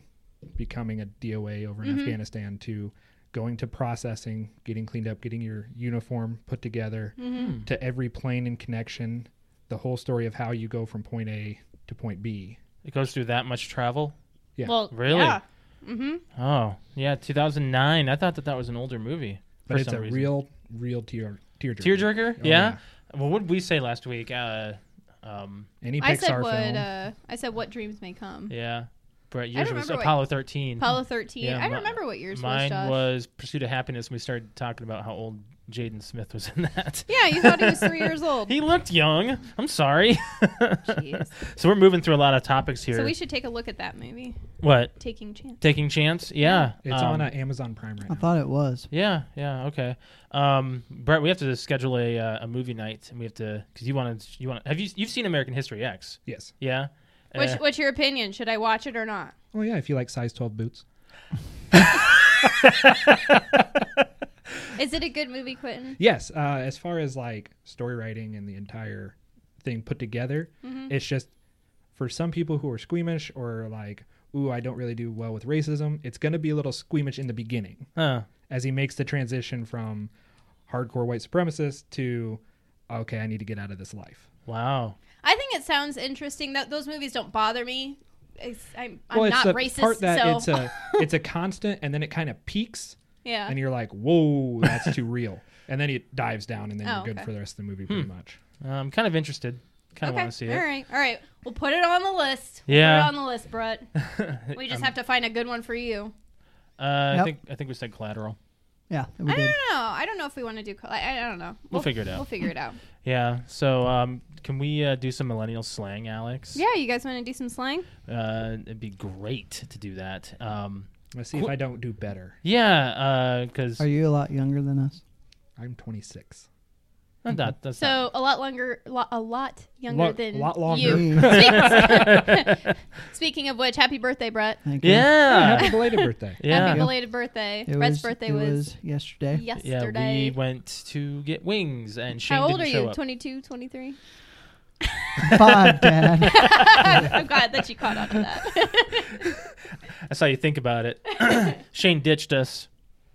Speaker 4: becoming a DOA over in Afghanistan to going to processing, getting cleaned up, getting your uniform put together,
Speaker 1: Mm-hmm.
Speaker 3: Hmm.
Speaker 4: to every plane and connection, the whole story of how you go from point A to point B.
Speaker 3: It goes through that much travel.
Speaker 4: Yeah.
Speaker 1: Well,
Speaker 3: Really?
Speaker 1: Yeah. Mm-hmm.
Speaker 3: Oh, yeah, 2009. I thought that that was an older movie.
Speaker 4: But
Speaker 3: for
Speaker 4: it's
Speaker 3: some
Speaker 4: a
Speaker 3: reason.
Speaker 4: real, real tear tearjerker.
Speaker 3: tearjerker.
Speaker 4: Oh,
Speaker 3: yeah? Well, what did we say last week? Uh, um,
Speaker 4: Any Pixar
Speaker 1: I said
Speaker 4: film.
Speaker 1: what uh, I said what dreams may come.
Speaker 3: yeah, Brett,
Speaker 1: I
Speaker 3: yours
Speaker 1: don't
Speaker 3: was
Speaker 1: remember what-
Speaker 3: Apollo 13.
Speaker 1: Apollo 13.
Speaker 3: Yeah,
Speaker 1: I don't
Speaker 3: mi-
Speaker 1: remember what yours was,
Speaker 3: Mine
Speaker 1: Josh.
Speaker 3: was Pursuit of Happiness. We started talking about how old Jaden Smith was in that.
Speaker 1: Yeah, you thought he was three years old.
Speaker 3: He looked young. I'm sorry.
Speaker 1: Jeez.
Speaker 3: so we're moving through a lot of topics here.
Speaker 1: So we should take a look at that movie.
Speaker 3: what?
Speaker 1: Taking chance.
Speaker 3: Taking chance? Yeah.
Speaker 4: it's
Speaker 3: um,
Speaker 4: on uh, Amazon Prime right
Speaker 2: I
Speaker 4: now.
Speaker 2: thought it was.
Speaker 3: Yeah, yeah, okay. Um, Brett, we have to schedule a uh, a movie night, and we have to because you want to you want have you you've seen American History X?
Speaker 4: yes.
Speaker 3: Yeah.
Speaker 4: Eh.
Speaker 1: What's,
Speaker 3: Uh,
Speaker 1: what's your opinion? Should I watch it or not?
Speaker 4: Oh yeah, if you like size twelve boots.
Speaker 1: Is it a good movie, Quentin?
Speaker 4: Yes, uh, as far as like story writing and the entire thing put together,
Speaker 1: Mm-hmm.
Speaker 4: it's just for some people who are squeamish or like, ooh, I don't really do well with racism. It's gonna be a little squeamish in the beginning
Speaker 3: Uh, huh.
Speaker 4: as he makes the transition from hardcore white supremacist to okay, I need to get out of this life.
Speaker 3: Wow.
Speaker 1: I think it sounds interesting. That those movies don't bother me. It's, I'm, I'm
Speaker 4: well, it's
Speaker 1: not
Speaker 4: the
Speaker 1: racist,
Speaker 4: part that
Speaker 1: so
Speaker 4: it's a it's a constant, and then it kind of peaks,
Speaker 1: yeah.
Speaker 4: and you're like, whoa, that's too real, and then it dives down, and then
Speaker 1: Oh,
Speaker 4: you're good
Speaker 1: okay.
Speaker 4: for the rest of the movie, pretty much.
Speaker 3: Uh, I'm kind of interested. Kind of
Speaker 1: okay.
Speaker 3: want to see
Speaker 1: All
Speaker 3: it.
Speaker 1: right. All right. We'll put it on the list. We'll
Speaker 3: Yeah.
Speaker 1: Put it on the list, Brett. We just have to find a good one for you.
Speaker 3: Uh, I
Speaker 2: Yep.
Speaker 3: think I think we said collateral.
Speaker 2: Yeah, we
Speaker 1: I don't
Speaker 2: did.
Speaker 1: know. I don't know if we want to do. col- I, I don't know.
Speaker 3: We'll figure it out.
Speaker 1: We'll figure it out.
Speaker 3: Yeah. So um, can we uh, do some millennial slang, Alex?
Speaker 1: Yeah, you guys want to do some slang?
Speaker 3: Uh, it'd be great to do that. Um,
Speaker 4: Let's see
Speaker 3: Cool.
Speaker 4: if I don't do better.
Speaker 3: yeah. uh, Because
Speaker 2: Are you a lot younger than us?
Speaker 4: I'm 26.
Speaker 3: that, that's not-
Speaker 1: So a lot longer, lo- a lot younger
Speaker 4: Lot-
Speaker 1: than
Speaker 4: lot longer.
Speaker 1: you.
Speaker 2: Mm,
Speaker 1: Speaking of which, happy birthday, Brett.
Speaker 2: thank you.
Speaker 3: yeah.
Speaker 1: Uh,
Speaker 4: Happy belated birthday.
Speaker 3: yeah.
Speaker 1: Happy belated birthday.
Speaker 2: It
Speaker 1: Brett's
Speaker 2: was,
Speaker 1: birthday
Speaker 2: it
Speaker 1: was,
Speaker 2: yesterday.
Speaker 1: yesterday.
Speaker 3: Yeah, we went to get wings, and Shane
Speaker 1: How old are
Speaker 3: didn't show
Speaker 1: you?
Speaker 3: up.
Speaker 1: 22, 23?
Speaker 2: Five, Dad.
Speaker 1: I'm glad that you caught on to that.
Speaker 3: That's how you think about it. Shane ditched us.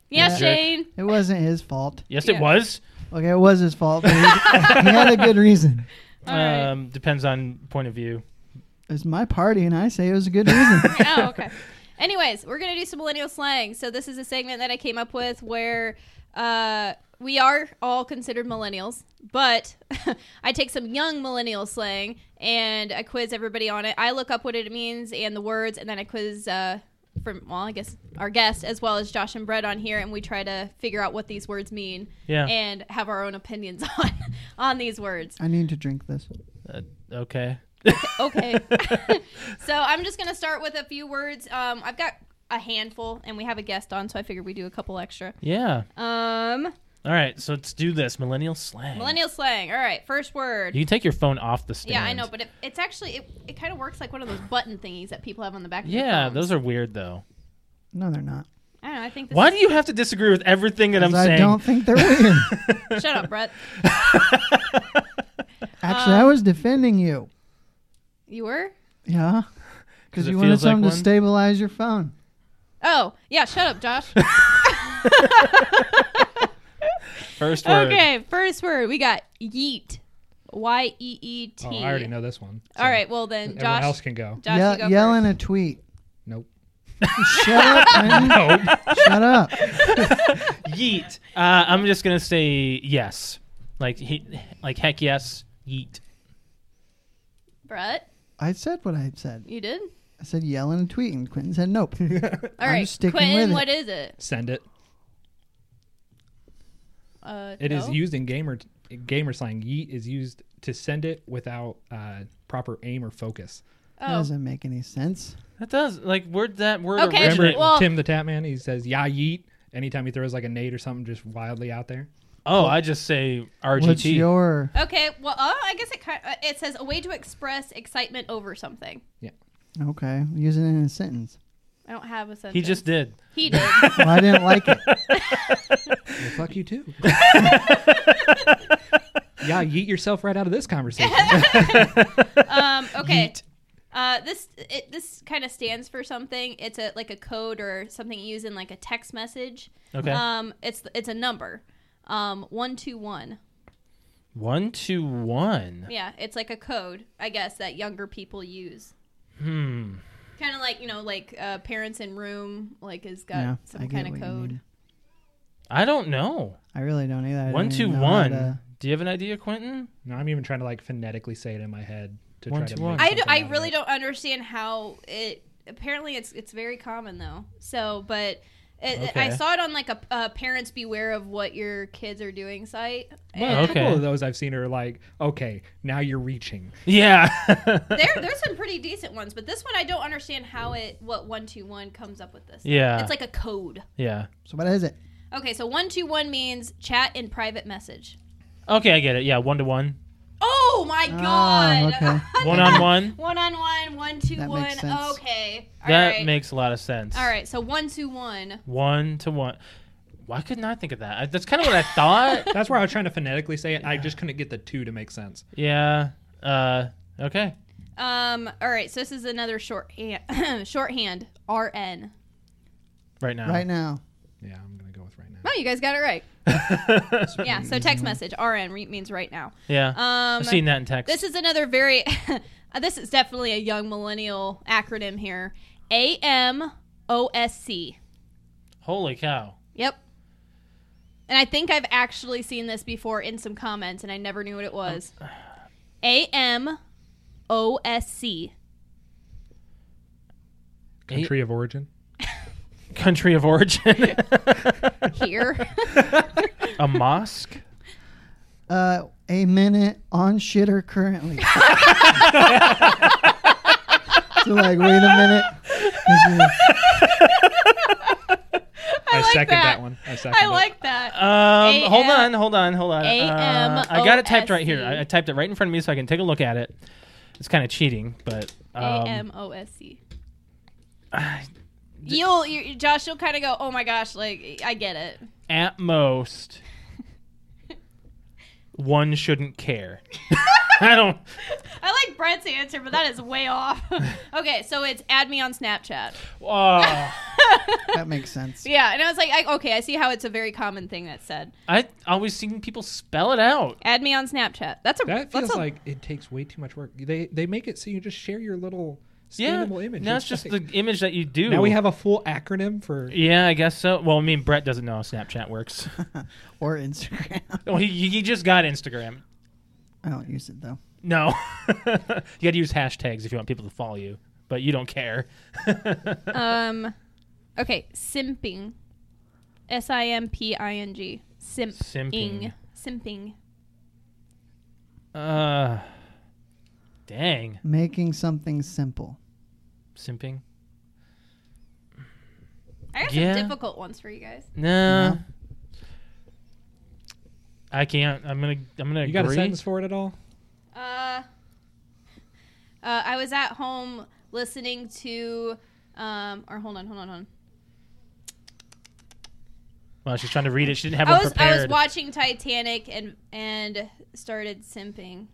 Speaker 1: yeah,
Speaker 2: Yeah.
Speaker 1: Shane.
Speaker 2: It wasn't his fault.
Speaker 3: Yes,
Speaker 1: Yeah.
Speaker 3: it was.
Speaker 2: Okay, it was his fault. But he, he had a good reason.
Speaker 1: All right.
Speaker 3: Um, Depends on point of view.
Speaker 2: It was my party, and I say it was a good reason.
Speaker 1: oh, okay. Anyways, we're gonna do some millennial slang. So this is a segment that I came up with where uh, we are all considered millennials, but I take some young millennial slang and I quiz everybody on it. I look up what it means and the words, and then I quiz uh, from well, I guess our guest as well as Josh and Brett on here, and we try to figure out what these words mean
Speaker 3: Yeah.
Speaker 1: and have our own opinions on on these words.
Speaker 2: I need to drink this.
Speaker 3: Uh, okay.
Speaker 1: Okay. so I'm just going to start with a few words. Um, I've got a handful, and we have a guest on, so I figured we do a couple extra.
Speaker 3: Yeah.
Speaker 1: Um,
Speaker 3: All right. So let's do this. Millennial slang.
Speaker 1: millennial slang. All right, first word.
Speaker 3: You can take your phone off the stand.
Speaker 1: yeah, I know, but it, it's actually it, it kind of works like one of those button thingies that people have on the back. Of
Speaker 3: yeah,
Speaker 1: their phones.
Speaker 3: those are weird though.
Speaker 2: No, they're not.
Speaker 1: I don't know. I think. This
Speaker 3: Why
Speaker 1: is-
Speaker 3: do you have to disagree with everything that I'm
Speaker 2: 'Cause I
Speaker 3: saying?
Speaker 2: don't think they're
Speaker 1: Uh,
Speaker 2: weird.
Speaker 1: shut up, Brett?
Speaker 2: Actually, I was defending you.
Speaker 1: You were.
Speaker 2: Yeah.
Speaker 3: 'Cause
Speaker 2: Because
Speaker 3: it
Speaker 2: you wanted
Speaker 3: feels like
Speaker 2: something
Speaker 3: one?
Speaker 2: to stabilize your phone.
Speaker 1: Oh yeah, shut up, Josh.
Speaker 3: First word.
Speaker 1: okay, first word we got yeet. Y e e t.
Speaker 4: Oh, I already know this one.
Speaker 1: All right, well then,
Speaker 4: Everyone
Speaker 1: Josh.
Speaker 4: else can go.
Speaker 1: Josh,
Speaker 2: Ye-
Speaker 1: you go
Speaker 2: yell
Speaker 1: first.
Speaker 2: in a tweet.
Speaker 4: Nope.
Speaker 2: Shut up, man.
Speaker 4: Nope.
Speaker 2: Shut up.
Speaker 3: Yeet. Uh, I'm just gonna say yes. Like he, like heck yes. Yeet.
Speaker 1: Brett.
Speaker 2: I said what I said.
Speaker 1: You did.
Speaker 2: I said yell in a tweet, and Quentin said nope.
Speaker 1: All
Speaker 2: I'm
Speaker 1: right,
Speaker 2: sticking
Speaker 1: Quentin,
Speaker 2: with it.
Speaker 1: what is it?
Speaker 4: Send it.
Speaker 1: Uh,
Speaker 4: It is
Speaker 1: no?
Speaker 4: used in gamer gamer slang. Yeet is used to send it without uh, proper aim or focus.
Speaker 2: That
Speaker 1: Oh,
Speaker 2: doesn't make any sense.
Speaker 3: That does. Like where'd that word
Speaker 1: Okay,
Speaker 3: originate?
Speaker 4: Remember
Speaker 1: well-
Speaker 4: Tim the Tap Man? He says, "Yeah, yeet." Anytime he throws like a nade or something just wildly out there.
Speaker 3: oh, I just say RGT.
Speaker 2: What's your?
Speaker 1: okay. Well, oh, I guess it kind uh it says a way to express excitement over something.
Speaker 2: Okay, use it in a sentence.
Speaker 1: I don't have a sentence.
Speaker 3: he just did.
Speaker 1: he did.
Speaker 2: Well, I didn't like it.
Speaker 4: Well, fuck you too. yeah, yeet yourself right out of this conversation.
Speaker 1: um, okay. Uh, this it, this kind of stands for something. It's a like a code or something you use in like a text message.
Speaker 3: Okay.
Speaker 1: Um, it's it's a number. Um, one two one.
Speaker 3: one two one.
Speaker 1: Yeah, it's like a code, I guess, that younger people use.
Speaker 3: Hmm.
Speaker 1: Kind of like you know, like uh, parents in room, like has got
Speaker 2: Yeah, I
Speaker 1: some
Speaker 2: get
Speaker 1: kind
Speaker 2: what
Speaker 1: of
Speaker 2: you
Speaker 1: code.
Speaker 2: mean.
Speaker 3: I don't know.
Speaker 2: I really don't either. I don't
Speaker 3: One
Speaker 2: even
Speaker 3: two
Speaker 2: know how
Speaker 3: one.
Speaker 2: to-
Speaker 3: Do you have an idea, Quentin?
Speaker 4: Now I'm even trying to like phonetically say it in my head to
Speaker 3: One,
Speaker 4: try
Speaker 3: two,
Speaker 4: to.
Speaker 3: one.
Speaker 4: Make
Speaker 1: I, do,
Speaker 4: something out
Speaker 1: I
Speaker 4: of
Speaker 1: really
Speaker 4: it.
Speaker 1: don't understand how it. Apparently, it's it's very common though. So, but. It, it- I
Speaker 3: Okay.
Speaker 1: saw it on like a, a parents beware of what your kids are doing site.
Speaker 4: Well, a
Speaker 3: Okay.
Speaker 4: couple of those I've seen are like, okay, now you're reaching.
Speaker 3: Yeah.
Speaker 1: there, there's some pretty decent ones, but this one I don't understand how it what one two one comes up with this.
Speaker 3: Yeah.
Speaker 1: it's like a code.
Speaker 3: yeah.
Speaker 2: So what is it?
Speaker 1: Okay, so one two one means chat in private message.
Speaker 3: Okay, I get it. Yeah, one to one,
Speaker 1: Oh my
Speaker 2: Ah,
Speaker 1: god!
Speaker 2: okay.
Speaker 3: one on one.
Speaker 1: One on one, one two
Speaker 2: That makes
Speaker 1: one.
Speaker 2: sense.
Speaker 1: Okay, all right.
Speaker 3: That makes a lot of sense.
Speaker 1: all right. So one two one.
Speaker 3: One to one. Why couldn't I think of that? I, that's kind of what I thought.
Speaker 4: That's where I was trying to phonetically say it. I just couldn't get the two to make sense.
Speaker 3: yeah. Uh. Okay.
Speaker 1: Um. All right. So this is another short shorthand. R N.
Speaker 3: Right now.
Speaker 2: Right now.
Speaker 4: Yeah, I'm gonna go with right now.
Speaker 1: Oh, you guys got it right.
Speaker 3: now.
Speaker 1: Yeah. So text message R N means right now.
Speaker 3: yeah.
Speaker 1: Um.
Speaker 3: I've seen that in text.
Speaker 1: This is another very. uh, this is definitely a young millennial acronym here. A M O S C.
Speaker 3: Holy cow.
Speaker 1: Yep. And I think I've actually seen this before in some comments, and I never knew what it was. A M O S C.
Speaker 4: Country of origin.
Speaker 3: Country of origin.
Speaker 1: Here.
Speaker 3: a mosque.
Speaker 2: Uh, a minute on shitter currently. so like, wait a minute.
Speaker 4: I,
Speaker 1: like
Speaker 4: second that.
Speaker 1: that.
Speaker 4: one. I second.
Speaker 1: I
Speaker 4: it.
Speaker 1: like that.
Speaker 3: Um, hold
Speaker 1: A.M.
Speaker 3: on, hold on, hold on. Uh, I got it typed right here.
Speaker 1: A.M.O.S.E..
Speaker 3: I, I typed it right in front of me so I can take a look at it. It's kind of cheating, but
Speaker 1: A
Speaker 3: um,
Speaker 1: M O S C.
Speaker 3: I-
Speaker 1: You'll, you, Josh, you'll kind of go, oh my gosh, like, I get it.
Speaker 3: at most, one shouldn't care. I don't.
Speaker 1: I like Brett's answer, but that is way off. okay, so it's add me on Snapchat.
Speaker 3: Uh,
Speaker 2: That makes sense.
Speaker 1: Yeah, and I was like, I, okay, I see how it's a very common thing that's said.
Speaker 3: I always seen people spell it out.
Speaker 1: Add me on Snapchat. That's a
Speaker 4: That
Speaker 1: that's
Speaker 4: feels
Speaker 1: a-
Speaker 4: like it takes way too much work. They they make it so you just share your little
Speaker 3: Yeah,
Speaker 4: scannable image.
Speaker 3: now it's just the
Speaker 4: like-
Speaker 3: image that you do.
Speaker 4: now we have a full acronym for.
Speaker 3: Yeah, I guess so. Well, I mean, Brett doesn't know how Snapchat works.
Speaker 2: Or Instagram.
Speaker 3: oh, he, he just got Instagram.
Speaker 2: I don't use it though.
Speaker 3: No, you got to use hashtags if you want people to follow you, but you don't care.
Speaker 1: Um, okay, simping. S I M P I N G. Simping.
Speaker 3: Simping.
Speaker 1: Simping. Simping.
Speaker 3: Uh, dang,
Speaker 2: Making something simple.
Speaker 3: simping.
Speaker 1: I got
Speaker 3: Yeah.
Speaker 1: some difficult ones for you guys.
Speaker 3: No,
Speaker 2: No.
Speaker 3: I can't. I'm gonna. I'm gonna
Speaker 4: You got a
Speaker 3: agree.
Speaker 4: sentence for it at all?
Speaker 1: Uh, uh, I was at home listening to, um, or hold on, hold on, hold on.
Speaker 3: well, she's trying to read it. She didn't have
Speaker 1: I
Speaker 3: one
Speaker 1: was I was
Speaker 3: prepared.
Speaker 1: watching Titanic and and started simping.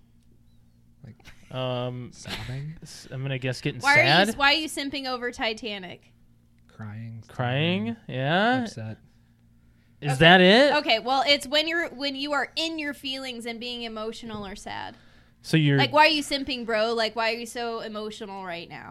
Speaker 3: um,
Speaker 4: Sobbing,
Speaker 3: s- I'm gonna guess getting
Speaker 1: Why
Speaker 3: sad,
Speaker 1: are you Why are you simping over Titanic?
Speaker 4: crying,
Speaker 3: crying.
Speaker 2: Mm-hmm.
Speaker 3: Uh, Yeah,
Speaker 4: upset.
Speaker 3: is
Speaker 1: Okay.
Speaker 3: that it?
Speaker 1: Okay, well, it's when you're when you are in your feelings and being emotional or sad.
Speaker 3: So you're
Speaker 1: Like, why are you simping, bro? Like, why are you so emotional right now?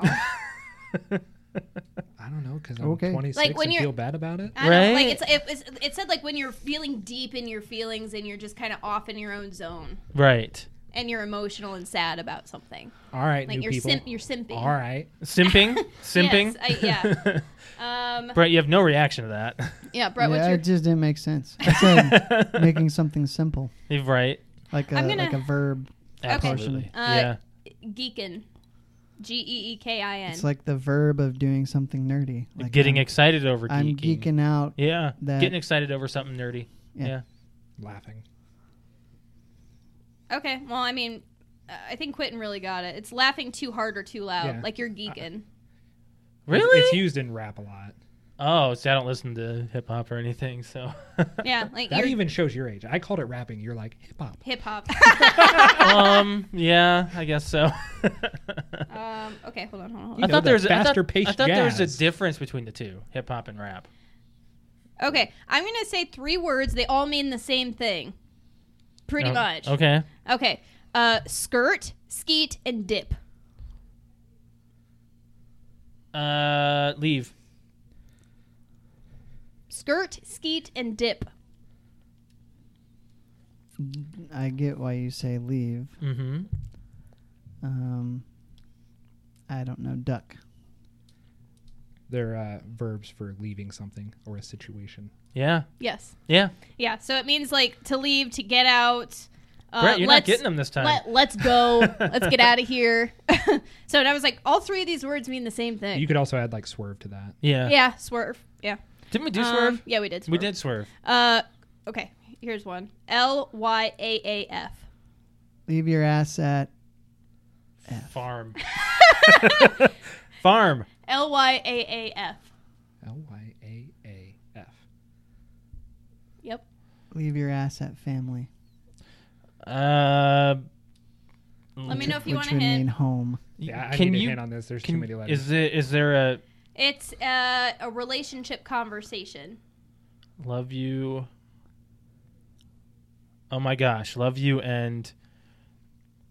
Speaker 4: I don't know because I'm
Speaker 2: Okay.
Speaker 4: 26
Speaker 1: Like, when
Speaker 4: and
Speaker 1: you're- Uh,
Speaker 4: feel bad about it.
Speaker 1: I don't, like
Speaker 3: Right.
Speaker 1: it's it, it's it said like when you're feeling deep in your feelings and you're just kind of off in your own zone
Speaker 3: right.
Speaker 1: and you're emotional and sad about something.
Speaker 4: All right,
Speaker 1: Like
Speaker 4: new
Speaker 1: you're
Speaker 4: people.
Speaker 1: simp, you're simping.
Speaker 4: All right,
Speaker 3: Simping, simping.
Speaker 1: I- yeah. Um,
Speaker 3: Brett, you have no reaction to that.
Speaker 1: yeah, Brett,
Speaker 2: yeah, it
Speaker 1: what's your?
Speaker 2: just didn't make sense. I said making something simple,
Speaker 3: You're right.
Speaker 2: like a
Speaker 1: I'm gonna-
Speaker 2: like a verb.
Speaker 3: Absolutely.
Speaker 1: Uh,
Speaker 3: yeah.
Speaker 1: Geekin. G e e k i n.
Speaker 2: It's like the verb of doing something nerdy. Like
Speaker 3: Getting
Speaker 2: I'm,
Speaker 3: excited over
Speaker 2: I'm
Speaker 3: geeking.
Speaker 2: geeking out.
Speaker 3: Yeah.
Speaker 2: that-
Speaker 3: Getting excited over something nerdy.
Speaker 2: Yeah.
Speaker 3: yeah.
Speaker 4: laughing.
Speaker 1: Okay, well, I mean, uh, I think Quentin really got it. It's laughing too hard or too loud.
Speaker 4: Yeah.
Speaker 1: Like you're geeking.
Speaker 3: Really?
Speaker 4: It's used in rap a lot.
Speaker 3: Oh, see, I don't listen to hip hop or anything, so.
Speaker 1: Yeah, like
Speaker 4: That even shows your age. I called it rapping. You're like hip hop.
Speaker 1: hip hop.
Speaker 3: um, yeah, I guess so.
Speaker 1: Oh. um, okay, hold on, hold on. Hold
Speaker 3: I
Speaker 4: You
Speaker 1: on.
Speaker 4: know,
Speaker 3: thought
Speaker 4: the
Speaker 3: there was I thought,
Speaker 4: faster-paced
Speaker 3: I thought there was a
Speaker 4: jazz.
Speaker 3: difference between the two, hip hop and rap.
Speaker 1: Okay, I'm gonna say three words. They all mean the same thing, pretty
Speaker 3: Oh,
Speaker 1: much.
Speaker 3: Okay.
Speaker 1: Okay. Uh, skirt, skeet, and dip.
Speaker 3: Uh, leave.
Speaker 1: Skirt, skeet, and dip.
Speaker 2: I get why you say leave.
Speaker 3: Mm-hmm.
Speaker 2: Um, I don't know. Duck.
Speaker 4: They're uh, verbs for leaving something or a situation.
Speaker 3: Yeah.
Speaker 1: Yes.
Speaker 3: Yeah.
Speaker 1: Yeah. So it means like to leave, to get out. Uh,
Speaker 3: Brett, you're not
Speaker 1: let's-
Speaker 3: getting them this time.
Speaker 1: Let, let's go. let's get out of here. so and I was like, all three of these words mean the same thing.
Speaker 4: You could also add like swerve to that.
Speaker 3: yeah.
Speaker 1: yeah. Swerve. Yeah.
Speaker 3: Didn't we do
Speaker 1: Um,
Speaker 3: swerve?
Speaker 1: Yeah, we did. Swerve.
Speaker 3: We did swerve.
Speaker 1: Uh, okay. Here's one. L Y A A F.
Speaker 2: Leave your ass at.
Speaker 3: Farm. Farm.
Speaker 1: L Y A A F.
Speaker 4: L Y A A F.
Speaker 1: Yep.
Speaker 2: Leave your ass at family.
Speaker 3: Uh,
Speaker 1: Let me know if you
Speaker 2: which
Speaker 1: want
Speaker 2: would
Speaker 1: to
Speaker 2: mean
Speaker 1: hit.
Speaker 2: home.
Speaker 4: Yeah, I
Speaker 3: can
Speaker 4: need
Speaker 3: you
Speaker 4: a hint on this. There's
Speaker 3: can-
Speaker 4: too many letters.
Speaker 3: Is it is there a
Speaker 1: It's uh, a relationship conversation.
Speaker 3: love you? Oh my gosh, love you and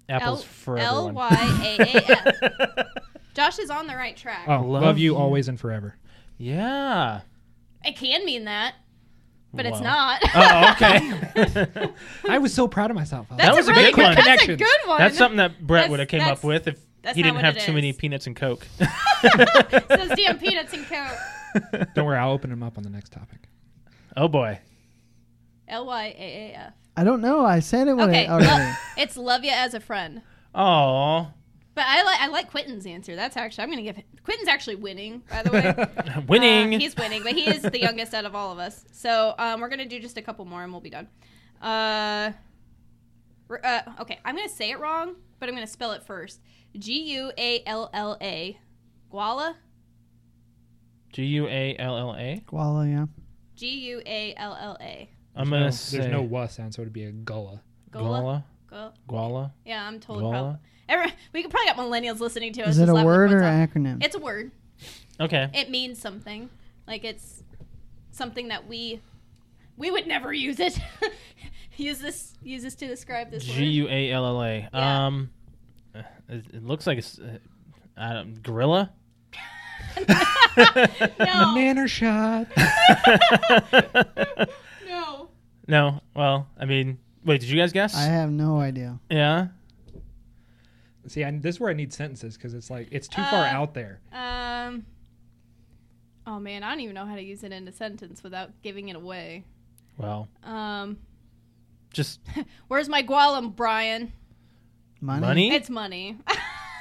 Speaker 3: apples
Speaker 1: L-
Speaker 3: for
Speaker 1: L
Speaker 3: everyone.
Speaker 1: Y A A F. Josh is on the right track.
Speaker 4: oh,
Speaker 3: love
Speaker 4: love, you,
Speaker 3: you.
Speaker 4: always and forever.
Speaker 3: yeah.
Speaker 1: It can mean that, but it's
Speaker 3: Wow.
Speaker 1: not.
Speaker 3: Oh, okay.
Speaker 4: I was so proud of myself.
Speaker 1: That's
Speaker 3: was
Speaker 1: a
Speaker 3: a
Speaker 1: really
Speaker 3: big
Speaker 1: good
Speaker 3: one.
Speaker 1: That's a
Speaker 4: Connections.
Speaker 1: good one.
Speaker 3: that's something that Brett
Speaker 1: That's-
Speaker 3: would have came
Speaker 1: that's-
Speaker 3: up with if
Speaker 1: that's
Speaker 3: he
Speaker 1: not
Speaker 3: didn't
Speaker 1: what
Speaker 3: have
Speaker 1: it
Speaker 3: too many
Speaker 1: is.
Speaker 3: peanuts and coke.
Speaker 1: It says damn peanuts and coke.
Speaker 4: Don't worry, I'll open them up on the next topic.
Speaker 3: oh boy.
Speaker 1: L Y A A F.
Speaker 2: I don't know. I said it when
Speaker 1: Okay.
Speaker 2: I already.
Speaker 1: lo- it's love you as a friend. Uh,
Speaker 3: Oh,
Speaker 1: But I like I like Quentin's answer. That's actually I'm gonna give Quentin's actually winning. By the way,
Speaker 3: winning.
Speaker 1: Uh, he's winning, but he is the youngest out of all of us. So um, we're gonna do just a couple more and we'll be done. Uh, r- uh, okay, I'm gonna say it wrong, but I'm gonna spell it first. G U A L L A, Guala.
Speaker 3: G U A L L A.
Speaker 2: Guala, yeah.
Speaker 1: G U A L L A.
Speaker 3: I'm
Speaker 4: No,
Speaker 3: gonna say
Speaker 4: There's no wa sound, so it'd be a gulla.
Speaker 1: Gola.
Speaker 3: Guala.
Speaker 1: Go-
Speaker 3: Guala.
Speaker 1: Yeah, I'm totally. Prob-
Speaker 3: Guala.
Speaker 1: Every- we could probably got millennials listening to us.
Speaker 2: Is it
Speaker 1: just
Speaker 2: a
Speaker 1: laughing
Speaker 2: word
Speaker 1: their
Speaker 2: or
Speaker 1: butts
Speaker 2: an
Speaker 1: off.
Speaker 2: acronym?
Speaker 1: It's a word.
Speaker 3: Okay.
Speaker 1: It means something. Like it's something that we we would never use it. use this use this to describe this
Speaker 3: G
Speaker 1: word.
Speaker 3: U A L L A.
Speaker 1: Yeah.
Speaker 3: Um, uh, it, it looks like it's uh, I don't- gorilla.
Speaker 1: No.
Speaker 4: Manner shot.
Speaker 1: No.
Speaker 3: no. Well, I mean, wait. Did you guys guess?
Speaker 2: I have no idea.
Speaker 3: yeah.
Speaker 4: See, I, this is where I need sentences because it's like it's too far
Speaker 1: Uh,
Speaker 4: out there.
Speaker 1: Um Oh man, I don't even know how to use it in a sentence without giving it away.
Speaker 3: Well,
Speaker 1: Um
Speaker 3: just
Speaker 1: where's my gualum, Brian?
Speaker 2: Money.
Speaker 3: money.
Speaker 1: It's money.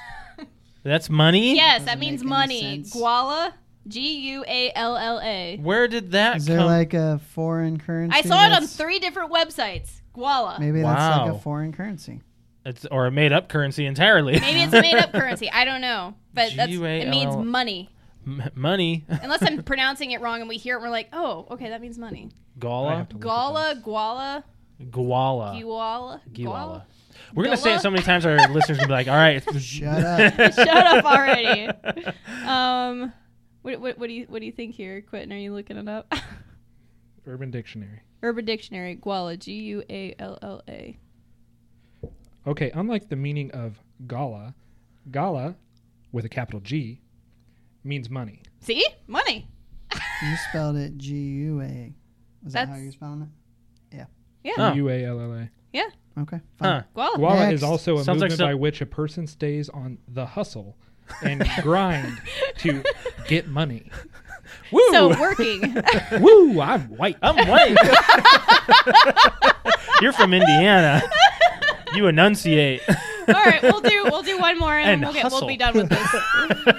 Speaker 3: That's money.
Speaker 1: yes, that
Speaker 2: Doesn't
Speaker 1: means
Speaker 2: make any
Speaker 1: money.
Speaker 2: sense.
Speaker 1: Guala, G U A L L A.
Speaker 3: Where did that
Speaker 2: Is
Speaker 3: come?
Speaker 2: there like a foreign currency?
Speaker 1: I saw it on
Speaker 2: that's-
Speaker 1: three different websites. Guala.
Speaker 2: Maybe that's like
Speaker 3: Wow.
Speaker 2: a foreign currency.
Speaker 3: it's or a made up currency entirely.
Speaker 1: Maybe it's a made up currency. I don't know. But that's, it means
Speaker 3: G-U-A-L-L.
Speaker 1: money.
Speaker 3: M- money.
Speaker 1: Unless I'm pronouncing it wrong and we hear it and we're like, oh, okay, that means money.
Speaker 4: I
Speaker 3: Gala.
Speaker 4: have to look at
Speaker 1: Gala, Guala,
Speaker 3: Guala.
Speaker 1: Guala,
Speaker 3: Uh, Guala. We're gonna say
Speaker 1: Guala?
Speaker 3: it so many times our listeners will be like, "All right,
Speaker 2: Shut up.
Speaker 1: Shut up already. Um, what, what, what do you what do you think here, Quentin? Are you looking it up?
Speaker 4: this. Urban Dictionary.
Speaker 1: Urban Dictionary, Guala, G U A L L A.
Speaker 4: Okay, unlike the meaning of gala, gala with a capital G means money.
Speaker 1: See, money.
Speaker 2: You spelled it G U A. Was that how
Speaker 1: That's-
Speaker 2: you're spelling
Speaker 1: Yeah,
Speaker 3: Oh.
Speaker 4: U A L L A.
Speaker 2: it? Okay. Fine.
Speaker 3: Huh.
Speaker 1: Guala.
Speaker 4: Gala
Speaker 2: Next.
Speaker 4: is also a
Speaker 3: Sounds like
Speaker 4: movement
Speaker 3: so-
Speaker 4: by which a person stays on the hustle and grind to get money.
Speaker 3: woo,
Speaker 1: So working.
Speaker 4: Woo, I'm white.
Speaker 3: I'm white." You're from Indiana. You enunciate.
Speaker 1: All right, we'll do we'll do one more and,
Speaker 3: And
Speaker 1: we'll get we'll
Speaker 3: hustle.
Speaker 1: be done with this.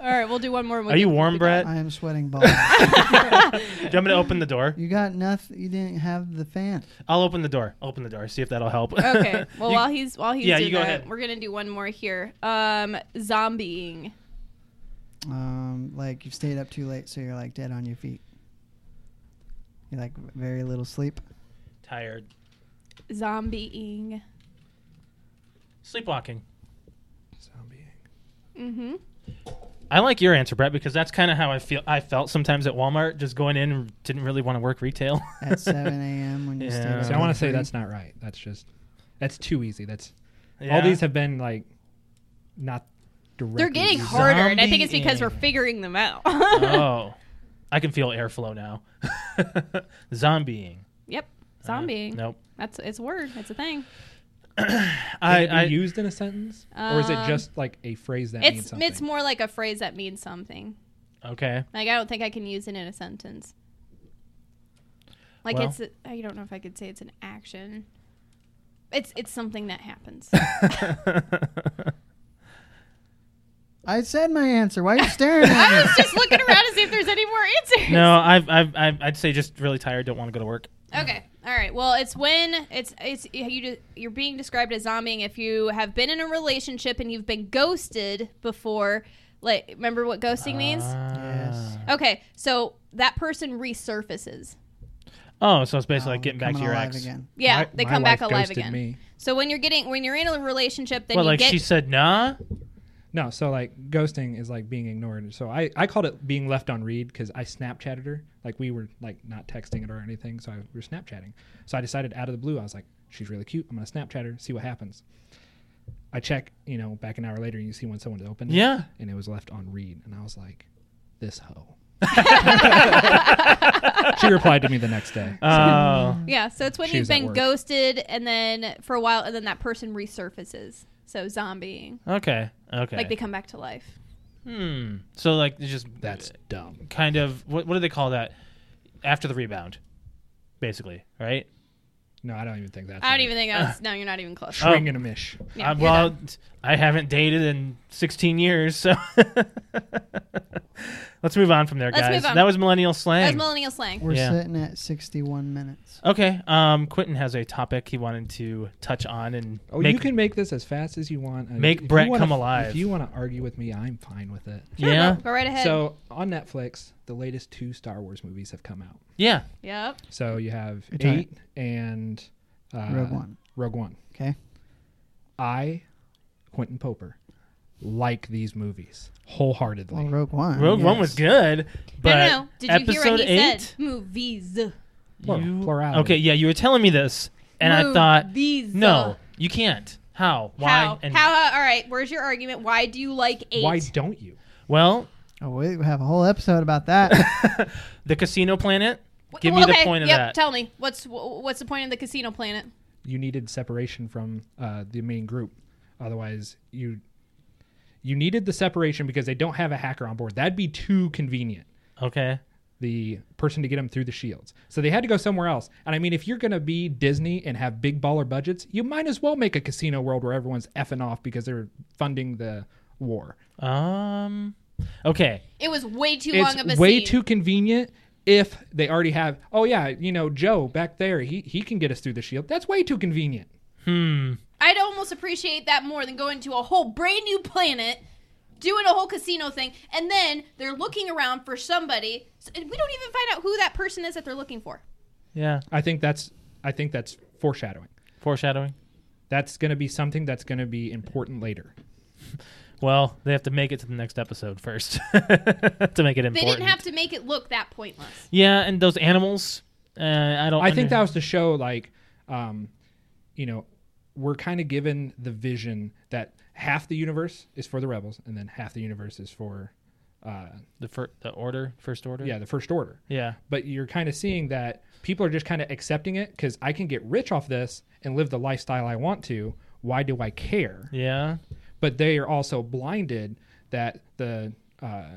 Speaker 1: All right, we'll do one more. and we'll
Speaker 3: Are you
Speaker 1: get-
Speaker 3: warm,
Speaker 1: we'll be
Speaker 3: Brett?
Speaker 2: I am sweating balls.
Speaker 3: Do you want me to open the door?
Speaker 2: you got nothing. You didn't have the fan.
Speaker 3: I'll open the door. Open the door. See if that'll help.
Speaker 1: done. Okay. Well,
Speaker 3: You-
Speaker 1: while he's while he's
Speaker 3: Yeah,
Speaker 1: doing
Speaker 3: you go
Speaker 1: that,
Speaker 3: ahead.
Speaker 1: we're gonna do one more here. Um, zombieing.
Speaker 2: Um, like you've stayed up too late, so you're like dead on your feet. You like very little sleep.
Speaker 3: Tired.
Speaker 1: Zombieing.
Speaker 3: Sleepwalking.
Speaker 4: Zombie.
Speaker 1: Mm-hmm.
Speaker 3: I like your answer, Brett, because that's kind of how I feel. I felt sometimes at Walmart, just going in and didn't really want to work retail.
Speaker 2: At 7 a.m. when you stayed
Speaker 3: Yeah.
Speaker 2: up
Speaker 4: See, I
Speaker 2: till
Speaker 4: want to say
Speaker 2: three.
Speaker 4: that's not right. That's just that's too easy. That's all
Speaker 3: Yeah.
Speaker 4: these have been like not directly.
Speaker 1: They're getting
Speaker 4: easy.
Speaker 1: harder, and I think it's because
Speaker 3: Zombieing.
Speaker 1: we're figuring them out.
Speaker 3: oh, I can feel airflow now. Zombieing.
Speaker 1: yep.
Speaker 3: Uh,
Speaker 1: Zombieing.
Speaker 3: nope.
Speaker 1: That's it's a word. It's a thing.
Speaker 3: I,
Speaker 4: Can it be
Speaker 3: I
Speaker 4: used in a sentence, or is it
Speaker 1: Um,
Speaker 4: just like a phrase that means
Speaker 1: It's
Speaker 4: something?
Speaker 1: it's more like a phrase that means something.
Speaker 3: okay.
Speaker 1: Like I don't think I can use it in a sentence. Like
Speaker 3: Well-
Speaker 1: it's a, I don't know if I could say it's an action. It's it's something that happens.
Speaker 2: I said my answer. Why are you staring at me?
Speaker 1: It's just looking around to see if there's any more answers.
Speaker 3: no, I've, I've, I've, I'd say just really tired. Don't want to go to work.
Speaker 1: Okay. All right. Well, it's when it's it's you ju- you're being described as zombieing if you have been in a relationship and you've been ghosted before. Like, remember what ghosting means?
Speaker 3: Ah.
Speaker 1: Okay, so that person resurfaces.
Speaker 3: Oh, so it's basically like
Speaker 2: Um,
Speaker 3: getting back to
Speaker 2: coming
Speaker 3: your
Speaker 2: alive
Speaker 3: ex.
Speaker 2: again.
Speaker 1: Yeah,
Speaker 4: My-
Speaker 1: they
Speaker 4: my
Speaker 1: come back
Speaker 4: wife
Speaker 1: alive
Speaker 4: ghosted
Speaker 1: again.
Speaker 4: Me.
Speaker 1: So when you're getting when you're in a relationship, then
Speaker 3: Well,
Speaker 1: you
Speaker 3: like
Speaker 1: get
Speaker 3: she said, nah.
Speaker 4: No, so like ghosting is like being ignored. So I, I called it being left on read because I Snapchatted her. Like we were like not texting it or anything. So I, we were Snapchatting. So I decided out of the blue, I was like, she's really cute. I'm gonna Snapchat her, see what happens. I check, you know, back an hour later, and you see when someone's opened. it,
Speaker 3: Yeah.
Speaker 4: and it was left on read, and I was like, this hoe. she replied to me the next day.
Speaker 3: Oh,
Speaker 1: yeah. So it's when
Speaker 4: She
Speaker 1: you've
Speaker 4: was at
Speaker 1: been
Speaker 4: work.
Speaker 1: ghosted and then for a while, and then that person resurfaces. So zombieing,
Speaker 3: okay, okay.
Speaker 1: like they come back to life.
Speaker 3: hmm. So like it's just
Speaker 4: That's dumb.
Speaker 3: kind of what what do they call that? After the rebound, basically, right?
Speaker 4: No, I don't even think that's.
Speaker 1: I don't
Speaker 4: right.
Speaker 1: even think that's no. You're not even close.
Speaker 4: Swing and a mish.
Speaker 1: Yeah,
Speaker 3: Uh,
Speaker 1: you're
Speaker 3: well,
Speaker 1: done.
Speaker 3: I haven't dated in 16 years, so let's move on from there,
Speaker 1: Let's
Speaker 3: guys.
Speaker 1: move on.
Speaker 3: That was millennial
Speaker 1: that's
Speaker 3: slang.
Speaker 1: millennial slang.
Speaker 2: We're
Speaker 3: Yeah.
Speaker 2: sitting at 61 minutes.
Speaker 3: okay. Um, Quentin has a topic he wanted to touch on and
Speaker 4: Oh,
Speaker 3: make.
Speaker 4: you can make this as fast as you want. And
Speaker 3: make
Speaker 4: if you
Speaker 3: Brett
Speaker 4: wanna-
Speaker 3: come alive.
Speaker 4: If you want to argue with me, I'm fine with it.
Speaker 1: Sure,
Speaker 3: yeah,
Speaker 1: go, go right ahead.
Speaker 4: So on Netflix, the latest two Star Wars movies have come out.
Speaker 3: yeah.
Speaker 1: yep.
Speaker 4: So you have
Speaker 2: You're tired.
Speaker 4: eight and uh,
Speaker 2: Rogue One.
Speaker 4: Rogue One.
Speaker 2: Okay.
Speaker 4: I, Quentin Poper, like these movies wholeheartedly.
Speaker 2: Well, Rogue One.
Speaker 3: Rogue One
Speaker 2: yes.
Speaker 3: was good, but
Speaker 1: no, no, no. Did you hear
Speaker 3: episode
Speaker 1: what he
Speaker 3: eight.
Speaker 1: said? Movies.
Speaker 4: Plural-
Speaker 3: You-
Speaker 4: plurality.
Speaker 3: Okay, yeah, you were telling me this, and I thought,
Speaker 1: Movies.
Speaker 3: no, you can't. How? Why?
Speaker 1: How?
Speaker 3: And
Speaker 1: how? How? All right. Where's your argument? Why do you like eight?
Speaker 4: Why don't you?
Speaker 3: well,
Speaker 2: Oh, we have a whole episode about that.
Speaker 3: the Casino Planet.
Speaker 1: Wh-
Speaker 3: Give
Speaker 1: well,
Speaker 3: me the
Speaker 1: okay,
Speaker 3: point of
Speaker 1: yep,
Speaker 3: that.
Speaker 1: Tell me what's wh- what's the point of the casino planet?
Speaker 4: You needed separation from uh, the main group. Otherwise, you you needed the separation because they don't have a hacker on board. That'd be too convenient.
Speaker 3: okay.
Speaker 4: the person to get them through the shields. So they had to go somewhere else. And I mean, if you're going to be Disney and have big baller budgets, you might as well make a casino world where everyone's effing off because they're funding the war.
Speaker 3: Um. Okay.
Speaker 1: It was way too long of
Speaker 4: It's
Speaker 1: a
Speaker 4: way
Speaker 1: scene.
Speaker 4: too convenient if they already have, oh, yeah, you know, Joe back there, he, he can get us through the shield. That's way too convenient.
Speaker 3: Hmm.
Speaker 1: I'd almost appreciate that more than going to a whole brand new planet, doing a whole casino thing, and then they're looking around for somebody. s- and we don't even find out who that person is that they're looking for.
Speaker 3: Yeah.
Speaker 4: I think that's I think that's foreshadowing.
Speaker 3: Foreshadowing.
Speaker 4: That's going to be something that's going to be important later.
Speaker 3: Well, they have to make it to the next episode first to make it important.
Speaker 1: They didn't have to make it look that pointless.
Speaker 3: Yeah, and those animals. Uh, I don't.
Speaker 4: I think
Speaker 3: under-
Speaker 4: that was to show like, um, you know, we're kind of given the vision that half the universe is for the rebels, and then half the universe is for, uh,
Speaker 3: the fir- the order, first order.
Speaker 4: yeah, the first order.
Speaker 3: Yeah.
Speaker 4: But you're kind of seeing that people are just kind of accepting it because I can get rich off this and live the lifestyle I want to. Why do I care?
Speaker 3: Yeah.
Speaker 4: But they are also blinded that the uh,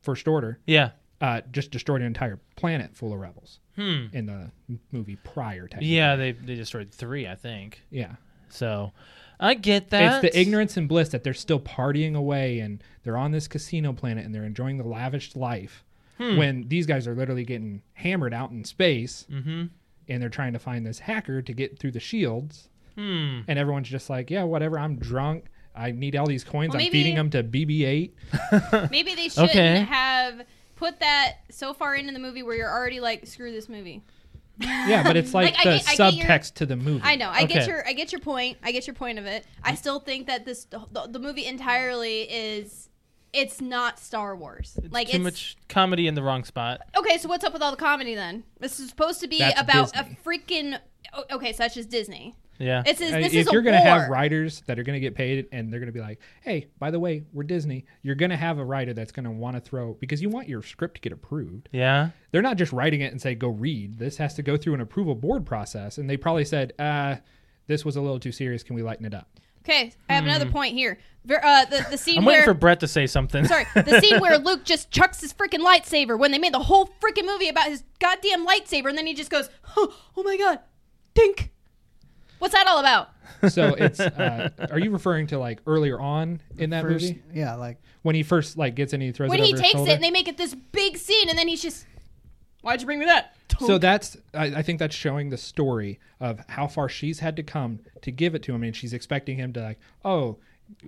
Speaker 4: first order
Speaker 3: Yeah.
Speaker 4: uh, just destroyed an entire planet full of rebels
Speaker 3: Hmm.
Speaker 4: in the m- movie prior. Technically.
Speaker 3: Yeah. They they destroyed three, I think.
Speaker 4: Yeah.
Speaker 3: So, I get that.
Speaker 4: It's the ignorance and bliss that they're still partying away and they're on this casino planet and they're enjoying the lavish life
Speaker 1: Hmm.
Speaker 4: when these guys are literally getting hammered out in space
Speaker 3: Mm-hmm.
Speaker 4: and they're trying to find this hacker to get through the shields.
Speaker 3: Hmm.
Speaker 4: And everyone's just like, yeah, whatever. I'm drunk. I need all these coins.
Speaker 1: Well,
Speaker 4: I'm
Speaker 1: maybe-
Speaker 4: feeding them to BB-8.
Speaker 1: Maybe they shouldn't
Speaker 3: Okay.
Speaker 1: have put that so far into the movie where you're already like, screw this movie.
Speaker 4: Yeah, but it's like,
Speaker 1: Like, I
Speaker 4: the
Speaker 1: get- I get your-
Speaker 4: subtext to the movie.
Speaker 1: I know. I get
Speaker 3: Okay.
Speaker 1: your. I get your point. I get your point of it. I still think that this the, the movie entirely is. It's not Star Wars. like
Speaker 3: Too
Speaker 1: it's
Speaker 3: much comedy in the wrong spot.
Speaker 1: okay. So what's up with all the comedy then? This is supposed to be
Speaker 4: That's
Speaker 1: about
Speaker 4: Disney.
Speaker 1: a freaking. o- Okay, so that's just Disney.
Speaker 3: Yeah.
Speaker 1: It's is,
Speaker 4: I-
Speaker 1: this
Speaker 4: if
Speaker 1: is
Speaker 4: you're
Speaker 1: a
Speaker 4: gonna
Speaker 1: war.
Speaker 4: have writers that are gonna get paid and they're gonna be like, hey, by the way, we're Disney, you're gonna have a writer that's gonna want to throw because you want your script to get approved.
Speaker 3: yeah.
Speaker 4: They're not just writing it and say go read. This has to go through an approval board process, and they probably said, uh, this was a little too serious. Can we lighten it up?
Speaker 1: Okay, I have another point here. Ver, uh, the the scene
Speaker 3: I'm
Speaker 1: where
Speaker 3: waiting for Brett to say something.
Speaker 1: sorry the scene where Luke just chucks his freaking lightsaber when they made the whole freaking movie about his goddamn lightsaber and then he just goes, oh, oh my god, think. What's that all about?
Speaker 4: So it's uh, are you referring to like earlier on in that
Speaker 2: First-
Speaker 4: movie
Speaker 2: Yeah, like
Speaker 4: when he first like gets in and he throws
Speaker 1: when
Speaker 4: it over
Speaker 1: he
Speaker 4: his
Speaker 1: takes
Speaker 4: shoulder?
Speaker 1: it and they make it this big scene and then he's just why'd you bring me that
Speaker 4: So that's I, I think that's showing the story of how far she's had to come to give it to him, and she's expecting him to like, oh,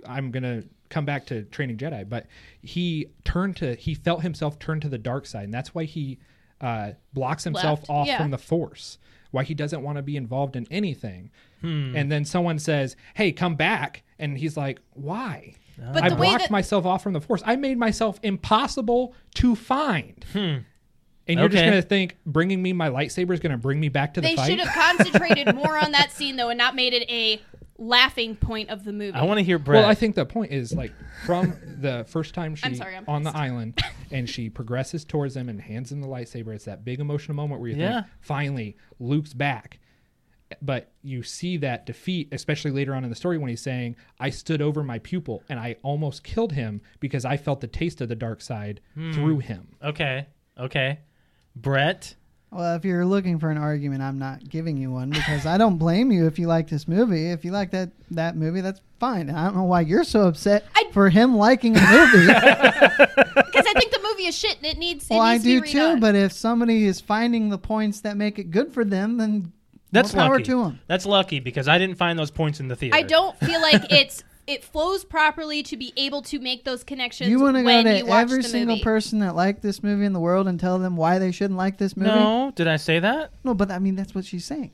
Speaker 4: I'm gonna come back to training Jedi, but he turned to he felt himself turn to the dark side, and that's why he uh, blocks himself
Speaker 1: Left,
Speaker 4: off
Speaker 1: yeah.
Speaker 4: from the Force. Why he doesn't want to be involved in anything, and then someone says, "Hey, come back," and he's like, "Why?"
Speaker 1: But
Speaker 4: I
Speaker 1: the way
Speaker 4: blocked
Speaker 1: that-
Speaker 4: myself off from the Force. I made myself impossible to find. And you're just
Speaker 3: Okay.
Speaker 4: gonna think bringing me my lightsaber is gonna bring me back to the
Speaker 1: they
Speaker 4: fight.
Speaker 1: should have concentrated more on that scene though and not made it a laughing point of the movie
Speaker 3: I want to hear Brett.
Speaker 4: Well, I think the point is like from the first time she
Speaker 1: I'm sorry, I'm
Speaker 4: on the
Speaker 1: pissed.
Speaker 4: island, and she progresses towards him and hands him the lightsaber. It's that big emotional moment where you
Speaker 3: Yeah.
Speaker 4: think finally Luke's back, but you see that defeat, especially later on in the story when he's saying, "I stood over my pupil and I almost killed him because I felt the taste of the dark side
Speaker 2: Hmm.
Speaker 4: through him."
Speaker 3: okay. Okay. Brett.
Speaker 2: Well, if you're looking for an argument, I'm not giving you one because I don't blame you if you like this movie. If you like that that movie, that's fine. I don't know why you're so upset
Speaker 1: I-
Speaker 2: for him liking a movie.
Speaker 1: because i think the movie is shit and it needs it
Speaker 2: well, I
Speaker 1: needs to
Speaker 2: do
Speaker 1: be
Speaker 2: too,
Speaker 1: redone.
Speaker 2: but if somebody is finding the points that make it good for them, then
Speaker 3: That's
Speaker 2: more power
Speaker 3: lucky.
Speaker 2: to him.
Speaker 3: That's lucky because I didn't find those points in the theater.
Speaker 1: i don't feel like it's it flows properly to be able to make those connections
Speaker 2: You want to go
Speaker 1: when you
Speaker 2: to
Speaker 1: watch
Speaker 2: every
Speaker 1: the
Speaker 2: single
Speaker 1: movie.
Speaker 2: person that liked this movie in the world and tell them why they shouldn't like this movie?
Speaker 3: No, did I say that?
Speaker 2: No, but I mean, that's what she's saying.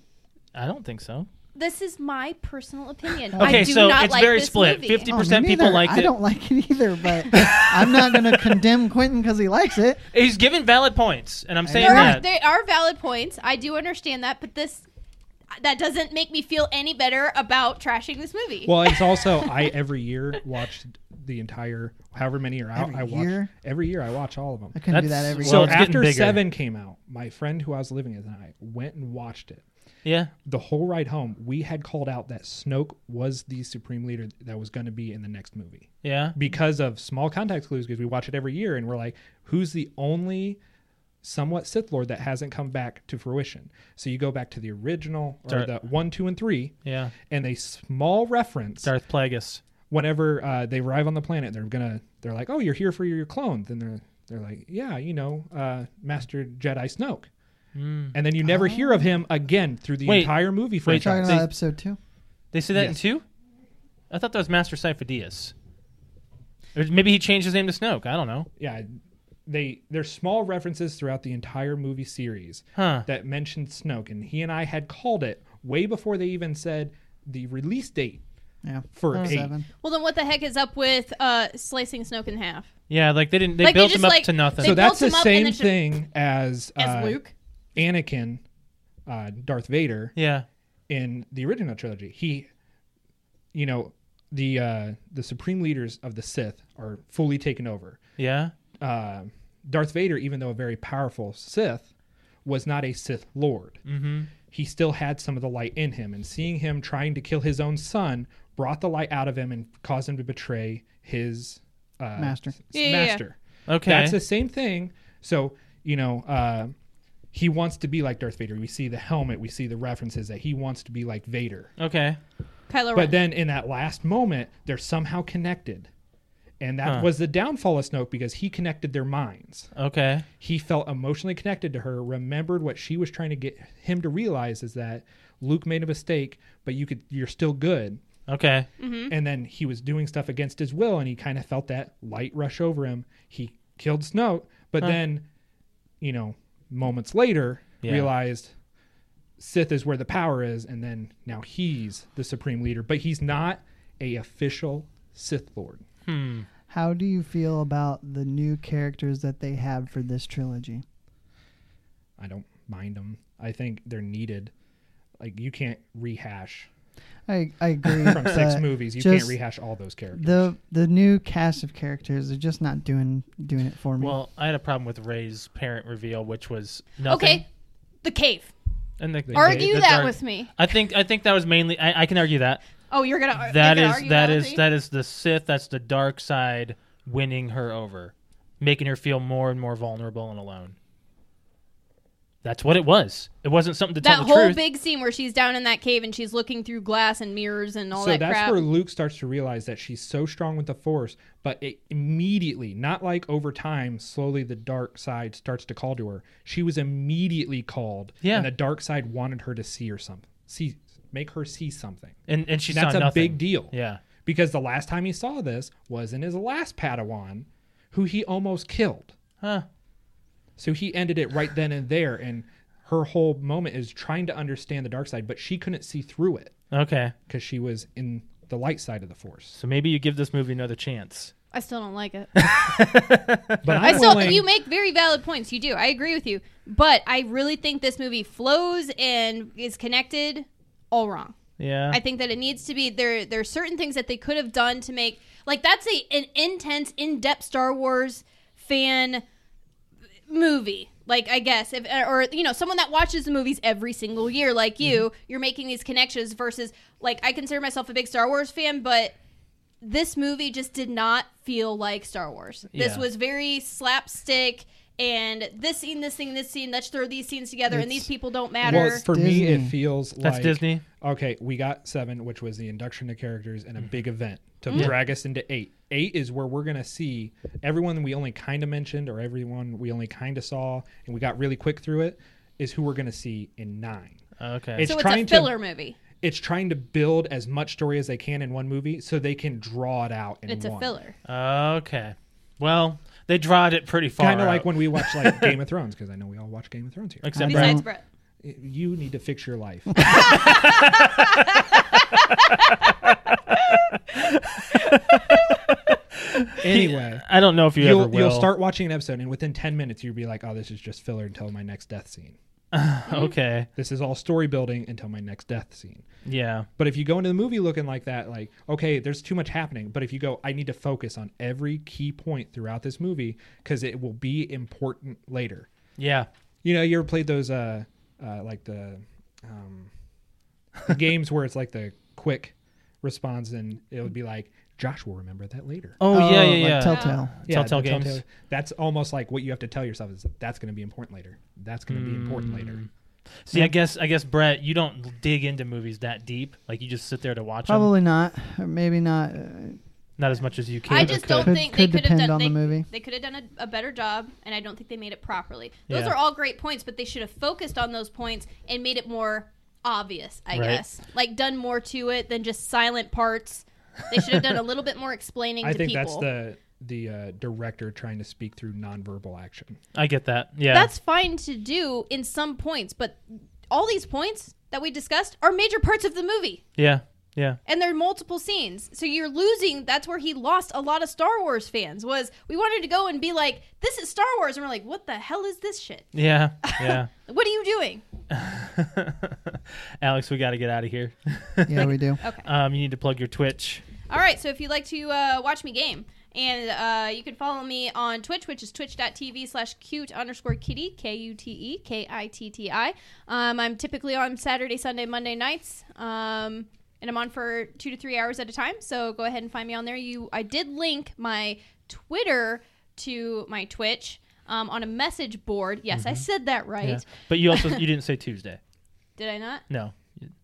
Speaker 3: I don't think so.
Speaker 1: this is my personal opinion
Speaker 3: Okay,
Speaker 1: I do
Speaker 3: so
Speaker 1: not
Speaker 3: it's
Speaker 1: like
Speaker 3: very
Speaker 1: this
Speaker 3: split.
Speaker 1: movie.
Speaker 3: 50
Speaker 2: Oh,
Speaker 3: 50%
Speaker 2: me
Speaker 3: people
Speaker 2: neither.
Speaker 3: liked
Speaker 2: I
Speaker 3: it.
Speaker 2: don't like it either, but I'm not going to condemn Quentin because he likes it.
Speaker 3: He's given valid points, and I'm saying
Speaker 1: there are,
Speaker 3: that.
Speaker 1: there are valid points. I do understand that, but this that doesn't make me feel any better about trashing this movie.
Speaker 4: Well, it's also I every year watch the entire however many are out.
Speaker 2: Every
Speaker 4: I watch
Speaker 2: year?
Speaker 4: every year. I watch all of them.
Speaker 2: I couldn't do that
Speaker 3: That's-
Speaker 2: every
Speaker 3: well,
Speaker 2: year.
Speaker 4: So
Speaker 3: it's getting
Speaker 4: after
Speaker 3: bigger.
Speaker 4: Seven came out, my friend who I was living with and I went and watched it.
Speaker 3: yeah.
Speaker 4: The whole ride home, we had called out that Snoke was the supreme leader that was going to be in the next movie
Speaker 3: Yeah.
Speaker 4: because of small context clues. Because we watch it every year, and we're like, who's the only somewhat Sith Lord that hasn't come back to fruition? So you go back to the original or
Speaker 3: Darth-
Speaker 4: the one, two, and three,
Speaker 3: Yeah.
Speaker 4: and a small reference
Speaker 3: Darth Plagueis.
Speaker 4: whenever uh, they arrive on the planet, they're gonna they're like, "Oh, you're here for your, your clones," and they're they're like, "Yeah, you know, uh, Master Jedi Snoke," and then you never hear of him again through the
Speaker 3: Hmm. Wait.
Speaker 4: entire movie
Speaker 3: Wait,
Speaker 2: Talking
Speaker 4: franchise.
Speaker 2: about episode two.
Speaker 3: They say that in
Speaker 4: Yes.
Speaker 3: two? I thought that was Master Sifo-Dyas. Or maybe he changed his name to Snoke. I don't know.
Speaker 4: yeah, they there's small references throughout the entire movie series
Speaker 3: Huh.
Speaker 4: that mention Snoke, and he and I had called it way before they even said the release date
Speaker 2: Yeah.
Speaker 4: for eight.
Speaker 2: Seven.
Speaker 1: Well, then what the heck is up with uh, slicing Snoke in half?
Speaker 3: Yeah, like they didn't. They
Speaker 1: Like, they
Speaker 3: built
Speaker 1: just,
Speaker 3: him up
Speaker 1: like-
Speaker 3: to nothing.
Speaker 1: They
Speaker 4: so that's
Speaker 1: built him
Speaker 4: the
Speaker 1: up and
Speaker 4: same
Speaker 1: then just-
Speaker 4: thing as
Speaker 1: As
Speaker 4: uh,
Speaker 1: Luke,
Speaker 4: Anakin, uh, Darth Vader.
Speaker 3: yeah.
Speaker 4: in the original trilogy. He, you know, the uh, the supreme leaders of the Sith are fully taken over.
Speaker 3: Yeah.
Speaker 4: Uh, Darth Vader, even though a very powerful Sith, was not a Sith Lord. Mm-hmm. He still had some of the light in him, and seeing him trying to kill his own son brought the light out of him and caused him to betray his uh,
Speaker 2: Master.
Speaker 4: s-
Speaker 1: Yeah, yeah, yeah.
Speaker 4: master.
Speaker 3: Okay.
Speaker 4: That's the same thing. So, you know, uh, he wants to be like Darth Vader. We see the helmet, we see the references that he wants to be like Vader.
Speaker 3: okay.
Speaker 1: Kylo Ren.
Speaker 4: But then in that last moment, they're somehow connected. And that
Speaker 3: Huh.
Speaker 4: was the downfall of Snoke because he connected their minds.
Speaker 3: Okay.
Speaker 4: He felt emotionally connected to her, remembered what she was trying to get him to realize is that Luke made a mistake, but you could you're still good.
Speaker 3: Okay.
Speaker 1: Mm-hmm.
Speaker 4: and then he was doing stuff against his will and he kind of felt that light rush over him he killed snout but
Speaker 3: Huh.
Speaker 4: then you know moments later
Speaker 3: Yeah.
Speaker 4: realized sith is where the power is and then now he's the supreme leader but he's not a official sith lord
Speaker 3: Hmm.
Speaker 2: How do you feel about the new characters that they have for this trilogy?
Speaker 4: i don't mind them i think they're needed like you can't rehash
Speaker 2: I I agree.
Speaker 4: from six
Speaker 2: but
Speaker 4: movies you
Speaker 2: just
Speaker 4: can't rehash all those characters
Speaker 2: The the new cast of characters are just not doing doing it for me.
Speaker 3: Well, I had a problem with Ray's parent reveal, which was nothing.
Speaker 1: Okay, the cave.
Speaker 3: And the,
Speaker 1: Argue
Speaker 3: the
Speaker 1: that
Speaker 3: dark-
Speaker 1: with me.
Speaker 3: I think I think that was mainly. I, I can argue that.
Speaker 1: Oh, you're gonna. ar-
Speaker 3: That
Speaker 1: you're gonna
Speaker 3: is
Speaker 1: argue
Speaker 3: that
Speaker 1: that
Speaker 3: is
Speaker 1: with me?
Speaker 3: that is the Sith. That's the dark side winning her over, making her feel more and more vulnerable and alone. That's what it was. It wasn't something to
Speaker 1: that
Speaker 3: tell the
Speaker 1: whole
Speaker 3: truth.
Speaker 1: big scene where she's down in that cave and she's looking through glass and mirrors and all
Speaker 4: so
Speaker 1: that
Speaker 4: that's
Speaker 1: crap.
Speaker 4: where Luke starts to realize that she's so strong with the Force, but it immediately, not like over time, slowly the dark side starts to call to her. She was immediately called,
Speaker 3: Yeah.
Speaker 4: and the dark side wanted her to see or something, see, make her see something.
Speaker 3: and and she
Speaker 4: that's
Speaker 3: saw
Speaker 4: a
Speaker 3: nothing.
Speaker 4: big deal.
Speaker 3: Yeah.
Speaker 4: Because the last time he saw this was in his last Padawan, who he almost killed.
Speaker 3: Huh.
Speaker 4: So he ended it right then and there, and her whole moment is trying to understand the dark side, but she couldn't see through it
Speaker 3: Okay.
Speaker 4: because she was in the light side of the Force.
Speaker 3: So maybe you give this movie another chance.
Speaker 1: I still don't like it.
Speaker 4: But
Speaker 1: I
Speaker 4: I'm
Speaker 1: still,
Speaker 4: willing-
Speaker 1: you make very valid points. You do. I agree with you. But I really think this movie flows and is connected all wrong.
Speaker 3: Yeah.
Speaker 1: I think that it needs to be there. There are certain things that they could have done to make like that's a an intense, in depth Star Wars fan movie. Like I guess if or you know someone that watches the movies every single year, like you,
Speaker 4: Mm-hmm.
Speaker 1: you're making these connections versus like I consider myself a big Star Wars fan, but this movie just did not feel like Star Wars. This
Speaker 3: Yeah.
Speaker 1: was very slapstick. And this scene, this scene, this scene. Let's throw these scenes together, and
Speaker 2: It's-
Speaker 1: these people don't matter.
Speaker 4: Well, for me,
Speaker 2: Disney.
Speaker 4: it feels like
Speaker 3: That's Disney.
Speaker 4: Okay, we got seven, which was the induction to characters and a big event to drag us into eight. Eight is where we're gonna see everyone we only kind of mentioned or everyone we only kind of saw, and we got really quick through it. Is who we're gonna see in nine.
Speaker 3: Okay.
Speaker 4: It's
Speaker 1: so it's a
Speaker 4: trying to-
Speaker 1: filler movie.
Speaker 4: It's trying to build as much story as they can in one movie, so they can draw it out in
Speaker 1: It's
Speaker 4: one.
Speaker 1: a filler.
Speaker 3: okay. Well, they drawed it pretty far.
Speaker 4: Kind of like
Speaker 3: out.
Speaker 4: when we watch like Game of Thrones, because I know we all watch Game of Thrones here.
Speaker 3: Except
Speaker 2: Besides-
Speaker 3: Brad.
Speaker 1: Besides Brett.
Speaker 4: you need to fix your life. anyway,
Speaker 3: I don't know if you
Speaker 4: you'll,
Speaker 3: ever will.
Speaker 4: you'll start watching an episode, and within 10 minutes, you'll be like, oh, this is just filler until my next death scene.
Speaker 3: okay.
Speaker 4: This is all story building until my next death scene.
Speaker 3: Yeah.
Speaker 4: But if you go into the movie looking like that, like, okay, there's too much happening. But if you go, I need to focus on every key point throughout this movie because it will be important later.
Speaker 3: Yeah.
Speaker 4: You know, you ever played those uh, uh like the um the games where it's like the quick response and it would be like Josh will remember that later.
Speaker 3: Oh, yeah, yeah,
Speaker 2: like
Speaker 3: yeah.
Speaker 2: Telltale.
Speaker 3: Telltale
Speaker 4: the
Speaker 3: games.
Speaker 4: That's almost like what you have to tell yourself is that's going to be important later. That's going to be important later.
Speaker 3: See, I guess, I guess, Brett, you don't dig into movies that deep. Like you just sit there to watch them.
Speaker 2: Probably not, or maybe not. Uh,
Speaker 3: Not as much as you can.
Speaker 1: I
Speaker 3: or
Speaker 1: just
Speaker 3: could.
Speaker 1: don't
Speaker 2: Could-
Speaker 1: think
Speaker 2: could
Speaker 1: they could have
Speaker 2: depend
Speaker 1: done.
Speaker 2: on
Speaker 1: they,
Speaker 2: the movie.
Speaker 1: They could have done a, a better job, and I don't think they made it properly. Those
Speaker 3: Yeah.
Speaker 1: are all great points, but they should have focused on those points and made it more obvious. I
Speaker 3: Right.
Speaker 1: guess, like done more to it than just silent parts. They should have done a little bit more explaining
Speaker 4: I
Speaker 1: to
Speaker 4: think
Speaker 1: people.
Speaker 4: that's the the uh, director trying to speak through nonverbal action.
Speaker 3: I get that. Yeah.
Speaker 1: That's fine to do in some points, but all these points that we discussed are major parts of the movie.
Speaker 3: yeah. Yeah.
Speaker 1: and there are multiple scenes so you're losing that's where he lost a lot of star wars fans was we wanted to go and be like this is star wars and we're like what the hell is this shit
Speaker 3: Yeah. Yeah.
Speaker 1: what are you doing
Speaker 3: Alex, we got to get out of here.
Speaker 2: yeah, we do.
Speaker 1: okay
Speaker 3: Um, you need to plug your Twitch.
Speaker 1: all right so if you'd like to uh, watch me game and uh, you can follow me on twitch which is twitch.tv slash cute underscore kitty k-u-t-e k-i-t-t-i um, i'm typically on saturday sunday monday nights um, and i'm on for two to three hours at a time so go ahead and find me on there you i did link my twitter to my twitch um, on a message board yes i said that right
Speaker 3: Yeah. But you also you didn't say Tuesday.
Speaker 1: did i not
Speaker 3: No.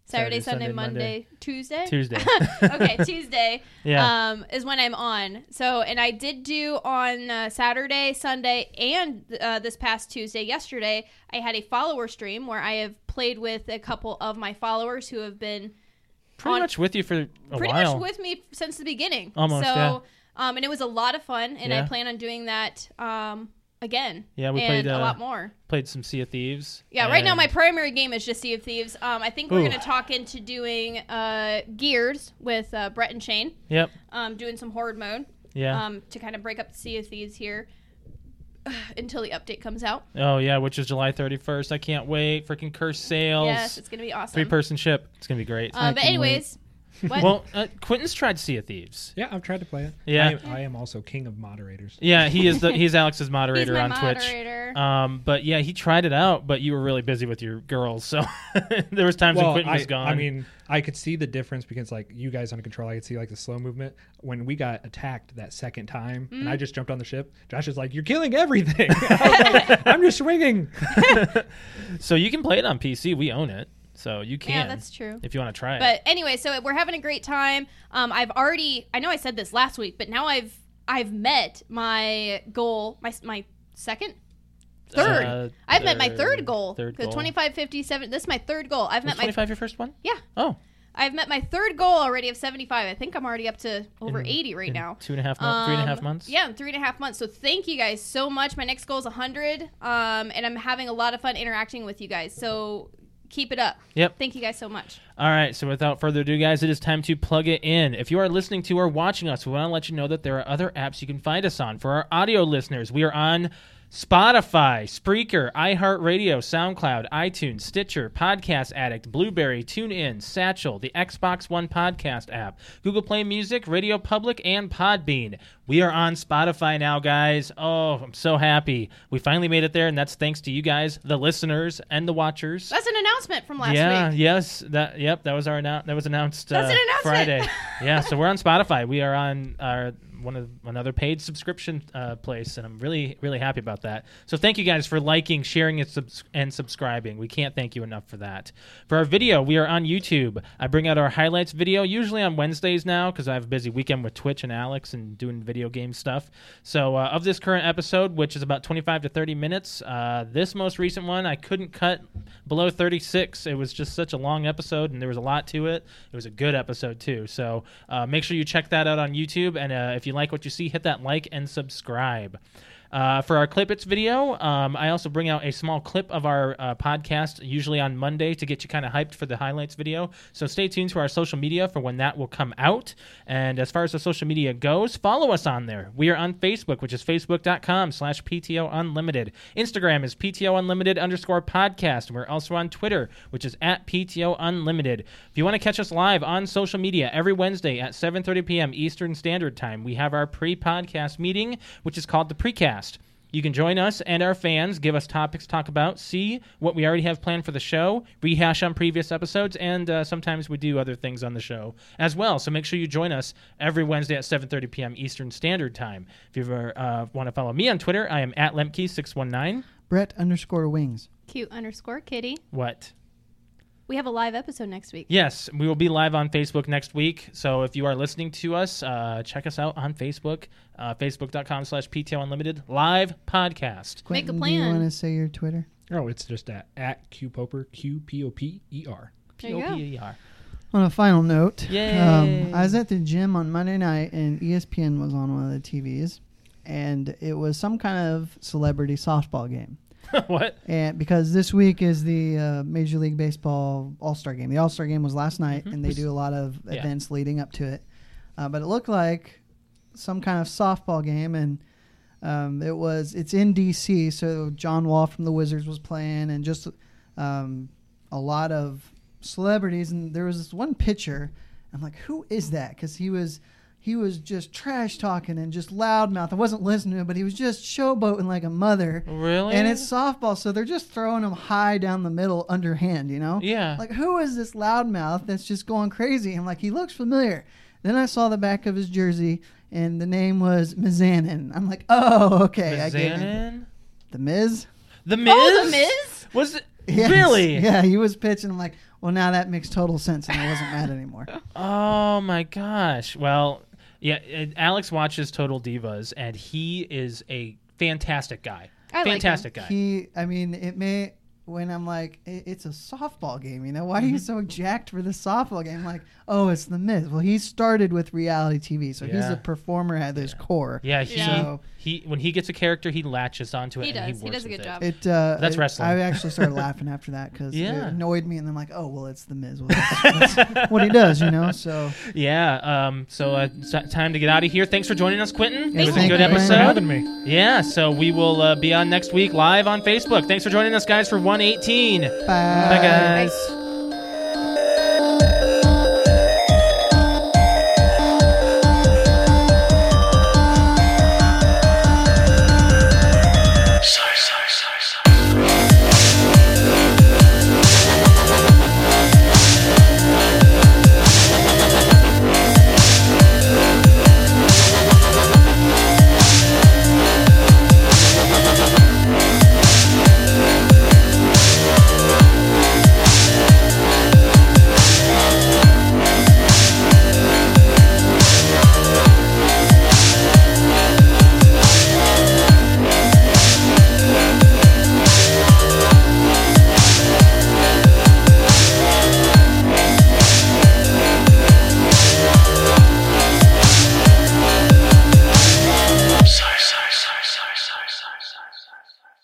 Speaker 1: saturday, sunday, monday, Uh, tuesday
Speaker 3: Tuesday.
Speaker 1: okay, Tuesday.
Speaker 3: Yeah.
Speaker 1: Um, is when I'm on. So, and I did do on uh, Saturday, Sunday, and uh, this past Tuesday, yesterday, I had a follower stream where I have played with a couple of my followers who have been
Speaker 3: pretty
Speaker 1: on-
Speaker 3: much with you for a
Speaker 1: pretty
Speaker 3: while.
Speaker 1: much with me since the beginning.
Speaker 3: Oh, Almost,
Speaker 1: So,
Speaker 3: yeah.
Speaker 1: um, and it was a lot of fun, and I
Speaker 3: Yeah.
Speaker 1: plan on doing that um, again.
Speaker 3: Yeah, we
Speaker 1: and
Speaker 3: played,
Speaker 1: a
Speaker 3: uh,
Speaker 1: lot more.
Speaker 3: Played some Sea of Thieves.
Speaker 1: Yeah, right now
Speaker 3: and-
Speaker 1: my primary game is just Sea of Thieves. Um, I think we're
Speaker 3: Ooh.
Speaker 1: going to talk into doing uh, Gears with uh, Brett and Shane,
Speaker 3: Yep.
Speaker 1: um, doing some Horde mode
Speaker 3: Yeah.
Speaker 1: um, to kind of break up the Sea of Thieves here until the update comes out.
Speaker 3: oh yeah, which is July 31st. I can't wait. Freaking curse sales.
Speaker 1: Yes, it's going to be awesome.
Speaker 3: Three person ship. It's gonna be great.
Speaker 1: Uh,
Speaker 2: I
Speaker 1: but
Speaker 2: can wait.
Speaker 1: anyways, what?
Speaker 3: well, uh, Quentin's tried Sea of Thieves.
Speaker 4: Yeah, I've tried to play it.
Speaker 3: Yeah.
Speaker 4: I am, I am also king of moderators.
Speaker 3: Yeah, he is the he's Alex's
Speaker 1: he's
Speaker 3: moderator
Speaker 1: my
Speaker 3: on Twitch.
Speaker 1: moderator.
Speaker 3: Um, but yeah, he tried it out, but you were really busy with your girls, so there was times when
Speaker 4: Well,
Speaker 3: Quentin
Speaker 4: I,
Speaker 3: was gone.
Speaker 4: I mean, I could see the difference because like you guys on control, I could see like the slow movement. When we got attacked that second time, and I just jumped on the ship, Josh is like, "You're killing everything." I was like, I'm just swinging.
Speaker 3: so you can play it on PC. We own it, so you can.
Speaker 1: yeah, that's true.
Speaker 3: If you want to try it,
Speaker 1: But anyway, so we're having a great time. Um, I've already, I know I said this last week, but now I've, I've met my goal, my my second, third.
Speaker 3: Uh,
Speaker 1: I've met my third goal.
Speaker 3: Third
Speaker 1: the
Speaker 3: goal.
Speaker 1: twenty five fifty seven. This is my third goal. I've
Speaker 3: Was
Speaker 1: met my,
Speaker 3: 25 your first one?
Speaker 1: yeah,
Speaker 3: Oh,
Speaker 1: I've met my third goal already of seventy five. I think I'm already up to over
Speaker 3: In-
Speaker 1: eighty right
Speaker 3: in
Speaker 1: now.
Speaker 3: Two and a half months. three and a half
Speaker 1: Um,
Speaker 3: months.
Speaker 1: Yeah, in three and a half months. So thank you guys so much. My next goal is hundred, um, and I'm having a lot of fun interacting with you guys. So keep it up.
Speaker 3: Yep.
Speaker 1: Thank you guys so much.
Speaker 3: All right, so without further ado, guys, it is time to plug it in. If you are listening to or watching us, we want to let you know that there are other apps you can find us on. For our audio listeners, we are on Spotify, Spreaker, iHeartRadio, SoundCloud, iTunes, Stitcher, Podcast Addict, Blueberry, TuneIn, Satchel, the Xbox One podcast app, Google Play Music, Radio Public, and Podbean. We are on Spotify now, guys. Oh, I'm so happy. We finally made it there, and that's thanks to you guys, the listeners and the watchers
Speaker 1: That's an announcement from last
Speaker 3: yeah,
Speaker 1: week.
Speaker 3: yes, that yep, that was our annou- that was announced
Speaker 1: That's
Speaker 3: uh,
Speaker 1: an announcement!
Speaker 3: Friday. yeah, so we're on Spotify. We are on our one of another paid subscription uh, place, and I'm really really happy about that. So thank you guys for liking, sharing, and, subs- and subscribing. We can't thank you enough for that. For our video, we are on YouTube. I bring out our highlights video usually on Wednesdays now because I have a busy weekend with Twitch and Alex and doing video game stuff. So uh, of this current episode, which is about 25 to 30 minutes, uh, this most recent one I couldn't cut below 36. It was just such a long episode, and there was a lot to it. It was a good episode too. So uh, make sure you check that out on YouTube, and uh, if you like what you see, hit that like and subscribe. Uh, for our Clipits video, um, I also bring out a small clip of our uh, podcast, usually on Monday, to get you kind of hyped for the highlights video. So stay tuned to our social media for when that will come out. And as far as the social media goes, follow us on there. We are on Facebook, which is facebook.com slash PTO Unlimited. Instagram is PTO Unlimited underscore podcast. And we're also on Twitter, which is at PTO Unlimited. If you want to catch us live on social media every Wednesday at 7.30 p.m. Eastern Standard Time, we have our pre-podcast meeting, which is called the Precast. You can join us and our fans, give us topics to talk about, see what we already have planned for the show, rehash on previous episodes, and uh, sometimes we do other things on the show as well. So make sure you join us every Wednesday at 7.30 p.m. Eastern Standard Time. If you ever uh, want to follow me on Twitter, I am at Lemke619.
Speaker 2: Brett underscore wings.
Speaker 1: Cute underscore kitty.
Speaker 3: What?
Speaker 1: We have a live episode next week.
Speaker 3: Yes, we will be live on Facebook next week. So if you are listening to us, uh, check us out on Facebook, uh, facebook.com slash PTO Unlimited, live podcast.
Speaker 1: Make a
Speaker 2: Quentin, Do
Speaker 1: plan.
Speaker 2: you want to say your Twitter?
Speaker 4: Oh, it's just at at Q Poper Q P O P E R.
Speaker 1: There you go.
Speaker 3: P-O-P-E-R.
Speaker 2: On a final note, um,
Speaker 3: Yay.
Speaker 2: I was at the gym on Monday night and E ESPN was on one of the TVs, and it was some kind of celebrity softball game.
Speaker 3: what?
Speaker 2: And because this week is the uh, Major League Baseball All Star Game, the All Star Game was last night, and they do a lot of
Speaker 3: Yeah.
Speaker 2: events leading up to it. Uh, but it looked like some kind of softball game, and um, it was it's in D.C. So John Wall from the Wizards was playing, and just um, a lot of celebrities. And there was this one pitcher. I'm like, who is that? Because he was he was just trash talking and just loudmouth. I wasn't listening to him, but he was just showboating like a mother.
Speaker 3: Really?
Speaker 2: And it's softball, so they're just throwing them high down the middle underhand, you know?
Speaker 3: Yeah.
Speaker 2: Like, who is this loudmouth that's just going crazy? I'm like, he looks familiar. Then I saw the back of his jersey, and the name was Mizanin. I'm like, oh, okay. I get it.
Speaker 3: Mizanin?
Speaker 2: The Miz?
Speaker 3: The Miz?
Speaker 1: Oh, the Miz?
Speaker 3: Was it
Speaker 2: Yes.
Speaker 3: really?
Speaker 2: Yeah, he was pitching. I'm like, well, now that makes total sense, and I wasn't mad anymore.
Speaker 3: Oh my gosh. Well, yeah. and Alex watches Total Divas, and he is a fantastic guy.
Speaker 1: I like him.
Speaker 3: fantastic guy.
Speaker 2: He, I mean, it may. when I'm like, "I- it's a softball game, you know? Why are
Speaker 3: Mm-hmm.
Speaker 2: you so jacked for the softball game? Like, oh, it's the myth. Well, he started with reality TV, so he's
Speaker 3: Yeah.
Speaker 2: a performer at his core.
Speaker 3: Yeah, he
Speaker 1: Yeah.
Speaker 3: he when he gets a character, he latches onto it.
Speaker 1: He
Speaker 3: and
Speaker 1: does.
Speaker 3: He,
Speaker 1: He
Speaker 3: works
Speaker 1: does a
Speaker 3: with
Speaker 1: good
Speaker 3: it.
Speaker 1: job.
Speaker 2: It uh,
Speaker 3: That's
Speaker 2: it-
Speaker 3: wrestling.
Speaker 2: I actually started laughing after that because
Speaker 3: Yeah.
Speaker 2: it annoyed me, and I'm like, oh well, it's the Miz. Well, that's, that's what he does, you know. So
Speaker 3: Yeah. Um. So uh, s- time to get out of here. Thanks for joining us, Quentin.
Speaker 2: Yeah,
Speaker 3: it was a
Speaker 2: thank
Speaker 3: good
Speaker 2: you, Quentin.
Speaker 3: episode.
Speaker 4: for having me.
Speaker 3: Yeah. So we will uh, be on next week live on Facebook. Thanks for joining us, guys, for 118.
Speaker 2: bye.
Speaker 3: Bye, guys.